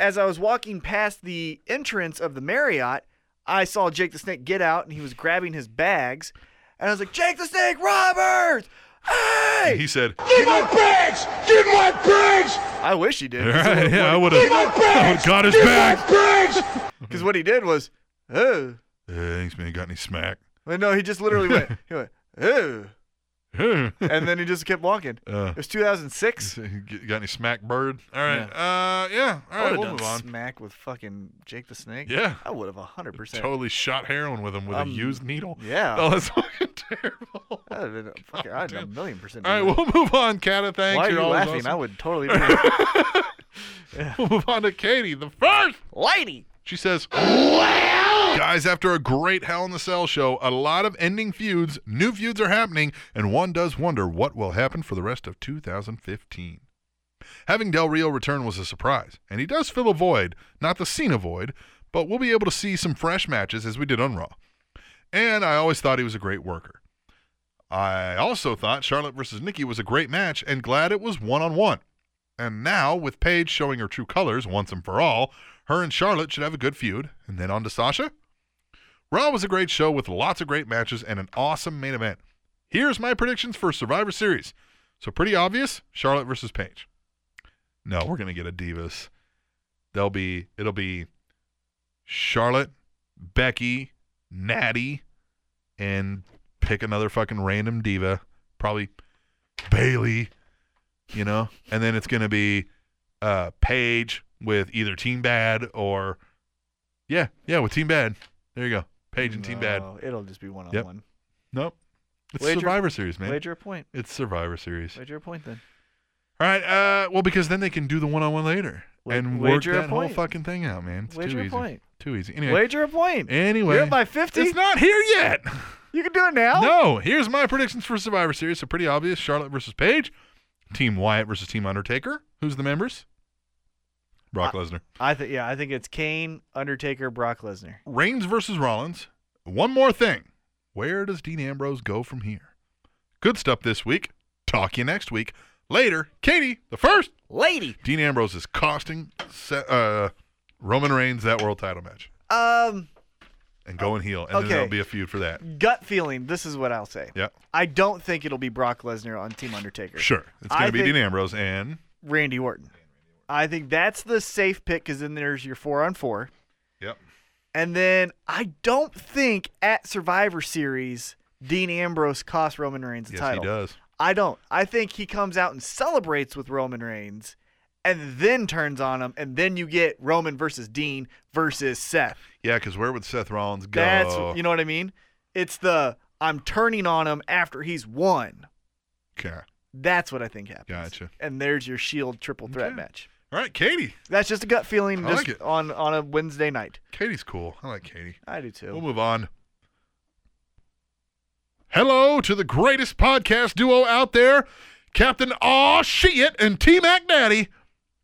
Speaker 2: as I was walking past the entrance of the Marriott, I saw Jake the Snake get out, and he was grabbing his bags, and I was like, "Jake the Snake Roberts!" Hey!
Speaker 1: he said,
Speaker 3: Get my bags! Get my bags!
Speaker 2: I wish he did,
Speaker 1: "All
Speaker 2: because
Speaker 1: right, yeah, I would have
Speaker 3: bags!
Speaker 1: got his
Speaker 3: Get
Speaker 1: back."
Speaker 3: my bags!
Speaker 2: what he did was, oh,
Speaker 1: Thanks, man. Got any smack?
Speaker 2: Well, no, he just literally went, he went, oh,
Speaker 1: uh,
Speaker 2: and then he just kept walking. It was 2006.
Speaker 1: got any smack, bird? All right. Uh, yeah. All
Speaker 2: I
Speaker 1: right,
Speaker 2: would
Speaker 1: we'll
Speaker 2: have
Speaker 1: move
Speaker 2: done
Speaker 1: on.
Speaker 2: smack with fucking Jake the Snake.
Speaker 1: Yeah.
Speaker 2: I would have 100%.
Speaker 1: Totally shot heroin with him with
Speaker 2: Um,
Speaker 1: a used needle.
Speaker 2: yeah.
Speaker 1: Oh, that's fucking terrible.
Speaker 2: I'd have been, fucking, I'd have a million percent.
Speaker 1: All right,
Speaker 2: done that.
Speaker 1: we'll move on, Kata. Thanks.
Speaker 2: Why are
Speaker 1: You're
Speaker 2: you
Speaker 1: always
Speaker 2: laughing? I
Speaker 1: awesome.
Speaker 2: would totally do it.
Speaker 1: We'll move on to Katie, the first.
Speaker 2: Lady!
Speaker 1: She says, Guys, after a great Hell in the Cell show, a lot of ending feuds, new feuds are happening, and one does wonder what will happen for the rest of 2015. Having Del Rio return was a surprise, and he does fill a void, not the Cena void, but we'll be able to see some fresh matches as we did on Raw. And I always thought he was a great worker. I also thought Charlotte versus Nikki was a great match and glad it was one on one. And now, with Paige showing her true colors once and for all, her and Charlotte should have a good feud. And then on to Sasha. Raw was a great show with lots of great matches and an awesome main event. Here's my predictions for Survivor Series. So, pretty obvious Charlotte versus Paige. No, we're going to get a Divas. They'll be, it'll be Charlotte, Becky, Natty, and pick another fucking random diva, probably Bailey you know? And then it's going to be uh Paige with either Team Bad or yeah, yeah, with Team Bad. There you go. Paige and Team Bad.
Speaker 2: No, It'll just be one on
Speaker 1: Yep.
Speaker 2: one.
Speaker 1: Nope. It's
Speaker 2: Wager-
Speaker 1: Survivor Series, man.
Speaker 2: Wager a point.
Speaker 1: It's Survivor Series.
Speaker 2: Wager a point then.
Speaker 1: All right. Uh, well, because then they can do the one-on-one later
Speaker 2: Wa-
Speaker 1: and work
Speaker 2: wager a
Speaker 1: that whole
Speaker 2: point.
Speaker 1: fucking thing out, man. It's
Speaker 2: Wager
Speaker 1: too
Speaker 2: a
Speaker 1: easy.
Speaker 2: point.
Speaker 1: Too easy. Anyway,
Speaker 2: Wager a point.
Speaker 1: anyway,
Speaker 2: You're at my 50.
Speaker 1: It's not here yet.
Speaker 2: You can do it now.
Speaker 1: No, here's my predictions for Survivor Series. So pretty obvious: Charlotte versus Paige, Team Wyatt versus Team Undertaker. Who's the members? Brock
Speaker 2: Uh,
Speaker 1: Lesnar.
Speaker 2: I think yeah, I think it's Kane, Undertaker, Brock Lesnar.
Speaker 1: Reigns versus Rollins. One more thing. Where does Dean Ambrose go from here? Good stuff this week. Talk you next week. Later, Katie, the first.
Speaker 2: Lady.
Speaker 1: Dean Ambrose is costing Sa- uh, Roman Reigns that world title match
Speaker 2: Um,
Speaker 1: and go and heel, and then
Speaker 2: Okay.
Speaker 1: there'll be a feud for that.
Speaker 2: gut feeling. This is what I'll say.
Speaker 1: Yeah,
Speaker 2: I don't think it'll be Brock Lesnar on Team Undertaker.
Speaker 1: sure. It's gonna
Speaker 2: I
Speaker 1: be
Speaker 2: think-
Speaker 1: Dean Ambrose and
Speaker 2: Randy Orton. I think that's the safe pick because then there's your four on four.
Speaker 1: yep.
Speaker 2: And then I don't think at Survivor Series Dean Ambrose cost Roman Reigns the
Speaker 1: Yes,
Speaker 2: title.
Speaker 1: he does.
Speaker 2: I don't. I think he comes out and celebrates with Roman Reigns and then turns on him and then you get Roman versus Dean versus Seth.
Speaker 1: Yeah, because where would Seth Rollins go?
Speaker 2: That's you know what I mean? It's the I'm turning on him after he's won.
Speaker 1: okay.
Speaker 2: That's what I think happens.
Speaker 1: Gotcha.
Speaker 2: And there's your Shield triple threat
Speaker 1: Okay.
Speaker 2: match.
Speaker 1: All right, Katie.
Speaker 2: That's just a gut feeling
Speaker 1: I
Speaker 2: just
Speaker 1: like it.
Speaker 2: on on a Wednesday night.
Speaker 1: Katie's cool. I like Katie.
Speaker 2: I do too.
Speaker 1: We'll move on. Hello to the greatest podcast duo out there, Captain Aw Shit and T Mac Daddy.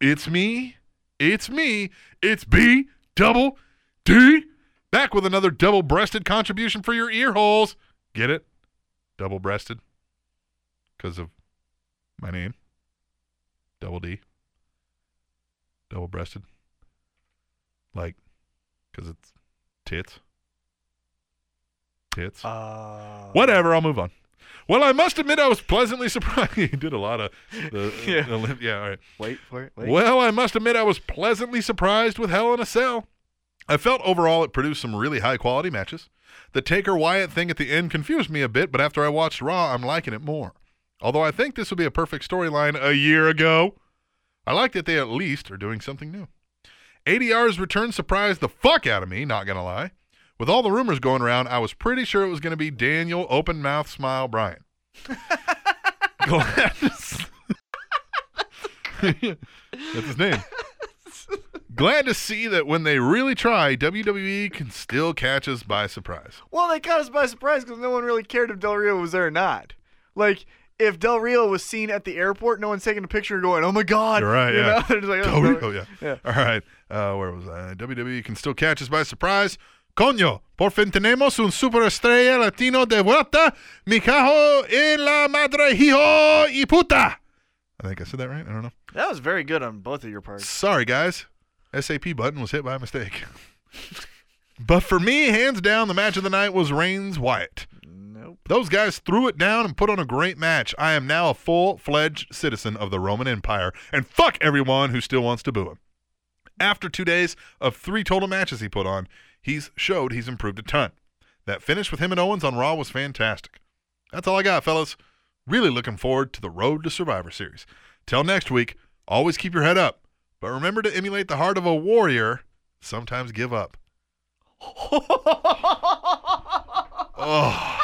Speaker 1: It's me. It's me. It's B double D. Back with another double breasted contribution for your ear holes. Get it? Double breasted. Because of my name. Double D. Double breasted. Like, because it's tits. Tits.
Speaker 2: Uh,
Speaker 1: Whatever, I'll move on. Well, I must admit I was pleasantly surprised. he did a lot of the
Speaker 2: Yeah.
Speaker 1: the lim- yeah, all right.
Speaker 2: Wait for it.
Speaker 1: Well, I must admit I was pleasantly surprised with Hell in a Cell. I felt overall it produced some really high quality matches. The Taker Wyatt thing at the end confused me a bit, but after I watched Raw, I'm liking it more. Although I think this would be a perfect storyline a year ago. I like that they at least are doing something new. ADR's return surprised the fuck out of me, not gonna lie. With all the rumors going around, I was pretty sure it was gonna be Daniel Open Mouth Smile Bryan. Glad to s- That's his name. Glad to see that when they really try, WWE can still catch us by surprise.
Speaker 2: Well, they caught us by surprise because no one really cared if Del Rio was there or not. Like, if Del Rio was seen at the airport, no one's taking a picture and going, "Oh my God!"
Speaker 1: You're right,
Speaker 2: You
Speaker 1: yeah.
Speaker 2: know? They're just like, "Oh,
Speaker 1: Totally.
Speaker 2: Del-
Speaker 1: Oh, yeah. All right. Uh, where was I? WWE can still catch us by surprise. Coño, por fin tenemos un superestrella latino de vuelta. Mi cajo en la madre, hijo y puta. I think I said that right. I don't know.
Speaker 2: That was very good on both of your parts.
Speaker 1: Sorry, guys. SAP button was hit by mistake. but for me, hands down, the match of the night was Reigns Wyatt.
Speaker 2: Nope.
Speaker 1: Those guys threw it down and put on a great match. I am now a full fledged citizen of the Roman Empire, and fuck everyone who still wants to boo him. After two days of three total matches he put on, he's showed he's improved a ton. That finish with him and Owens on Raw was fantastic. That's all I got, fellas. Really looking forward to the Road to Survivor Series. Till next week, always keep your head up, but remember to emulate the heart of a warrior, sometimes give up. Oh.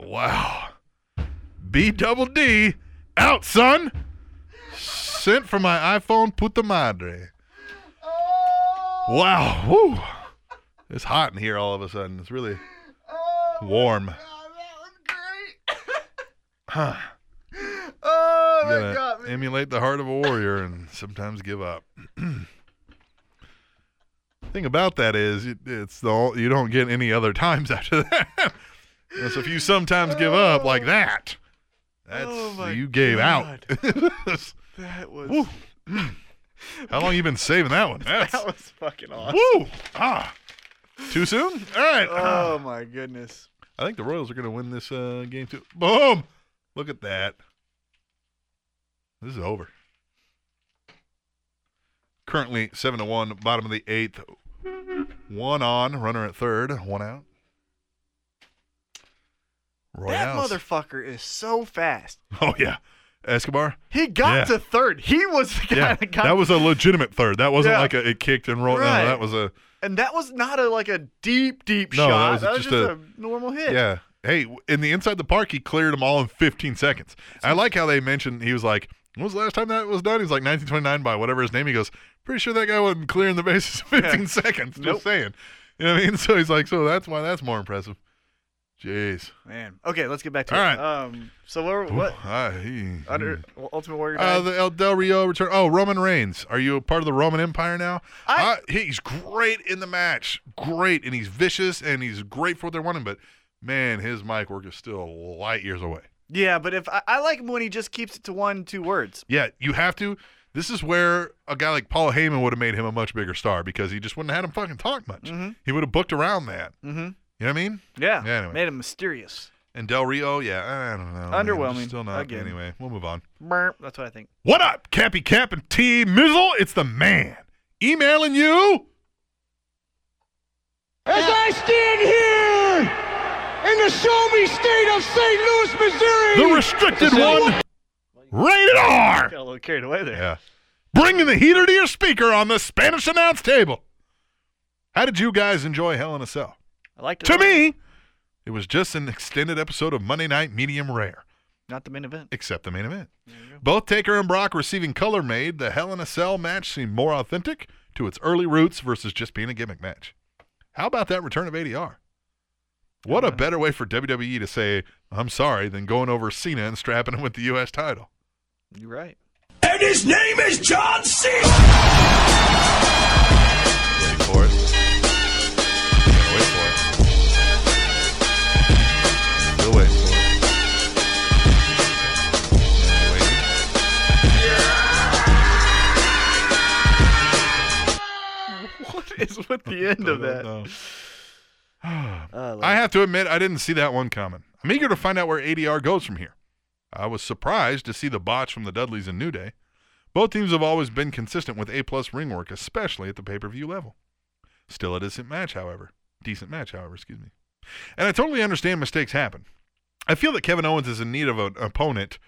Speaker 1: Wow. B double D out, son. Sent for my iPhone puta madre. Wow. Woo. It's hot in here all of a sudden. It's really warm.
Speaker 2: Oh
Speaker 1: You
Speaker 2: my
Speaker 1: gotta
Speaker 2: God! man.
Speaker 1: emulate the heart of a warrior and sometimes give up. Thing about that is, it- it's the all, you don't get any other times after that. And so if you sometimes give up like that, that's
Speaker 2: Oh my
Speaker 1: you gave out.
Speaker 2: That was
Speaker 1: Woo. How long you been saving that one? That's,
Speaker 2: that was fucking awesome.
Speaker 1: woo ah. Too soon? All right.
Speaker 2: Oh my goodness!
Speaker 1: I think the Royals are going to win this uh, game too. Boom! Look at that. This is over. Currently seven to one, bottom of the eighth. One on, runner at third, one out.
Speaker 2: That
Speaker 1: Royals.
Speaker 2: motherfucker is so fast.
Speaker 1: oh yeah, Escobar.
Speaker 2: He got
Speaker 1: Yeah.
Speaker 2: to third. He was the guy
Speaker 1: Yeah,
Speaker 2: that got
Speaker 1: that was a legitimate third. That wasn't
Speaker 2: Yeah.
Speaker 1: like a it kicked and rolled.
Speaker 2: Right.
Speaker 1: No, that was a
Speaker 2: And that was not a like a deep, deep
Speaker 1: No, that
Speaker 2: shot.
Speaker 1: was just
Speaker 2: just
Speaker 1: a-
Speaker 2: a, normal hit.
Speaker 1: Yeah. Hey, w- in the inside the park, he cleared them all in 15 seconds. I like how they mentioned he was like, "When was the last time that was done?" He's like 1929 by whatever his name. He goes, "Pretty sure that guy wasn't clearing the bases in 15 seconds." Just
Speaker 2: Nope.
Speaker 1: saying. You know what I mean? So he's like, "So that's why that's more impressive." Jeez.
Speaker 2: Man. Okay, let's get back to
Speaker 1: All
Speaker 2: it.
Speaker 1: right.
Speaker 2: Um so we're what
Speaker 1: Ooh, ah, he-
Speaker 2: under well, Ultimate Warrior
Speaker 1: Uh,
Speaker 2: died?
Speaker 1: the El Del Rio return. Oh, Roman Reigns. Are you a part of the Roman Empire now?
Speaker 2: I-
Speaker 1: Uh, he's great in the match. Great. And he's vicious and he's great for what they're wanting. But man, his mic work is still light years away.
Speaker 2: Yeah, but if I, I like him when he just keeps it to one, two words.
Speaker 1: Yeah, you have to. This is where a guy like Paul Heyman would have made him a much bigger star because he just wouldn't have had him fucking talk much. He would have booked around that. Mm-hmm. You know what I mean?
Speaker 2: Yeah.
Speaker 1: Yeah, anyway.
Speaker 2: Made him mysterious.
Speaker 1: And Del Rio, yeah, I don't know. man.
Speaker 2: Underwhelming,
Speaker 1: Still not.
Speaker 2: again.
Speaker 1: Anyway, we'll move on.
Speaker 2: Burp. That's what I think.
Speaker 1: What up, Cappy Cap and T Mizzle? It's the man emailing you.
Speaker 3: As I stand here in the show me state of St. Louis, Missouri,
Speaker 1: the restricted one, rated R.
Speaker 2: Got a little carried away there.
Speaker 1: Yeah. Bringing the heater to your speaker on the Spanish announce table. How did you guys enjoy Hell in a Cell?
Speaker 2: I liked it.
Speaker 1: To me, it was just an extended episode of Monday Night Medium Rare,
Speaker 2: Not the main event.
Speaker 1: except the main event. Both Taker and Brock receiving color made, the Hell in a Cell match seemed more authentic to its early roots versus just being a gimmick match. How about that return of ADR? What a better way for WWE to say, I'm sorry, than going over Cena and strapping him with the U.S. title.
Speaker 2: You're right.
Speaker 5: And his name is John Cena.
Speaker 1: Wait for it. Can't wait for it. Still waiting for it. Now waiting.
Speaker 2: What is with the end of that?
Speaker 1: I have to admit, I didn't see that one coming. I'm eager to find out where ADR goes from here. I was surprised to see the botch from the Dudleys and New Day. Both teams have always been consistent with A plus ring work, especially at the pay per view level. Still a decent match, however. Decent match, however, excuse me. And I totally understand mistakes happen. I feel that Kevin Owens is in need of an opponent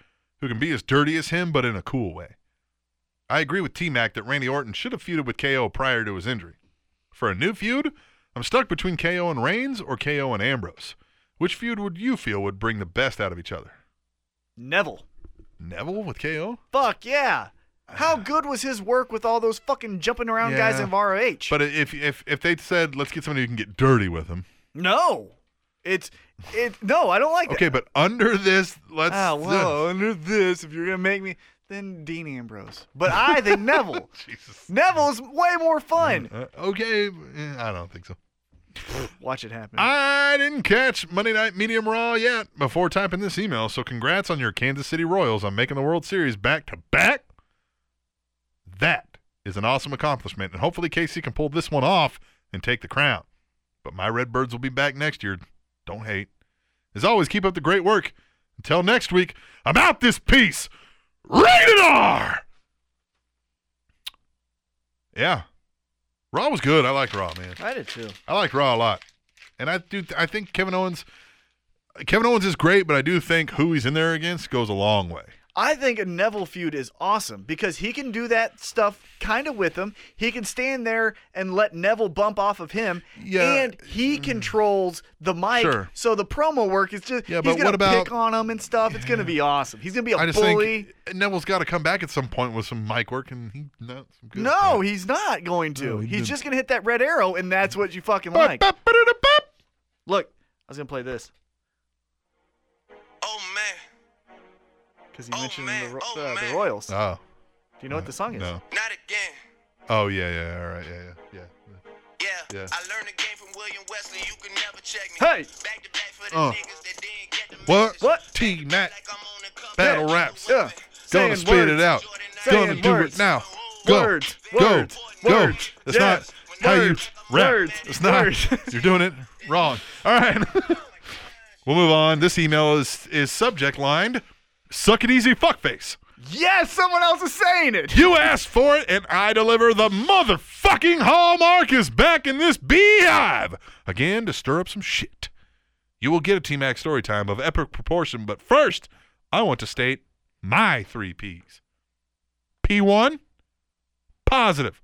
Speaker 1: who can be as dirty as him, but in a cool way. I agree with T Mac that Randy Orton should have feuded with KO prior to his injury. For a new feud, I'm stuck between KO and Reigns or KO and Ambrose. Which feud would you feel would bring the best out of each other?
Speaker 2: Neville.
Speaker 1: Neville with KO?
Speaker 2: Fuck yeah. How good was his work with all those fucking jumping around guys
Speaker 1: Yeah.
Speaker 2: in ROH?
Speaker 1: But if if if they said let's get somebody who can get dirty with him,
Speaker 2: no. It's it no, I don't like
Speaker 1: okay.
Speaker 2: that.
Speaker 1: But under this, let's
Speaker 2: Ah, well, under this, if you're gonna make me then Dean Ambrose. But I think Neville.
Speaker 1: Jesus.
Speaker 2: Neville's way more fun.
Speaker 1: Uh, okay, eh, I don't think so.
Speaker 2: Watch it happen.
Speaker 1: I didn't catch Monday Night Medium Raw yet before typing this email, so congrats on your Kansas City Royals on making the World Series back to back. That is an awesome accomplishment, and hopefully KC can pull this one off and take the crown. But my Redbirds will be back next year. Don't hate. As always, keep up the great work. Until next week, I'm out this piece. Rated R! Yeah. Raw was good. I liked Raw, man.
Speaker 2: I did too.
Speaker 1: I like Raw a lot, and I do. I think Kevin Owens, Kevin Owens is great, but I do think who he's in there against goes a long way.
Speaker 2: I think a Neville feud is awesome because he can do that stuff kind of with him. He can stand there and let Neville bump off of him,
Speaker 1: Yeah. Mm.
Speaker 2: and he controls the mic.
Speaker 1: Sure.
Speaker 2: So the promo work is just
Speaker 1: Yeah,
Speaker 2: he's
Speaker 1: but
Speaker 2: gonna
Speaker 1: what about-
Speaker 2: pick on him and stuff. It's gonna be awesome. He's gonna be a
Speaker 1: I just
Speaker 2: bully.
Speaker 1: think Neville's got to come back at some point with some mic work, and he not some good.
Speaker 2: no, he's not going to.
Speaker 1: he
Speaker 2: he's
Speaker 1: didn't.
Speaker 2: just gonna hit that red arrow, and that's what you fucking like. Look, I was gonna play this
Speaker 8: Oh, man.
Speaker 2: because he mentioned
Speaker 8: man.
Speaker 2: the, Ro-
Speaker 8: Oh,
Speaker 2: the,
Speaker 8: man.
Speaker 2: the Royals.
Speaker 1: Oh
Speaker 2: do you know what the song is?
Speaker 1: no!
Speaker 8: Not again.
Speaker 1: Oh yeah, yeah, all right, yeah, yeah, yeah.
Speaker 8: Yeah.
Speaker 1: Yeah.
Speaker 8: I learned the game from William Wesley. You can never check me.
Speaker 2: Hey.
Speaker 8: Back to back for the
Speaker 1: Uh.
Speaker 8: niggas that didn't get the
Speaker 1: What?
Speaker 8: message.
Speaker 2: What?
Speaker 1: T Mac
Speaker 8: Like I'm on the cover.
Speaker 1: battle
Speaker 8: Yeah.
Speaker 1: raps.
Speaker 2: Yeah.
Speaker 1: Gonna
Speaker 2: Saying
Speaker 1: spit it
Speaker 2: words.
Speaker 1: out.
Speaker 2: Saying
Speaker 1: Gonna do
Speaker 2: words.
Speaker 1: it now. Go.
Speaker 2: Words.
Speaker 1: Go.
Speaker 2: Words.
Speaker 1: Go.
Speaker 2: Words.
Speaker 1: That's
Speaker 2: Yes.
Speaker 1: not how you
Speaker 2: Words.
Speaker 1: rap.
Speaker 2: Words.
Speaker 1: It's not.
Speaker 2: Words.
Speaker 1: You're doing it wrong. All right. we'll move on. This email is is subject lined. Suck it easy, fuckface.
Speaker 2: Yes, someone else is saying it.
Speaker 1: You asked for it, and I deliver. The motherfucking hallmark is back in this beehive again to stir up some shit. You will get a T Mac story time of epic proportion, but first, I want to state my three P's. P1, positive.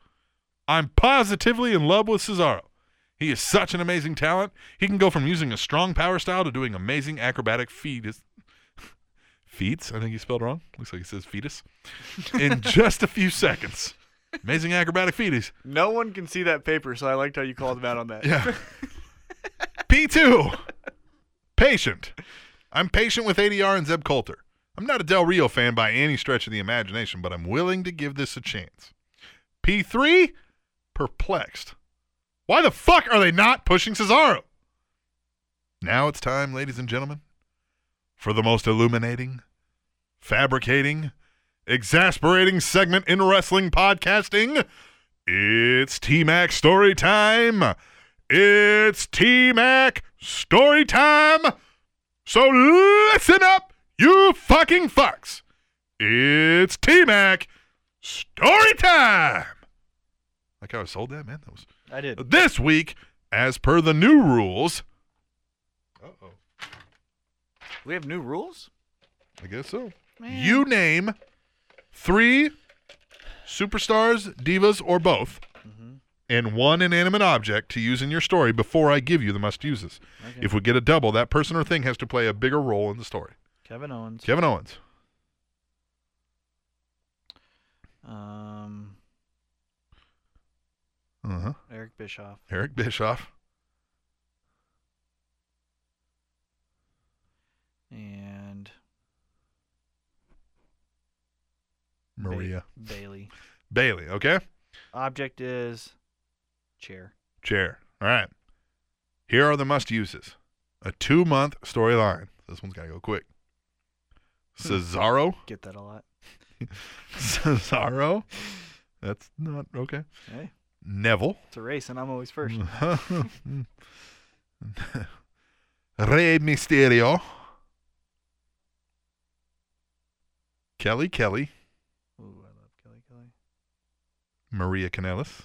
Speaker 1: I'm positively in love with Cesaro. He is such an amazing talent. He can go from using a strong power style to doing amazing acrobatic feet. Feats, I think he spelled wrong. Looks like it says fetus. In just a few seconds. Amazing acrobatic fetus.
Speaker 2: No one can see that paper, so I liked how you called him out on that.
Speaker 1: Yeah. P2. Patient. I'm patient with ADR and Zeb Coulter. I'm not a Del Rio fan by any stretch of the imagination, but I'm willing to give this a chance. P3. Perplexed. Why the fuck are they not pushing Cesaro? Now it's time, ladies and gentlemen, for the most illuminating, fabricating, exasperating segment in wrestling podcasting. It's T Mac story time. It's T Mac story time. So listen up, you fucking fucks. It's T Mac story time. Like how I sold that, man. That was
Speaker 7: I
Speaker 2: Uh,
Speaker 7: did.
Speaker 1: this week, as per the new rules. Uh oh.
Speaker 2: We have new rules?
Speaker 1: I guess so. You name three superstars, divas, or both, and one inanimate object to use in your story before I give you the must uses. If we get a double, that person or thing has to play a bigger role in the story.
Speaker 7: Kevin Owens.
Speaker 1: Kevin Owens.
Speaker 7: Um,
Speaker 1: Uh huh.
Speaker 7: Eric Bischoff.
Speaker 1: Eric Bischoff.
Speaker 7: And
Speaker 1: Maria.
Speaker 7: Bailey.
Speaker 1: Bailey. Okay.
Speaker 7: Object is chair.
Speaker 1: Chair. All right. Here are the must uses. A two month storyline. This one's got to go quick. Cesaro.
Speaker 7: Get that a lot.
Speaker 1: Cesaro. That's not okay.
Speaker 7: Hey.
Speaker 1: Neville.
Speaker 7: It's a race, and I'm always first.
Speaker 1: Rey Mysterio. Kelly Kelly. Mm-hmm.
Speaker 7: Ooh, I love Kelly Kelly.
Speaker 1: Maria Canellis.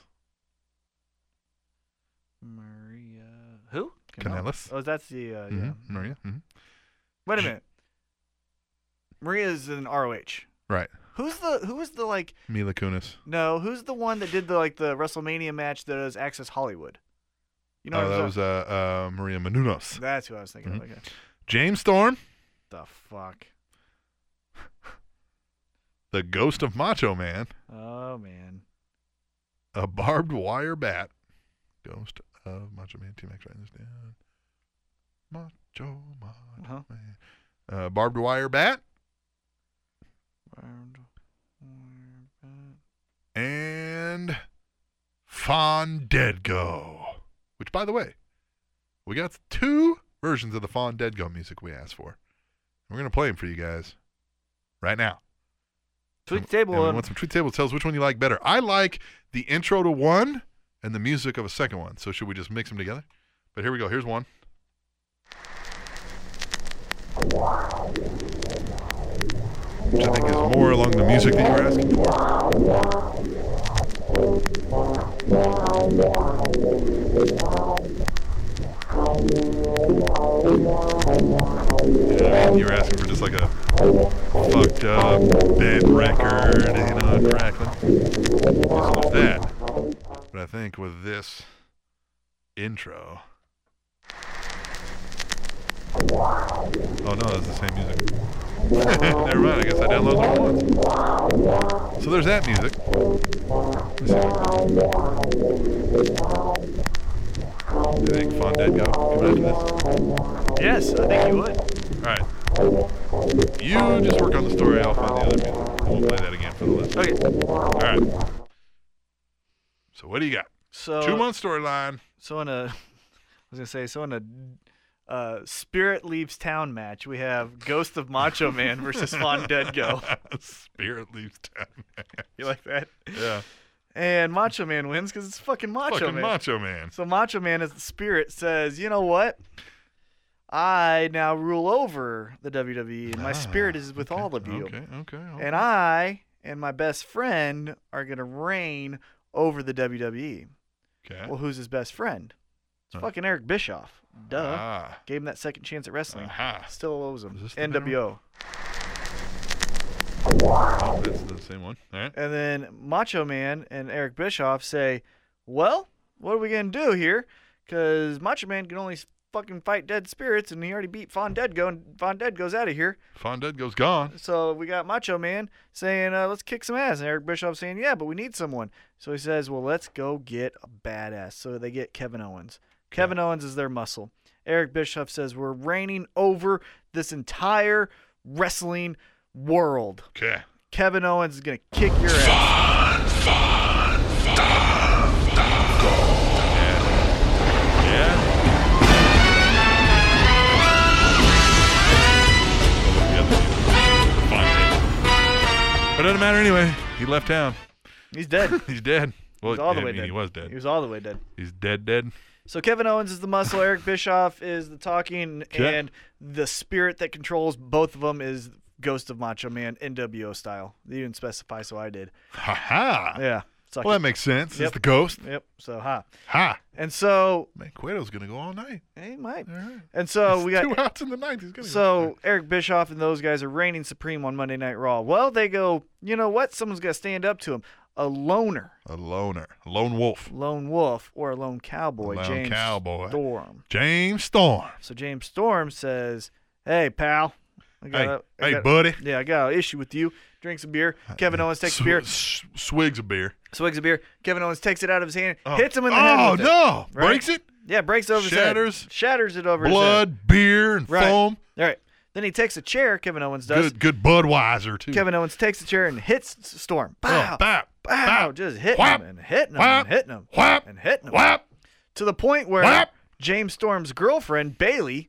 Speaker 7: Maria. Who?
Speaker 1: Kanellis.
Speaker 2: Oh, that's the. Uh, Yeah.
Speaker 1: Mhm, Maria. mhm.
Speaker 2: Wait a minute. Maria's in ROH.
Speaker 1: Right.
Speaker 2: Who's the who was the like
Speaker 1: Mila Kunis.
Speaker 2: no who's the one that did the like the WrestleMania match that was Access Hollywood? You know
Speaker 1: oh,
Speaker 2: what I'm
Speaker 1: that
Speaker 2: talking-
Speaker 1: was uh, uh, Maria Menounos.
Speaker 2: That's who I was thinking.
Speaker 1: Mhm.
Speaker 2: Of. Okay.
Speaker 1: James Storm.
Speaker 2: The fuck.
Speaker 1: The ghost of Macho Man.
Speaker 7: Oh man.
Speaker 1: A barbed wire bat. Ghost of Macho Man. T Max, writing this down. Macho, Macho
Speaker 7: Uh-huh.
Speaker 1: Man. Uh, barbed wire bat
Speaker 7: Round, round, round.
Speaker 1: and Fondedgo. Which, by the way, we got two versions of the Fondedgo music we asked for. We're going to play them for you guys right now.
Speaker 7: Tweet the
Speaker 1: And
Speaker 7: table.
Speaker 1: we
Speaker 7: um,
Speaker 1: want some tweet table tells which one you like better. I like the intro to one and the music of a second one. So should we just mix them together? But here we go. Here's one. Which I think is more along the music that you were asking for. Yeah, you were asking for just like a fucked up dead record, you know, crackling. Just like that. But I think with this intro. Oh no, that's the same music. Never mind, I guess I downloaded it once. So there's that music. Let's see what- I think Fondead go coming after this.
Speaker 2: Yes, I think you would.
Speaker 1: Alright. You just work on the story, I'll find the other music. And we'll play that again for the list.
Speaker 2: Okay.
Speaker 1: Alright. So what do you got?
Speaker 2: So
Speaker 1: Two month storyline.
Speaker 2: So in a, I was gonna say so in a, uh, Spirit Leaves Town match we have Ghost of Macho Man versus Von Deadgo.
Speaker 1: Spirit leaves town.
Speaker 2: You like that?
Speaker 1: yeah.
Speaker 2: And Macho Man wins because it's fucking Macho
Speaker 1: Fucking
Speaker 2: Man.
Speaker 1: Macho Man.
Speaker 2: So Macho Man, as the spirit, says, "You know what? I now rule over the WWE, and my spirit is with all of you,
Speaker 1: Ah, Okay, okay. okay.
Speaker 2: and I and my best friend are gonna reign over the WWE."
Speaker 1: okay.
Speaker 2: Well, who's his best friend? It's
Speaker 1: Eh? Huh.
Speaker 2: fucking Eric Bischoff. Duh.
Speaker 1: ah,
Speaker 2: Gave him that second chance at wrestling.
Speaker 1: Aha.
Speaker 2: Still owes him.
Speaker 1: Is this the better
Speaker 2: NWO.
Speaker 1: oh, that's the same one. All right.
Speaker 2: And then Macho Man and Eric Bischoff say, Well, what are we going to do here? Because Macho Man can only s- fucking fight dead spirits, and he already beat Von Deadgo, and Von Deadgo's out of here.
Speaker 1: Fonded goes gone.
Speaker 2: So we got Macho Man saying, uh, Let's kick some ass. And Eric Bischoff saying, Yeah, but we need someone. So he says, Well, let's go get a badass. So they get Kevin Owens. Kevin Owens is their muscle. Eric Bischoff says, We're reigning over this entire wrestling world.
Speaker 1: Okay.
Speaker 2: Kevin Owens is gonna kick your ass.
Speaker 1: Yeah. Oh, look, the other music. Fonded. But it doesn't matter anyway. He left town.
Speaker 2: He's dead. He
Speaker 1: He's dead. Well,
Speaker 2: was all the
Speaker 1: I
Speaker 2: way
Speaker 1: mean,
Speaker 2: dead.
Speaker 1: he was
Speaker 2: He
Speaker 1: dead.
Speaker 2: was all the way dead.
Speaker 1: He's dead, dead.
Speaker 2: So Kevin Owens is the muscle, Eric Bischoff is the talking,
Speaker 1: Okay.
Speaker 2: and the spirit that controls both of them is Ghost of Macho Man, NWO style. They didn't specify, so I did.
Speaker 1: Ha ha.
Speaker 2: Yeah. Suck
Speaker 1: Well,
Speaker 2: it.
Speaker 1: that makes sense. It's
Speaker 2: Yep.
Speaker 1: the ghost.
Speaker 2: Yep. So ha.
Speaker 1: Ha.
Speaker 2: And so
Speaker 1: Man, Cueto's gonna go all night.
Speaker 2: he might.
Speaker 1: right.
Speaker 2: And so we got
Speaker 1: Two outs in the ninth. He's gonna go all night.
Speaker 2: so Eric Bischoff and those guys are reigning supreme on Monday Night Raw. Well, they go, you know what? Someone's got to stand up to him. A loner,
Speaker 1: a loner, a lone wolf,
Speaker 2: lone wolf, or a lone cowboy,
Speaker 1: Lone
Speaker 2: James
Speaker 1: cowboy.
Speaker 2: Storm.
Speaker 1: James Storm.
Speaker 2: So James Storm says, "Hey, pal, I got
Speaker 1: Hey,
Speaker 2: a- I
Speaker 1: hey,
Speaker 2: got-
Speaker 1: buddy. Uh,
Speaker 2: yeah, I got an issue with you." Drinks a beer. Kevin Owens takes a
Speaker 1: Sw-
Speaker 2: beer,
Speaker 1: s- swigs a beer.
Speaker 2: swigs a beer. Kevin Owens takes it out of his hand,
Speaker 1: Oh.
Speaker 2: hits him in the
Speaker 1: oh,
Speaker 2: head. with it.
Speaker 1: no!
Speaker 2: right?
Speaker 1: Breaks it.
Speaker 2: Yeah, breaks over his
Speaker 1: Shatters.
Speaker 2: head. Shatters it over his head.
Speaker 1: Blood, beer, and
Speaker 2: Right.
Speaker 1: foam.
Speaker 2: All right. Then he takes a chair. Kevin Owens does.
Speaker 1: Good, good Budweiser too.
Speaker 2: Kevin Owens takes a chair and hits S- Storm.
Speaker 1: Oh,
Speaker 2: Pow,
Speaker 1: bap,
Speaker 2: pow,
Speaker 1: bap,
Speaker 2: just hitting
Speaker 1: whap,
Speaker 2: him and hitting him
Speaker 1: whap,
Speaker 2: and hitting him
Speaker 1: whap,
Speaker 2: and hitting him
Speaker 1: whap.
Speaker 2: to the point where
Speaker 1: Whap.
Speaker 2: James Storm's girlfriend Bailey.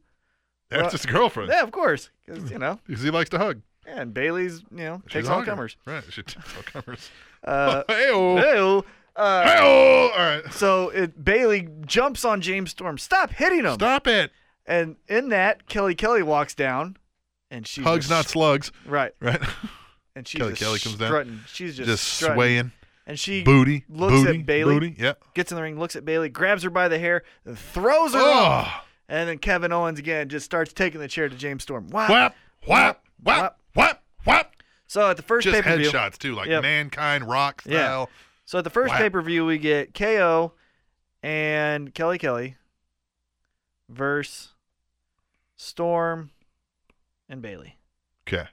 Speaker 1: That's his girlfriend.
Speaker 2: Yeah, of course, 'cause, you know,
Speaker 1: Because he likes to hug.
Speaker 2: yeah, and Bailey's you know
Speaker 1: She's
Speaker 2: takes
Speaker 1: a
Speaker 2: all
Speaker 1: hugger.
Speaker 2: comers.
Speaker 1: Right. She takes all comers.
Speaker 2: Uh,
Speaker 1: Hey-oh.
Speaker 2: Ew. Uh,
Speaker 1: Hey-oh. All right.
Speaker 2: so it, Bailey jumps on James Storm. Stop hitting him.
Speaker 1: Stop it.
Speaker 2: And in that, Kelly Kelly walks down, and she's
Speaker 1: Hugs,
Speaker 2: just-
Speaker 1: not slugs.
Speaker 2: right.
Speaker 1: Right.
Speaker 2: And she's
Speaker 1: Kelly
Speaker 2: just
Speaker 1: Kelly comes down.
Speaker 2: strutting. She's just,
Speaker 1: Just
Speaker 2: strutting.
Speaker 1: swaying.
Speaker 2: And she
Speaker 1: Booty.
Speaker 2: looks
Speaker 1: booty,
Speaker 2: at Bailey,
Speaker 1: Booty. Yep.
Speaker 2: gets in the ring, looks at Bailey, grabs her by the hair, and throws her off.
Speaker 1: Oh.
Speaker 2: And then Kevin Owens again just starts taking the chair to James Storm. Wow.
Speaker 1: Whap. Whap. Whap.
Speaker 2: Whap.
Speaker 1: Whap. Whap.
Speaker 2: So at the first
Speaker 1: Just
Speaker 2: pay-per-view,
Speaker 1: headshots too, like
Speaker 2: Yep.
Speaker 1: mankind rock
Speaker 2: Yeah.
Speaker 1: style.
Speaker 2: So at the first
Speaker 1: Wow.
Speaker 2: pay per view, we get KO and Kelly Kelly verse Storm and Bailey.
Speaker 1: Okay.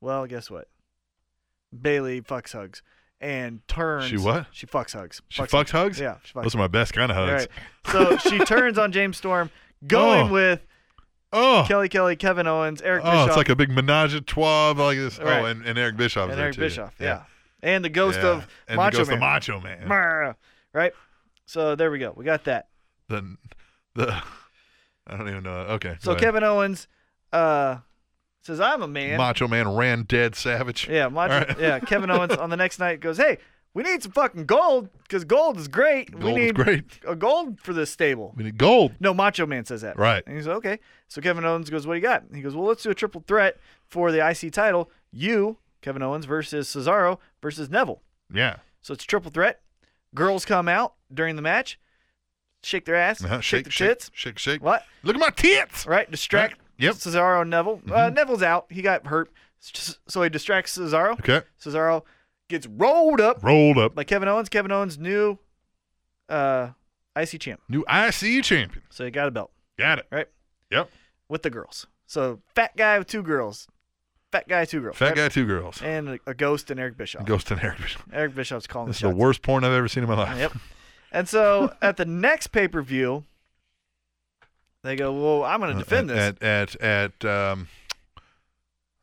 Speaker 2: Well, guess what? Bailey fucks hugs and turns.
Speaker 1: She what?
Speaker 2: She fucks hugs.
Speaker 1: She fucks hugs.
Speaker 2: Yeah, she fucks.
Speaker 1: Those are my best kind of
Speaker 2: All
Speaker 1: hugs.
Speaker 2: right. So she turns on James Storm, going
Speaker 1: Oh.
Speaker 2: with
Speaker 1: Oh.
Speaker 2: Kelly Kelly, Kevin Owens, Eric
Speaker 1: Oh,
Speaker 2: Bischoff,
Speaker 1: it's like a big menage a trois like this.
Speaker 2: Right.
Speaker 1: Oh, and, and Eric Bischoff.
Speaker 2: and
Speaker 1: there
Speaker 2: Eric
Speaker 1: too.
Speaker 2: Bischoff. Yeah. and the ghost
Speaker 1: Yeah.
Speaker 2: of
Speaker 1: and
Speaker 2: Macho
Speaker 1: the ghost
Speaker 2: Man.
Speaker 1: of Macho Man.
Speaker 2: Brr. Right. So there we go. We got that.
Speaker 1: the the I don't even know. Okay.
Speaker 2: So
Speaker 1: go ahead.
Speaker 2: Kevin Owens uh, says, "I'm a man."
Speaker 1: Macho Man ran dead savage.
Speaker 2: yeah, macho,
Speaker 1: All right.
Speaker 2: yeah. Kevin Owens on the next night goes, "Hey, we need some fucking gold because gold is great. we
Speaker 1: Gold is
Speaker 2: need
Speaker 1: great.
Speaker 2: a gold for this stable."
Speaker 1: We need gold.
Speaker 2: No, Macho Man says that.
Speaker 1: Right.
Speaker 2: And he's like, "Okay." So Kevin Owens goes, "What do you got?" He goes, "Well, let's do a triple threat for the IC title. You, Kevin Owens versus Cesaro versus Neville.
Speaker 1: Yeah.
Speaker 2: So it's triple threat. Girls come out during the match, shake their ass,
Speaker 1: Uh-huh.
Speaker 2: shake, their
Speaker 1: shake,
Speaker 2: tits.
Speaker 1: Shake, shake.
Speaker 2: What?
Speaker 1: Look at my tits.
Speaker 2: right? Distract
Speaker 1: Right. Yep. Mm-hmm.
Speaker 2: Cesaro and Neville. Uh, Neville's out. He got hurt. S- So he distracts Cesaro.
Speaker 1: Okay.
Speaker 2: Cesaro gets rolled up
Speaker 1: Rolled up.
Speaker 2: by Kevin Owens. Kevin Owens, new uh, IC champ.
Speaker 1: New IC champion.
Speaker 2: So he got a belt
Speaker 1: Got it.
Speaker 2: Right.
Speaker 1: Yep.
Speaker 2: with the girls. So fat guy with two girls. Fat guy, two girls.
Speaker 1: Fat
Speaker 2: right?
Speaker 1: guy, two girls.
Speaker 2: And a, a ghost and Eric Bischoff.
Speaker 1: Ghost and Eric Bischoff.
Speaker 2: Eric Bischoff's calling
Speaker 1: This is
Speaker 2: the
Speaker 1: the
Speaker 2: shots.
Speaker 1: worst porn I've ever seen in my life.
Speaker 2: Yep. And so at the next pay per view, they go, Well, I'm going to defend this.
Speaker 1: Uh, at, At at, at um,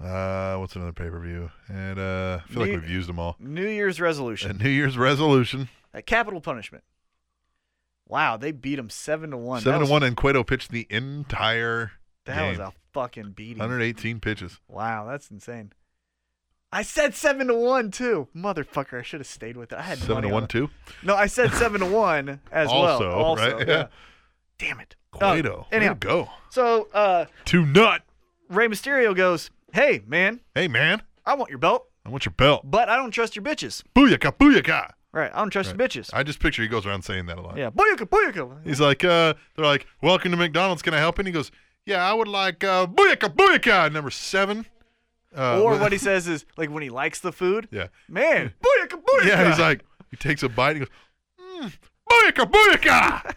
Speaker 1: uh, what's another pay per view? And uh, I feel
Speaker 2: New-
Speaker 1: like we've used them all.
Speaker 2: New Year's resolution.
Speaker 1: A New Year's resolution,
Speaker 2: Uh, capital punishment. Wow, they beat him seven to one.
Speaker 1: seven
Speaker 2: that
Speaker 1: to
Speaker 2: was,
Speaker 1: one, and Cueto pitched the entire
Speaker 2: That
Speaker 1: game.
Speaker 2: was a fucking beating.
Speaker 1: 118 pitches.
Speaker 2: Wow, that's insane. I said seven to one too, motherfucker. I should have stayed with it. I had
Speaker 1: Seven
Speaker 2: money
Speaker 1: to
Speaker 2: on
Speaker 1: one,
Speaker 2: it.
Speaker 1: too.
Speaker 2: No, I said seven to one as
Speaker 1: also,
Speaker 2: well. Also,
Speaker 1: right?
Speaker 2: yeah.
Speaker 1: Yeah.
Speaker 2: Damn it. Uh,
Speaker 1: Cueto, way
Speaker 2: anyhow,
Speaker 1: to go.
Speaker 2: so uh,
Speaker 1: Two nut.
Speaker 2: Rey Mysterio goes, "Hey man,
Speaker 1: Hey man,
Speaker 2: I want your belt,
Speaker 1: I want your belt.
Speaker 2: but I don't trust your bitches.
Speaker 1: Booyaka, booyaka.
Speaker 2: Right? I don't trust your bitches.
Speaker 1: I just picture he goes around saying that a lot.
Speaker 2: yeah, booyaka, booyaka.
Speaker 1: He's like, uh, they're like, welcome to McDonald's. Can I help? And he goes, yeah, I would like uh, booyaka, booyaka, number seven. Uh,
Speaker 2: or
Speaker 1: with-
Speaker 2: what he says is like when he likes the food,
Speaker 1: Yeah.
Speaker 2: man, booyaka, booyaka.
Speaker 1: Yeah, he's like, he takes a bite and goes, mm, booyaka, booyaka.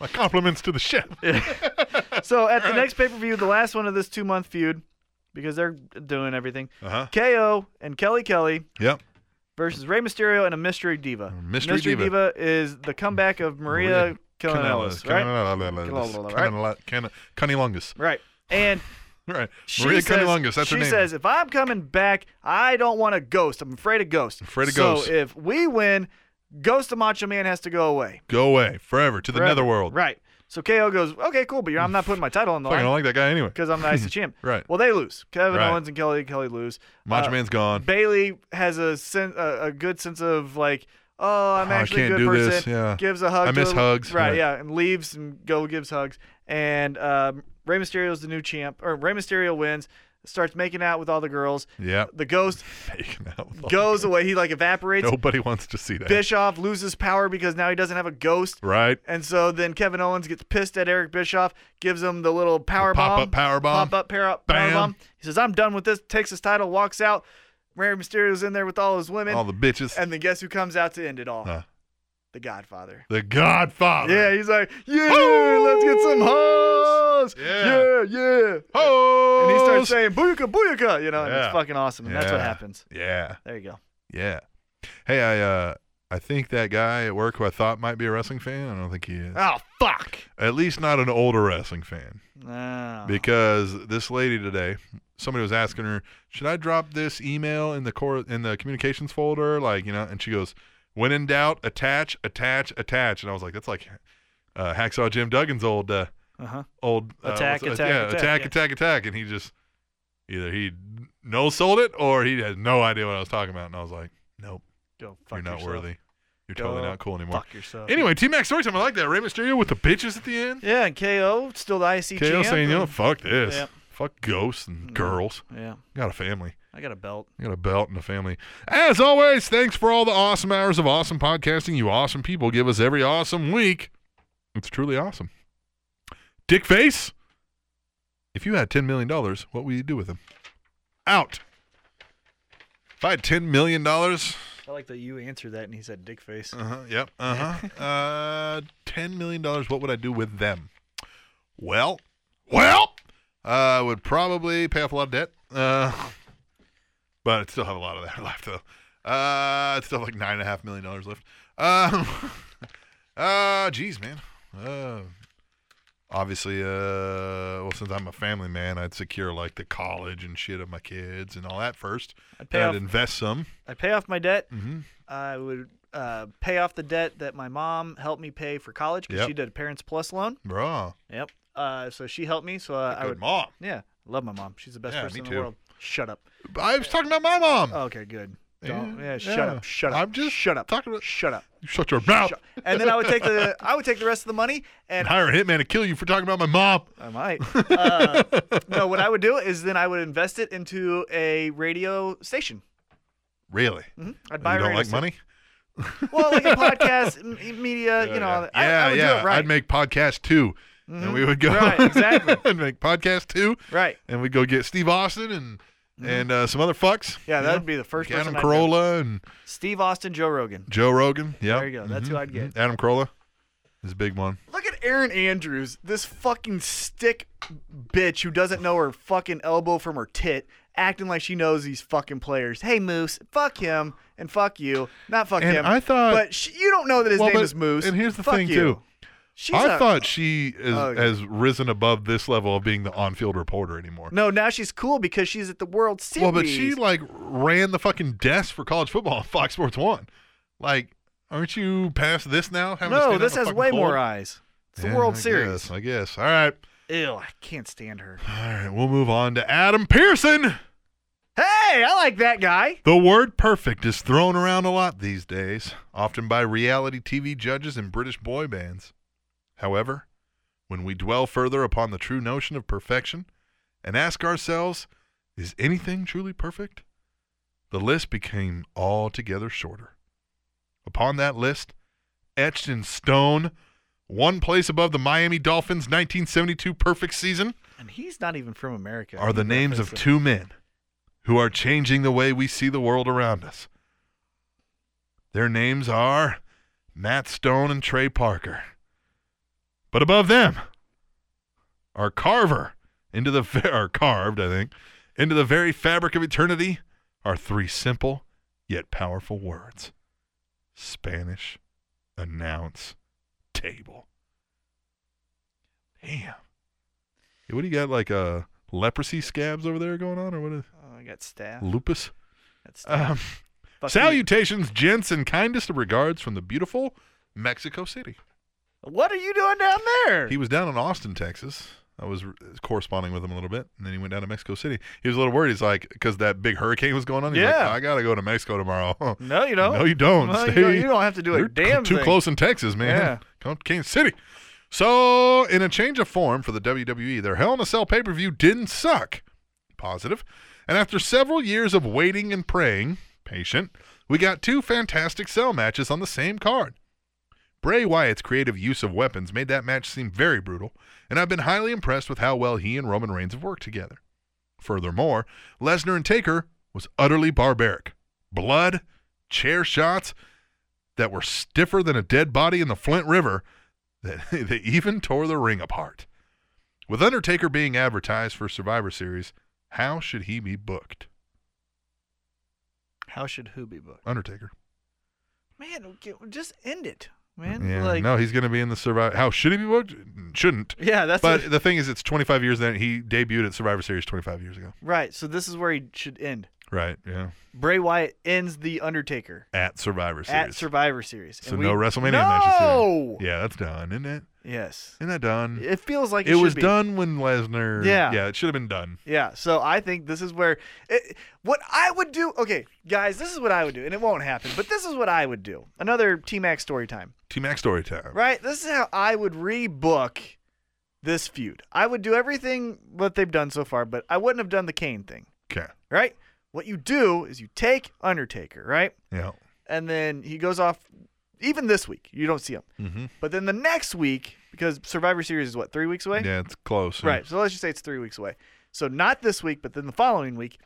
Speaker 1: My compliments to the chef.
Speaker 2: So at the next pay per view, the last one of this two month feud, because they're doing everything.
Speaker 1: Uh-huh.
Speaker 2: KO and Kelly Kelly
Speaker 1: Yep.
Speaker 2: versus Rey Mysterio and a mystery diva.
Speaker 1: Mystery
Speaker 2: mystery
Speaker 1: Diva.
Speaker 2: diva. is the comeback of Maria Kanellis, right? right?
Speaker 1: Cunnilingus. Cunnilingus.
Speaker 2: Right. And
Speaker 1: Right.
Speaker 2: she
Speaker 1: Maria
Speaker 2: says,
Speaker 1: Cunnilingus. That's
Speaker 2: she
Speaker 1: her name.
Speaker 2: says, if I'm coming back, I don't want a ghost. I'm afraid of ghosts.
Speaker 1: Afraid of ghosts.
Speaker 2: So if we win, Ghost of Macho Man has to go away.
Speaker 1: Go away forever to the
Speaker 2: Forever.
Speaker 1: netherworld.
Speaker 2: Right. So KO goes, okay, cool, but you're, I'm not putting my title on the
Speaker 1: Fucking don't
Speaker 2: line
Speaker 1: like that guy anyway.
Speaker 2: because I'm the IC champ.
Speaker 1: Right.
Speaker 2: Well, they lose. Kevin
Speaker 1: Right.
Speaker 2: Owens and Kelly Kelly lose.
Speaker 1: Macho
Speaker 2: Uh,
Speaker 1: Man's gone.
Speaker 2: Bailey has a sen- a, a good sense of like, oh,
Speaker 1: Oh,
Speaker 2: I'm
Speaker 1: I
Speaker 2: actually a
Speaker 1: can't
Speaker 2: good
Speaker 1: do
Speaker 2: person.
Speaker 1: this, yeah.
Speaker 2: Gives a hug.
Speaker 1: I
Speaker 2: to
Speaker 1: miss
Speaker 2: a-
Speaker 1: hugs,
Speaker 2: Right,
Speaker 1: right.
Speaker 2: Yeah. And leaves and go gives hugs. And um, Rey Mysterio's the new champ, or Rey Mysterio wins. Starts making out with all the girls.
Speaker 1: Yeah.
Speaker 2: The ghost
Speaker 1: Faking out with all-
Speaker 2: goes away. He like evaporates.
Speaker 1: Nobody wants to see that.
Speaker 2: Bischoff loses power because now he doesn't have a ghost.
Speaker 1: Right.
Speaker 2: And so then Kevin Owens gets pissed at Eric Bischoff, gives him the little power
Speaker 1: pop-up
Speaker 2: bomb,
Speaker 1: power bomb.
Speaker 2: pop up power, power
Speaker 1: Bam.
Speaker 2: bomb. He says, "I'm done with this." Takes his title, walks out. Rey Mysterio's in there with all his women,
Speaker 1: All the bitches.
Speaker 2: and then guess who comes out to end it all?
Speaker 1: Huh.
Speaker 2: The Godfather.
Speaker 1: the Godfather.
Speaker 2: Yeah, he's like, "Yeah,
Speaker 1: Hoes!
Speaker 2: let's get some hoes."
Speaker 1: Yeah.
Speaker 2: yeah, yeah.
Speaker 1: Oh.
Speaker 2: And he starts saying, "Booyaka, booyaka," you know, and
Speaker 1: Yeah.
Speaker 2: it's fucking awesome. And that's what
Speaker 1: Yeah.
Speaker 2: happens.
Speaker 1: Yeah.
Speaker 2: There you go.
Speaker 1: Yeah. Hey, I uh I think that guy at work who I thought might be a wrestling fan, I don't think he is.
Speaker 2: Oh fuck.
Speaker 1: At least not an older wrestling fan.
Speaker 7: Uh-huh.
Speaker 2: Oh.
Speaker 1: Because this lady today, somebody was asking her, "Should I drop this email in the core in the communications folder?" Like, you know, and she goes, "When in doubt, attach, attach, attach." And I was like, "That's like uh, Hacksaw Jim Duggan's old uh,
Speaker 7: Uh-huh.
Speaker 1: old uh,
Speaker 7: Attack,
Speaker 1: what's-
Speaker 7: attack,
Speaker 1: yeah,
Speaker 7: attack,
Speaker 1: attack,
Speaker 7: yeah.
Speaker 1: attack, attack," and he just either he no sold it or he had no idea what I was talking about, and I was like, "Nope."
Speaker 7: Go fuck
Speaker 1: You're not
Speaker 7: yourself.
Speaker 1: worthy. You're totally
Speaker 7: Go
Speaker 1: not cool anymore.
Speaker 7: Fuck yourself.
Speaker 1: Anyway, T Mac Storytime, I like that. Rey Mysterio with the bitches at the end.
Speaker 2: Yeah, and KO still the IC
Speaker 1: KO
Speaker 2: champ.
Speaker 1: saying, you know,
Speaker 2: and-
Speaker 1: fuck this.
Speaker 7: Yep.
Speaker 1: Fuck ghosts and girls.
Speaker 7: Yeah.
Speaker 1: Got a family.
Speaker 7: I got a belt.
Speaker 1: I got a belt and a family. As always, thanks for all the awesome hours of awesome podcasting. You awesome people give us every awesome week. It's truly awesome. Dick Face, if you had $10 million, what would you do with him? Out. If I had $10 million,
Speaker 7: I like that you answered that and he said dick face.
Speaker 1: Uh-huh. Yep. Uh-huh. uh ten million dollars, what would I do with them? Well well uh, I would probably pay off a lot of debt. Uh but I'd still have a lot of that left though. Uh I'd still have like nine and a half million dollars left. Um uh geez, man. Uh obviously uh well since I'm a family man, I'd secure like the college and shit of my kids and all that first.
Speaker 2: I'd pay
Speaker 1: And
Speaker 2: off-
Speaker 1: I'd invest some.
Speaker 2: I pay off my debt.
Speaker 1: Mm-hmm.
Speaker 2: I would uh, pay off the debt that my mom helped me pay for college because
Speaker 1: Yep.
Speaker 2: she did a Parents Plus loan.
Speaker 1: Bro.
Speaker 2: Yep. Uh, so she helped me. So uh, I
Speaker 1: Good
Speaker 2: would.
Speaker 1: mom.
Speaker 2: Yeah, I love my mom. She's the best
Speaker 1: Yeah,
Speaker 2: person
Speaker 1: me
Speaker 2: in
Speaker 1: too.
Speaker 2: the world. Shut up.
Speaker 1: I was talking about my mom.
Speaker 2: Oh, okay, good. Don't, yeah,
Speaker 1: Yeah,
Speaker 2: shut
Speaker 1: yeah.
Speaker 2: up. Shut up.
Speaker 1: I'm just
Speaker 2: shut up.
Speaker 1: talking about-
Speaker 2: shut up.
Speaker 1: You shut your mouth.
Speaker 2: Shut- And then I would take the I would take the rest of the money and
Speaker 1: and hire a hitman to kill you for talking about my mom.
Speaker 2: I might. Uh, no, what I would do is then I would invest it into a radio station.
Speaker 1: Really?
Speaker 2: I'd buy
Speaker 1: You don't
Speaker 2: a radio
Speaker 1: like
Speaker 2: station.
Speaker 1: money?
Speaker 2: Well, like a podcast, m- e, media, you know. all that. I,
Speaker 1: yeah,
Speaker 2: I would
Speaker 1: yeah.
Speaker 2: do it right. Mm-hmm.
Speaker 1: I'd make podcast 2 and we would go
Speaker 2: Right, exactly.
Speaker 1: and make podcast two,
Speaker 2: right.
Speaker 1: and we'd go get Steve Austin and
Speaker 2: Mm-hmm.
Speaker 1: and uh, some other fucks.
Speaker 2: Yeah,
Speaker 1: you
Speaker 2: that'd
Speaker 1: know?
Speaker 2: be the first person.
Speaker 1: Adam
Speaker 2: I'd do.
Speaker 1: Carolla and
Speaker 2: Steve Austin, Joe Rogan.
Speaker 1: Joe Rogan. Yeah, Mm-hmm.
Speaker 2: There you go. That's who I'd get.
Speaker 1: Adam Carolla is a big one.
Speaker 2: Look at Aaron Andrews, this fucking stick bitch who doesn't know her fucking elbow from her tit, acting like she knows these fucking players. Hey Moose, fuck him and fuck you. Not fuck
Speaker 1: And
Speaker 2: him.
Speaker 1: I thought-
Speaker 2: but sh you don't know that his
Speaker 1: Well,
Speaker 2: name
Speaker 1: but-
Speaker 2: is Moose.
Speaker 1: And here's the
Speaker 2: Fuck
Speaker 1: thing
Speaker 2: you.
Speaker 1: too.
Speaker 2: She's
Speaker 1: I
Speaker 2: a-
Speaker 1: thought she is,
Speaker 2: Oh, yeah.
Speaker 1: has risen above this level of being the on-field reporter anymore.
Speaker 2: no. Now she's cool because she's at the World Series.
Speaker 1: Well, but she like ran the fucking desk for college football on Fox Sports One. Like, aren't you past this now? Having to stand
Speaker 2: no,
Speaker 1: out
Speaker 2: this
Speaker 1: in the
Speaker 2: has
Speaker 1: fucking
Speaker 2: way
Speaker 1: cold?
Speaker 2: more eyes. It's the
Speaker 1: Yeah,
Speaker 2: World
Speaker 1: I
Speaker 2: Series.
Speaker 1: guess, I guess. All right,
Speaker 2: Ew, I can't stand her.
Speaker 1: all right. We'll move on to Adam Pearson.
Speaker 2: Hey, I like that guy.
Speaker 1: The word "perfect" is thrown around a lot these days, often by reality TV judges and British boy bands. However, when we dwell further upon the true notion of perfection and ask ourselves, is anything truly perfect? The list became altogether shorter. Upon that list, etched in stone, one place above the Miami Dolphins' 1972 perfect season,
Speaker 2: And he's not even from America.
Speaker 1: are the
Speaker 2: He
Speaker 1: names of
Speaker 2: referenced
Speaker 1: two men who are changing the way we see the world around us. Their names are Matt Stone and Trey Parker. But above them are Carver into the ve- are carved, I think, into the very fabric of eternity are three simple yet powerful words. Spanish announce table. Damn. Hey, What do you got? Like uh, leprosy scabs over there going on, or what is
Speaker 2: it. Oh, I got staff.
Speaker 1: lupus?
Speaker 2: Got staff.
Speaker 1: Um,
Speaker 2: Fuck you.
Speaker 1: salutations, gents, and kindest of regards from the beautiful Mexico City.
Speaker 2: What are you doing down there?
Speaker 1: He was down in Austin, Texas. I was r- uh, corresponding with him a little bit, and then he went down to Mexico City. He was a little worried. He's like, because that big hurricane was going on. He's
Speaker 2: Yeah.
Speaker 1: like, I gotta go to Mexico tomorrow.
Speaker 2: no, you don't.
Speaker 1: No, you don't.
Speaker 2: Well, you
Speaker 1: Stay-
Speaker 2: don't- you don't have to do a
Speaker 1: You're c-
Speaker 2: damn
Speaker 1: Too
Speaker 2: thing.
Speaker 1: close in Texas, man.
Speaker 2: Yeah.
Speaker 1: Come to Kansas City. So, in a change of form for the WWE, their Hell in a Cell pay per view didn't suck. Positive. And after several years of waiting and praying, patient, we got two fantastic cell matches on the same card. Bray Wyatt's creative use of weapons made that match seem very brutal, and I've been highly impressed with how well he and Roman Reigns have worked together. Furthermore, Lesnar and Taker was utterly barbaric. Blood, chair shots that were stiffer than a dead body in the Flint River that they even tore the ring apart. With Undertaker being advertised for Survivor Series, how should he be booked?
Speaker 7: How should who be booked?
Speaker 1: Undertaker.
Speaker 2: Man, g- just end it, man.
Speaker 1: yeah,
Speaker 2: like,
Speaker 1: no, he's going to be in the Survivor. How should he be booked? Shouldn't.
Speaker 7: Yeah, that's
Speaker 1: But
Speaker 7: what-
Speaker 1: the thing is, it's 25 years then. He debuted at Survivor Series 25 years ago.
Speaker 2: right. So this is where he should end.
Speaker 1: Right. Yeah.
Speaker 2: Bray Wyatt ends the Undertaker
Speaker 1: At Survivor Series.
Speaker 2: at Survivor Series.
Speaker 1: so
Speaker 2: And
Speaker 1: no
Speaker 2: we-
Speaker 1: WrestleMania
Speaker 2: no!
Speaker 1: matches. here. Yeah, that's done, isn't it?
Speaker 2: Yes.
Speaker 1: Isn't that done?
Speaker 2: Mm-hmm. It feels like it,
Speaker 1: it
Speaker 2: should
Speaker 1: was
Speaker 2: be.
Speaker 1: done when Lesnar.
Speaker 2: Yeah.
Speaker 1: Yeah, it should have been done.
Speaker 2: Yeah, so I think this is where it, what I would do. Okay, guys, this is what I would do, and it won't happen, but this is what I would do. Another T Mac story time,
Speaker 1: T Mac story time.
Speaker 2: right? This is how I would rebook this feud. I would do everything what they've done so far, but I wouldn't have done the Kane thing,
Speaker 1: Okay.
Speaker 2: right? What you do is you take Undertaker, right?
Speaker 1: Yeah.
Speaker 2: and then he goes off. Even this week, you don't see him.
Speaker 1: Mhm.
Speaker 2: But then the next week, because Survivor Series is what three weeks away,
Speaker 1: Yeah, it's close. yeah.
Speaker 2: right? So let's just say it's three weeks away. So not this week, but then the following week,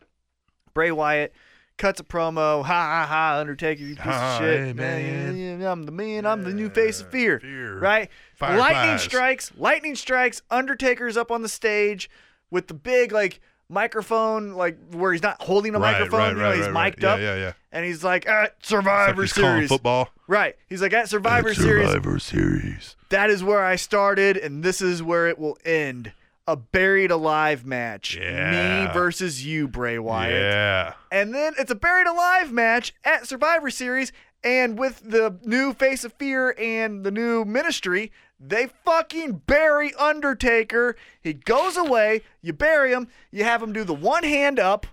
Speaker 2: Bray Wyatt cuts a promo, ha ha ha, Undertaker, you piece
Speaker 1: Ha,
Speaker 2: of shit,
Speaker 1: hey, man.
Speaker 2: Yeah, yeah, yeah, I'm the man, I'm the new face of fear,
Speaker 1: fear.
Speaker 2: right?
Speaker 1: Fire
Speaker 2: lightning
Speaker 1: flies.
Speaker 2: strikes, lightning strikes. Undertaker's up on the stage with the big like microphone, like where he's not holding a
Speaker 1: Right,
Speaker 2: microphone,
Speaker 1: right,
Speaker 2: you know,
Speaker 1: right,
Speaker 2: he's
Speaker 1: right, right.
Speaker 2: mic'd
Speaker 1: Yeah,
Speaker 2: up,
Speaker 1: yeah, yeah.
Speaker 2: and he's like, at
Speaker 1: It's
Speaker 2: Survivor
Speaker 1: like he's calling
Speaker 2: Series.
Speaker 1: football.
Speaker 2: Right. He's like, at Survivor Series,
Speaker 1: Survivor Series.
Speaker 2: that is where I started, and this is where it will end. A buried alive match.
Speaker 1: Yeah.
Speaker 2: Me versus you, Bray Wyatt.
Speaker 1: Yeah.
Speaker 2: And then it's a buried alive match at Survivor Series, and with the new Face of Fear and the new ministry, they fucking bury Undertaker. He goes away, you bury him, you have him do the one hand up,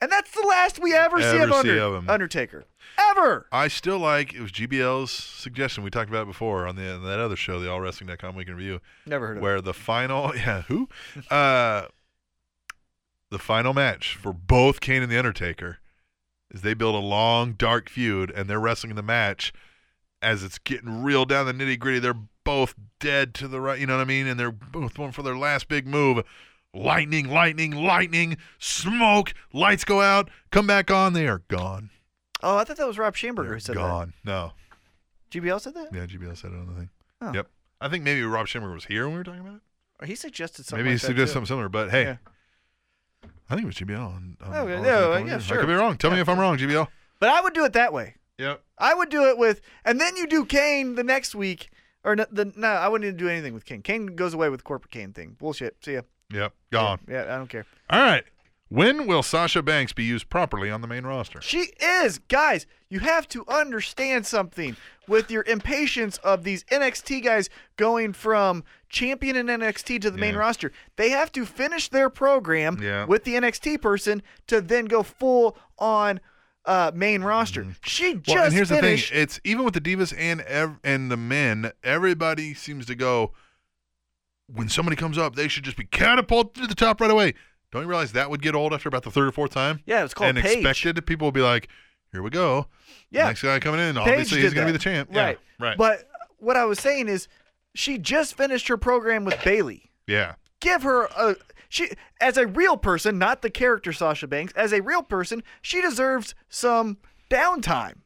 Speaker 2: and that's the last we ever, see,
Speaker 1: Ever
Speaker 2: of
Speaker 1: see
Speaker 2: Under-
Speaker 1: of him.
Speaker 2: Undertaker. Ever!
Speaker 1: I still like it was GBL's suggestion. We talked about it before on the on that other show, the AllWrestling.com Week in Review,
Speaker 2: Never heard of it.
Speaker 1: where the final yeah who, uh, the final match for both Kane and the Undertaker is they build a long dark feud and they're wrestling in the match as it's getting real down the nitty gritty. They're both dead to the right, you know what I mean, and they're both going for their last big move. Lightning, lightning, lightning, smoke, lights go out, come back on, they are gone.
Speaker 2: Oh, I thought that was Rob Schamberger
Speaker 1: They're
Speaker 2: who said
Speaker 1: gone. No.
Speaker 2: that. GBL said that?
Speaker 1: Yeah, GBL said it on the thing.
Speaker 2: Oh.
Speaker 1: Yep. I think maybe Rob Schimmer was here when we were talking about it.
Speaker 2: Or he suggested something.
Speaker 1: maybe he
Speaker 2: like that,
Speaker 1: suggested
Speaker 2: too.
Speaker 1: something similar, but hey,
Speaker 2: Yeah.
Speaker 1: I think it was GBL. On, on
Speaker 2: Oh,
Speaker 1: on
Speaker 2: yeah,
Speaker 1: the
Speaker 2: yeah,
Speaker 1: thing.
Speaker 2: yeah,
Speaker 1: I
Speaker 2: sure.
Speaker 1: could be wrong. Tell me if I'm wrong, GBL.
Speaker 2: But I would do it that way.
Speaker 1: Yep.
Speaker 2: I would do it with, and then you do Kane the next week, or no, the, no I wouldn't even do anything with Kane. Kane goes away with corporate Kane thing. Bullshit. See ya.
Speaker 1: Yep. Gone.
Speaker 2: Yeah, I don't care.
Speaker 1: All right. When will Sasha Banks be used properly on the main roster?
Speaker 2: She is, guys. You have to understand something with your impatience of these NXT guys going from champion in NXT to the main
Speaker 1: Yeah.
Speaker 2: roster. They have to finish their program
Speaker 1: Yeah.
Speaker 2: with the NXT person to then go full on uh, main roster. She just
Speaker 1: Mm-hmm. Well, and here's
Speaker 2: finished.
Speaker 1: the thing: it's even with the divas and ev- and the men, everybody seems to go. When somebody comes up, they should just be catapulted to the top right away. Don't you realize that would get old after about the third or fourth time?
Speaker 2: Yeah, it's called
Speaker 1: and
Speaker 2: Paige.
Speaker 1: expected. People will be like, "Here we go."
Speaker 2: Yeah.
Speaker 1: next guy coming in,
Speaker 2: Paige
Speaker 1: obviously
Speaker 2: did
Speaker 1: he's going to be
Speaker 2: that.
Speaker 1: the champ.
Speaker 2: Right.
Speaker 1: yeah, right.
Speaker 2: But what I was saying is she just finished her program with Bailey.
Speaker 1: yeah,
Speaker 2: Give her a she as a real person, not the character Sasha Banks, as a real person, she deserves some downtime.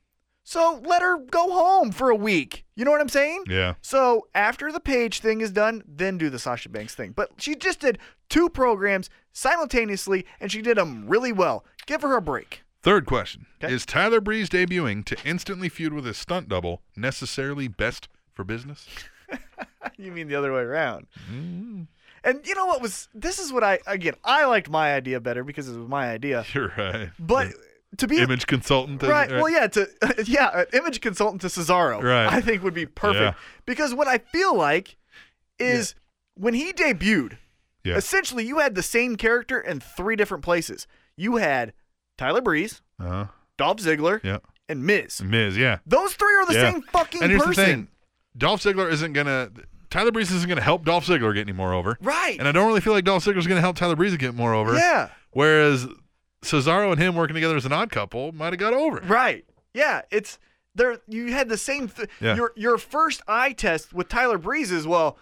Speaker 2: So let her go home for a week. You know what I'm saying?
Speaker 1: Yeah.
Speaker 2: So after the page thing is done, then do the Sasha Banks thing. But she just did two programs simultaneously and she did them really well. Give her a break.
Speaker 1: Third question: Is Tyler Breeze debuting to instantly feud with his stunt double necessarily best for business?
Speaker 2: You mean the other way around.
Speaker 1: Mm-hmm.
Speaker 2: And you know what was this is what I again I liked my idea better because it was my idea.
Speaker 1: You're right.
Speaker 2: But to be
Speaker 1: image consultant.
Speaker 2: Right. Well, yeah. To yeah, an image consultant to Cesaro.
Speaker 1: Right.
Speaker 2: I think would be perfect
Speaker 1: Yeah.
Speaker 2: because what I feel like is when he debuted,
Speaker 1: Yeah.
Speaker 2: essentially you had the same character in three different places. You had Tyler Breeze,
Speaker 1: Uh-huh.
Speaker 2: Dolph Ziggler,
Speaker 1: Yeah.
Speaker 2: and Miz.
Speaker 1: Miz. Yeah.
Speaker 2: Those three are the
Speaker 1: Yeah.
Speaker 2: same fucking
Speaker 1: and here's
Speaker 2: person.
Speaker 1: the thing: Dolph Ziggler isn't gonna. Tyler Breeze isn't gonna help Dolph Ziggler get any more over.
Speaker 2: Right.
Speaker 1: And I don't really feel like Dolph Ziggler's gonna help Tyler Breeze get more over.
Speaker 2: Yeah.
Speaker 1: Whereas Cesaro and him working together as an odd couple might have got over.
Speaker 2: Right. Yeah. It's there. You had the same. Th-
Speaker 1: Yeah.
Speaker 2: Your your first eye test with Tyler Breeze is well,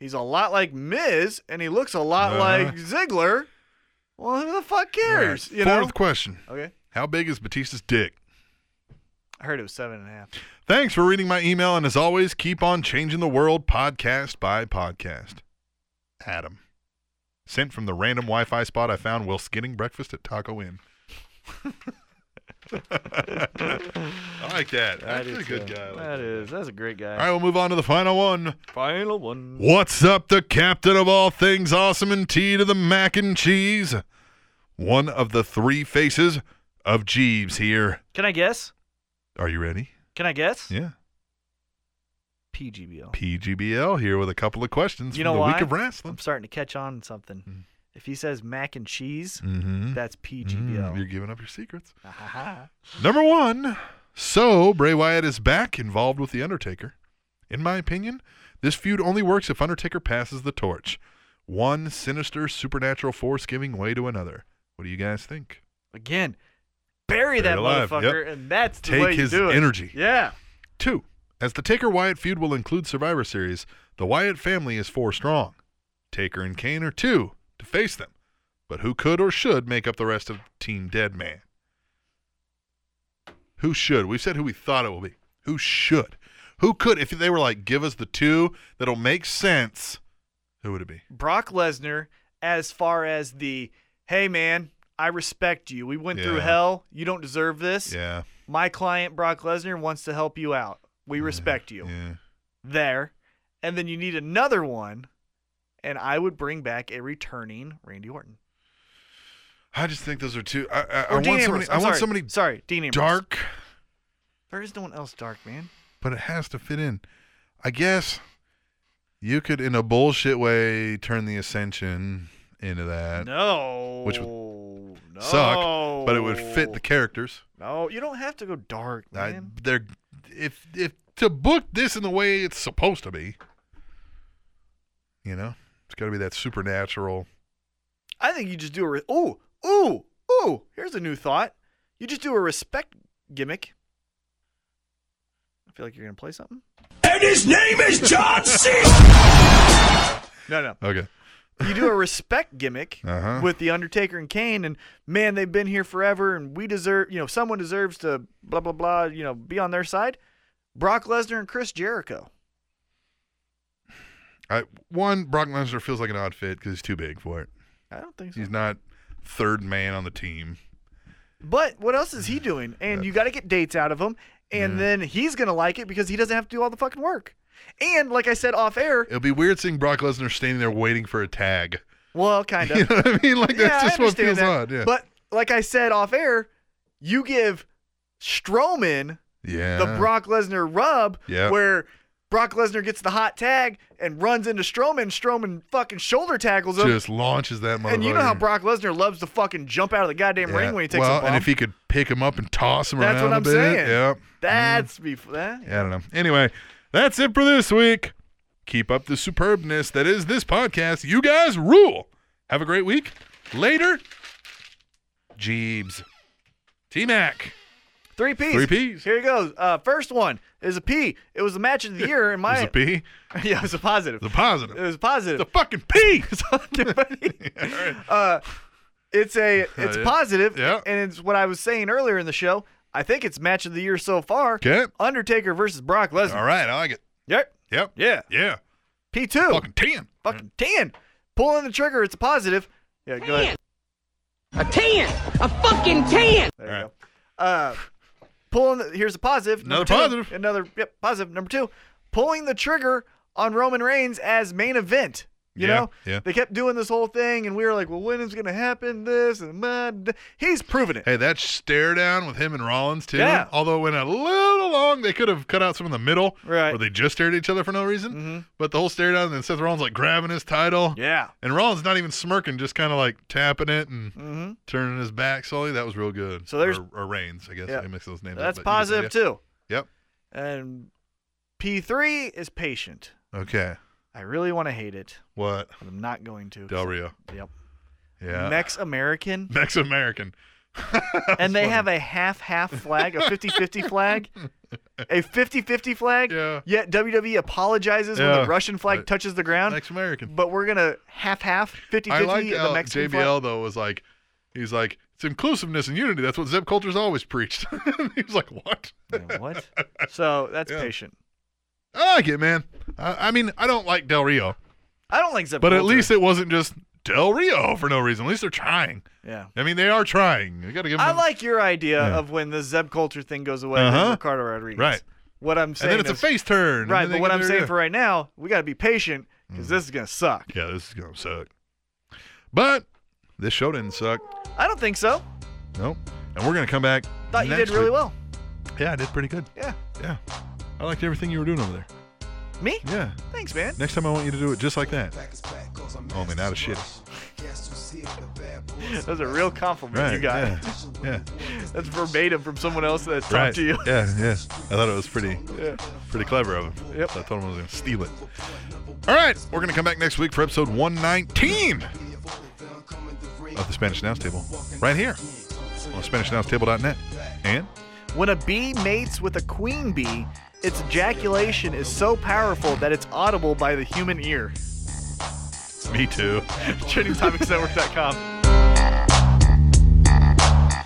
Speaker 2: he's a lot like Miz, and he looks a lot
Speaker 1: Uh-huh.
Speaker 2: like Ziggler. Well, who the fuck cares? You know.
Speaker 1: Fourth question:
Speaker 2: okay.
Speaker 1: How big is Batista's dick?
Speaker 2: I heard it was seven and a half.
Speaker 1: Thanks for reading my email, and as always, keep on changing the world podcast by podcast. Adam. Sent from the random Wi Fi spot I found while skinning breakfast at Taco Inn. I like that. That's a good guy. I like
Speaker 7: That
Speaker 1: that.
Speaker 7: is. That's a great guy.
Speaker 1: All right, we'll move on to the final one.
Speaker 7: Final one.
Speaker 1: What's up, the captain of all things awesome and tea to the mac and cheese? One of the three faces of Jeeves here.
Speaker 7: Can I guess?
Speaker 1: Are you ready?
Speaker 7: Can I guess?
Speaker 1: Yeah.
Speaker 7: PGBL.
Speaker 1: PGBL here with a couple of questions
Speaker 7: You
Speaker 1: from
Speaker 7: know
Speaker 1: the
Speaker 7: why?
Speaker 1: week of wrestling.
Speaker 7: I'm starting to catch on to something. If he says mac and cheese,
Speaker 1: Mm-hmm.
Speaker 7: that's PGBL.
Speaker 1: Mm, you're giving up your secrets. Number one. So Bray Wyatt is back involved with The Undertaker. In my opinion, this feud only works if Undertaker passes the torch. One sinister supernatural force giving way to another. What do you guys think?
Speaker 7: Again, bury
Speaker 1: Buried
Speaker 7: that
Speaker 1: alive, yep.
Speaker 7: motherfucker, and that's the
Speaker 1: Take
Speaker 7: way you
Speaker 1: his
Speaker 7: do it.
Speaker 1: energy.
Speaker 7: Yeah.
Speaker 1: Two, as the Taker Wyatt feud will include Survivor Series, the Wyatt family is four strong. Taker and Kane are two to face them, but who could or should make up the rest of Team Deadman? Who should? We've said who we thought it will be. Who should? Who could? If they were like, give us the two that'll make sense, who would it be?
Speaker 2: Brock Lesnar, as far as the hey man, I respect you. We went through
Speaker 1: Yeah.
Speaker 2: hell. You don't deserve this.
Speaker 1: Yeah.
Speaker 2: My client Brock Lesnar wants to help you out. We respect you.
Speaker 1: Yeah.
Speaker 2: there, and then you need another one, and I would bring back a returning Randy Orton
Speaker 1: I just think those are two. I, I, I
Speaker 2: or
Speaker 1: want
Speaker 2: Dean
Speaker 1: somebody.
Speaker 2: Ambrose.
Speaker 1: I
Speaker 2: I'm
Speaker 1: want
Speaker 2: sorry.
Speaker 1: somebody
Speaker 2: Sorry, Dean Ambrose.
Speaker 1: dark.
Speaker 2: There is no one else dark, man.
Speaker 1: but it has to fit in. I guess you could, in a bullshit way, turn the Ascension into that,
Speaker 2: No,
Speaker 1: which would
Speaker 2: no.
Speaker 1: suck, but it would fit the characters.
Speaker 2: No, you don't have to go dark,
Speaker 1: I,
Speaker 2: man.
Speaker 1: they're if if to book this in the way it's supposed to be, you know, it's got to be that supernatural.
Speaker 2: I, think you just do a re- ooh ooh ooh. Here's a new thought. You just do a respect gimmick. I feel like you're gonna play something.
Speaker 5: And his name is John Cena.
Speaker 2: No, no.
Speaker 1: Okay,
Speaker 2: you do a respect gimmick
Speaker 1: Uh-huh.
Speaker 2: with the Undertaker and Kane, and man, they've been here forever, and we deserve, you know, someone deserves to blah blah blah, you know, be on their side. Brock Lesnar and Chris Jericho.
Speaker 1: I one Brock Lesnar feels like an odd fit because he's too big for it.
Speaker 2: I don't think so.
Speaker 1: He's not third man on the team.
Speaker 2: But what else is he doing? And you got to get dates out of him, and then he's gonna like it because he doesn't have to do all the fucking work. And like I said off air,
Speaker 1: It'll be weird seeing Brock Lesnar standing there waiting for a tag.
Speaker 2: well, kind of.
Speaker 1: You know what I mean? Like that's
Speaker 2: I
Speaker 1: just what feels
Speaker 2: understand that.
Speaker 1: odd. Yeah.
Speaker 2: But like I said off air, you give Strowman
Speaker 1: yeah.
Speaker 2: the Brock Lesnar rub
Speaker 1: Yeah.
Speaker 2: where Brock Lesnar gets the hot tag and runs into Strowman. Strowman fucking shoulder tackles him.
Speaker 1: just launches that motherfucker.
Speaker 2: and you know how Brock Lesnar loves to fucking jump out of the goddamn
Speaker 1: Yeah.
Speaker 2: ring when he takes
Speaker 1: well,
Speaker 2: a bump.
Speaker 1: and if he could pick him up and toss him
Speaker 2: That's
Speaker 1: around
Speaker 2: what
Speaker 1: a
Speaker 2: I'm
Speaker 1: bit, Mm-hmm.
Speaker 2: saying.
Speaker 1: yeah.
Speaker 2: That's before that.
Speaker 1: I don't know. Anyway, that's it for this week. Keep up the superbness that is this podcast. You guys rule. Have a great week. Later, Jeebs, T Mac.
Speaker 2: Three P's.
Speaker 1: Three Ps.
Speaker 2: Here he goes. Uh, first one is a P. It was the match of the year in my.
Speaker 1: There's a P.
Speaker 2: yeah, it was a positive.
Speaker 1: The
Speaker 2: it
Speaker 1: positive.
Speaker 2: was a positive.
Speaker 1: The fucking P.
Speaker 2: It's fucking funny.
Speaker 1: All right.
Speaker 2: uh, it's a it's
Speaker 1: yeah.
Speaker 2: positive,
Speaker 1: Yeah.
Speaker 2: and it's what I was saying earlier in the show. I think it's match of the year so far.
Speaker 1: Okay.
Speaker 2: Undertaker versus Brock Lesnar.
Speaker 1: All right. I like it.
Speaker 2: Yep.
Speaker 1: Yep.
Speaker 2: Yeah.
Speaker 1: Yeah.
Speaker 2: P two.
Speaker 1: Fucking 10.
Speaker 2: Fucking ten. Pulling the trigger. It's a positive. Yeah. Go ahead.
Speaker 9: A tan! A fucking tan!
Speaker 2: There you go. Uh, pulling. The, here's a positive.
Speaker 1: Another
Speaker 2: Number two.
Speaker 1: positive.
Speaker 2: Another yep. Positive number two. Pulling the trigger on Roman Reigns as main event. You
Speaker 1: Yeah,
Speaker 2: know,
Speaker 1: yeah.
Speaker 2: they kept doing this whole thing, and we were like, "Well, when is going to happen this?" And blah, blah. he's proven it.
Speaker 1: Hey, that stare down with him and Rollins too.
Speaker 2: Yeah.
Speaker 1: Although went a little long, they could have cut out some in the middle
Speaker 2: Right.
Speaker 1: where
Speaker 2: Mm-hmm.
Speaker 1: they just stared at each other for no reason. But the whole stare down, and then Seth Rollins like grabbing his title,
Speaker 2: Yeah,
Speaker 1: and Rollins not even smirking, just kind of like tapping it and turning his back slowly. That was real good.
Speaker 2: Mm-hmm. So there's-
Speaker 1: or, or Reigns, I guess.
Speaker 2: Yeah.
Speaker 1: I mix those names. up, but
Speaker 2: that's
Speaker 1: you get the
Speaker 2: positive
Speaker 1: idea.
Speaker 2: too.
Speaker 1: Yep.
Speaker 2: And P three is patient.
Speaker 1: Okay.
Speaker 2: I really want to hate it,
Speaker 1: What?
Speaker 2: but I'm not going to.
Speaker 1: Del Rio.
Speaker 2: Yep.
Speaker 1: Yeah.
Speaker 2: Mex American.
Speaker 1: Next American.
Speaker 2: and they have a half half flag, a 50 50 flag, a 50 50 flag.
Speaker 1: Yeah.
Speaker 2: Yet WWE apologizes when
Speaker 1: Yeah.
Speaker 2: the Russian flag
Speaker 1: Right.
Speaker 2: touches the ground.
Speaker 1: Next American.
Speaker 2: But we're going to half half 50
Speaker 1: I
Speaker 2: 50
Speaker 1: like uh,
Speaker 2: the
Speaker 1: how JBL
Speaker 2: Mexican flag.
Speaker 1: though was like, he's like, it's inclusiveness and unity. That's what Zeb Coulter's always preached. he was like, what?
Speaker 2: Yeah, what? So that's
Speaker 1: Yeah.
Speaker 2: patient.
Speaker 1: I like it, man. I, I mean, I don't like Del Rio,
Speaker 2: I don't like Zeb
Speaker 1: but at
Speaker 2: Coulter.
Speaker 1: least it wasn't just Del Rio for no reason. At least they're trying.
Speaker 2: Yeah.
Speaker 1: I mean, they are trying. You got to give them.
Speaker 2: I like your idea
Speaker 1: Yeah.
Speaker 2: of when the Zeb Coulter thing goes away
Speaker 1: Uh-huh.
Speaker 2: with Ricardo Rodriguez.
Speaker 1: Right.
Speaker 2: What I'm
Speaker 1: and
Speaker 2: saying
Speaker 1: then it's a
Speaker 2: is-
Speaker 1: face turn. and
Speaker 2: Right,
Speaker 1: then they
Speaker 2: but what
Speaker 1: get
Speaker 2: I'm
Speaker 1: their- Mm.
Speaker 2: saying for right now, we got to be patient because this is going to suck.
Speaker 1: yeah, this is gonna suck. But this show didn't suck.
Speaker 2: I don't think so.
Speaker 1: Nope. And we're gonna come back.
Speaker 2: Thought you
Speaker 1: next
Speaker 2: did really
Speaker 1: week.
Speaker 2: well.
Speaker 1: Yeah, I did pretty good.
Speaker 2: Yeah.
Speaker 1: Yeah. I liked everything you were doing over there.
Speaker 2: Me?
Speaker 1: Yeah.
Speaker 2: Thanks, man.
Speaker 1: Next time I want you to do it just like that. Oh, Only not a shitty.
Speaker 2: That's a real compliment
Speaker 1: Right.
Speaker 2: you got.
Speaker 1: Yeah. yeah.
Speaker 2: That's verbatim from someone else that talked
Speaker 1: Right.
Speaker 2: to you.
Speaker 1: Yeah, yeah. I thought it was pretty, pretty clever of him.
Speaker 2: Yep.
Speaker 1: So I told him I was gonna steal it. All right, we're gonna come back next week for episode 119 of the Spanish Announce Table, right here on SpanishAnnounceTable.net. And
Speaker 2: When a bee mates with a queen bee, its ejaculation is so powerful that it's audible by the human ear.
Speaker 1: me too.
Speaker 2: TrainingTopicsNetwork.com.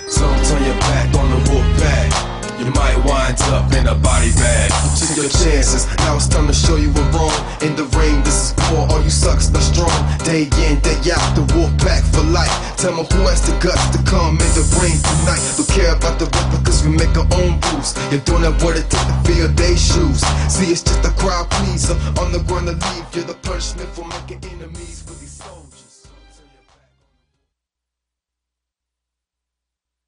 Speaker 5: So turn your back on the wolf pack. You might wind up in a body bag. You took your chances. Now it's time to show you we're wrong. In the ring, this is for all you sucks are strong. Day in, day out, the wolf pack for life. Tell me who has the guts to come in the ring tonight. We care about the replicas, we make our own rules. You're doing that what it takes to fill they shoes. See, it's just a crowd pleaser. On the ground to leave, you're the punishment for making enemies. With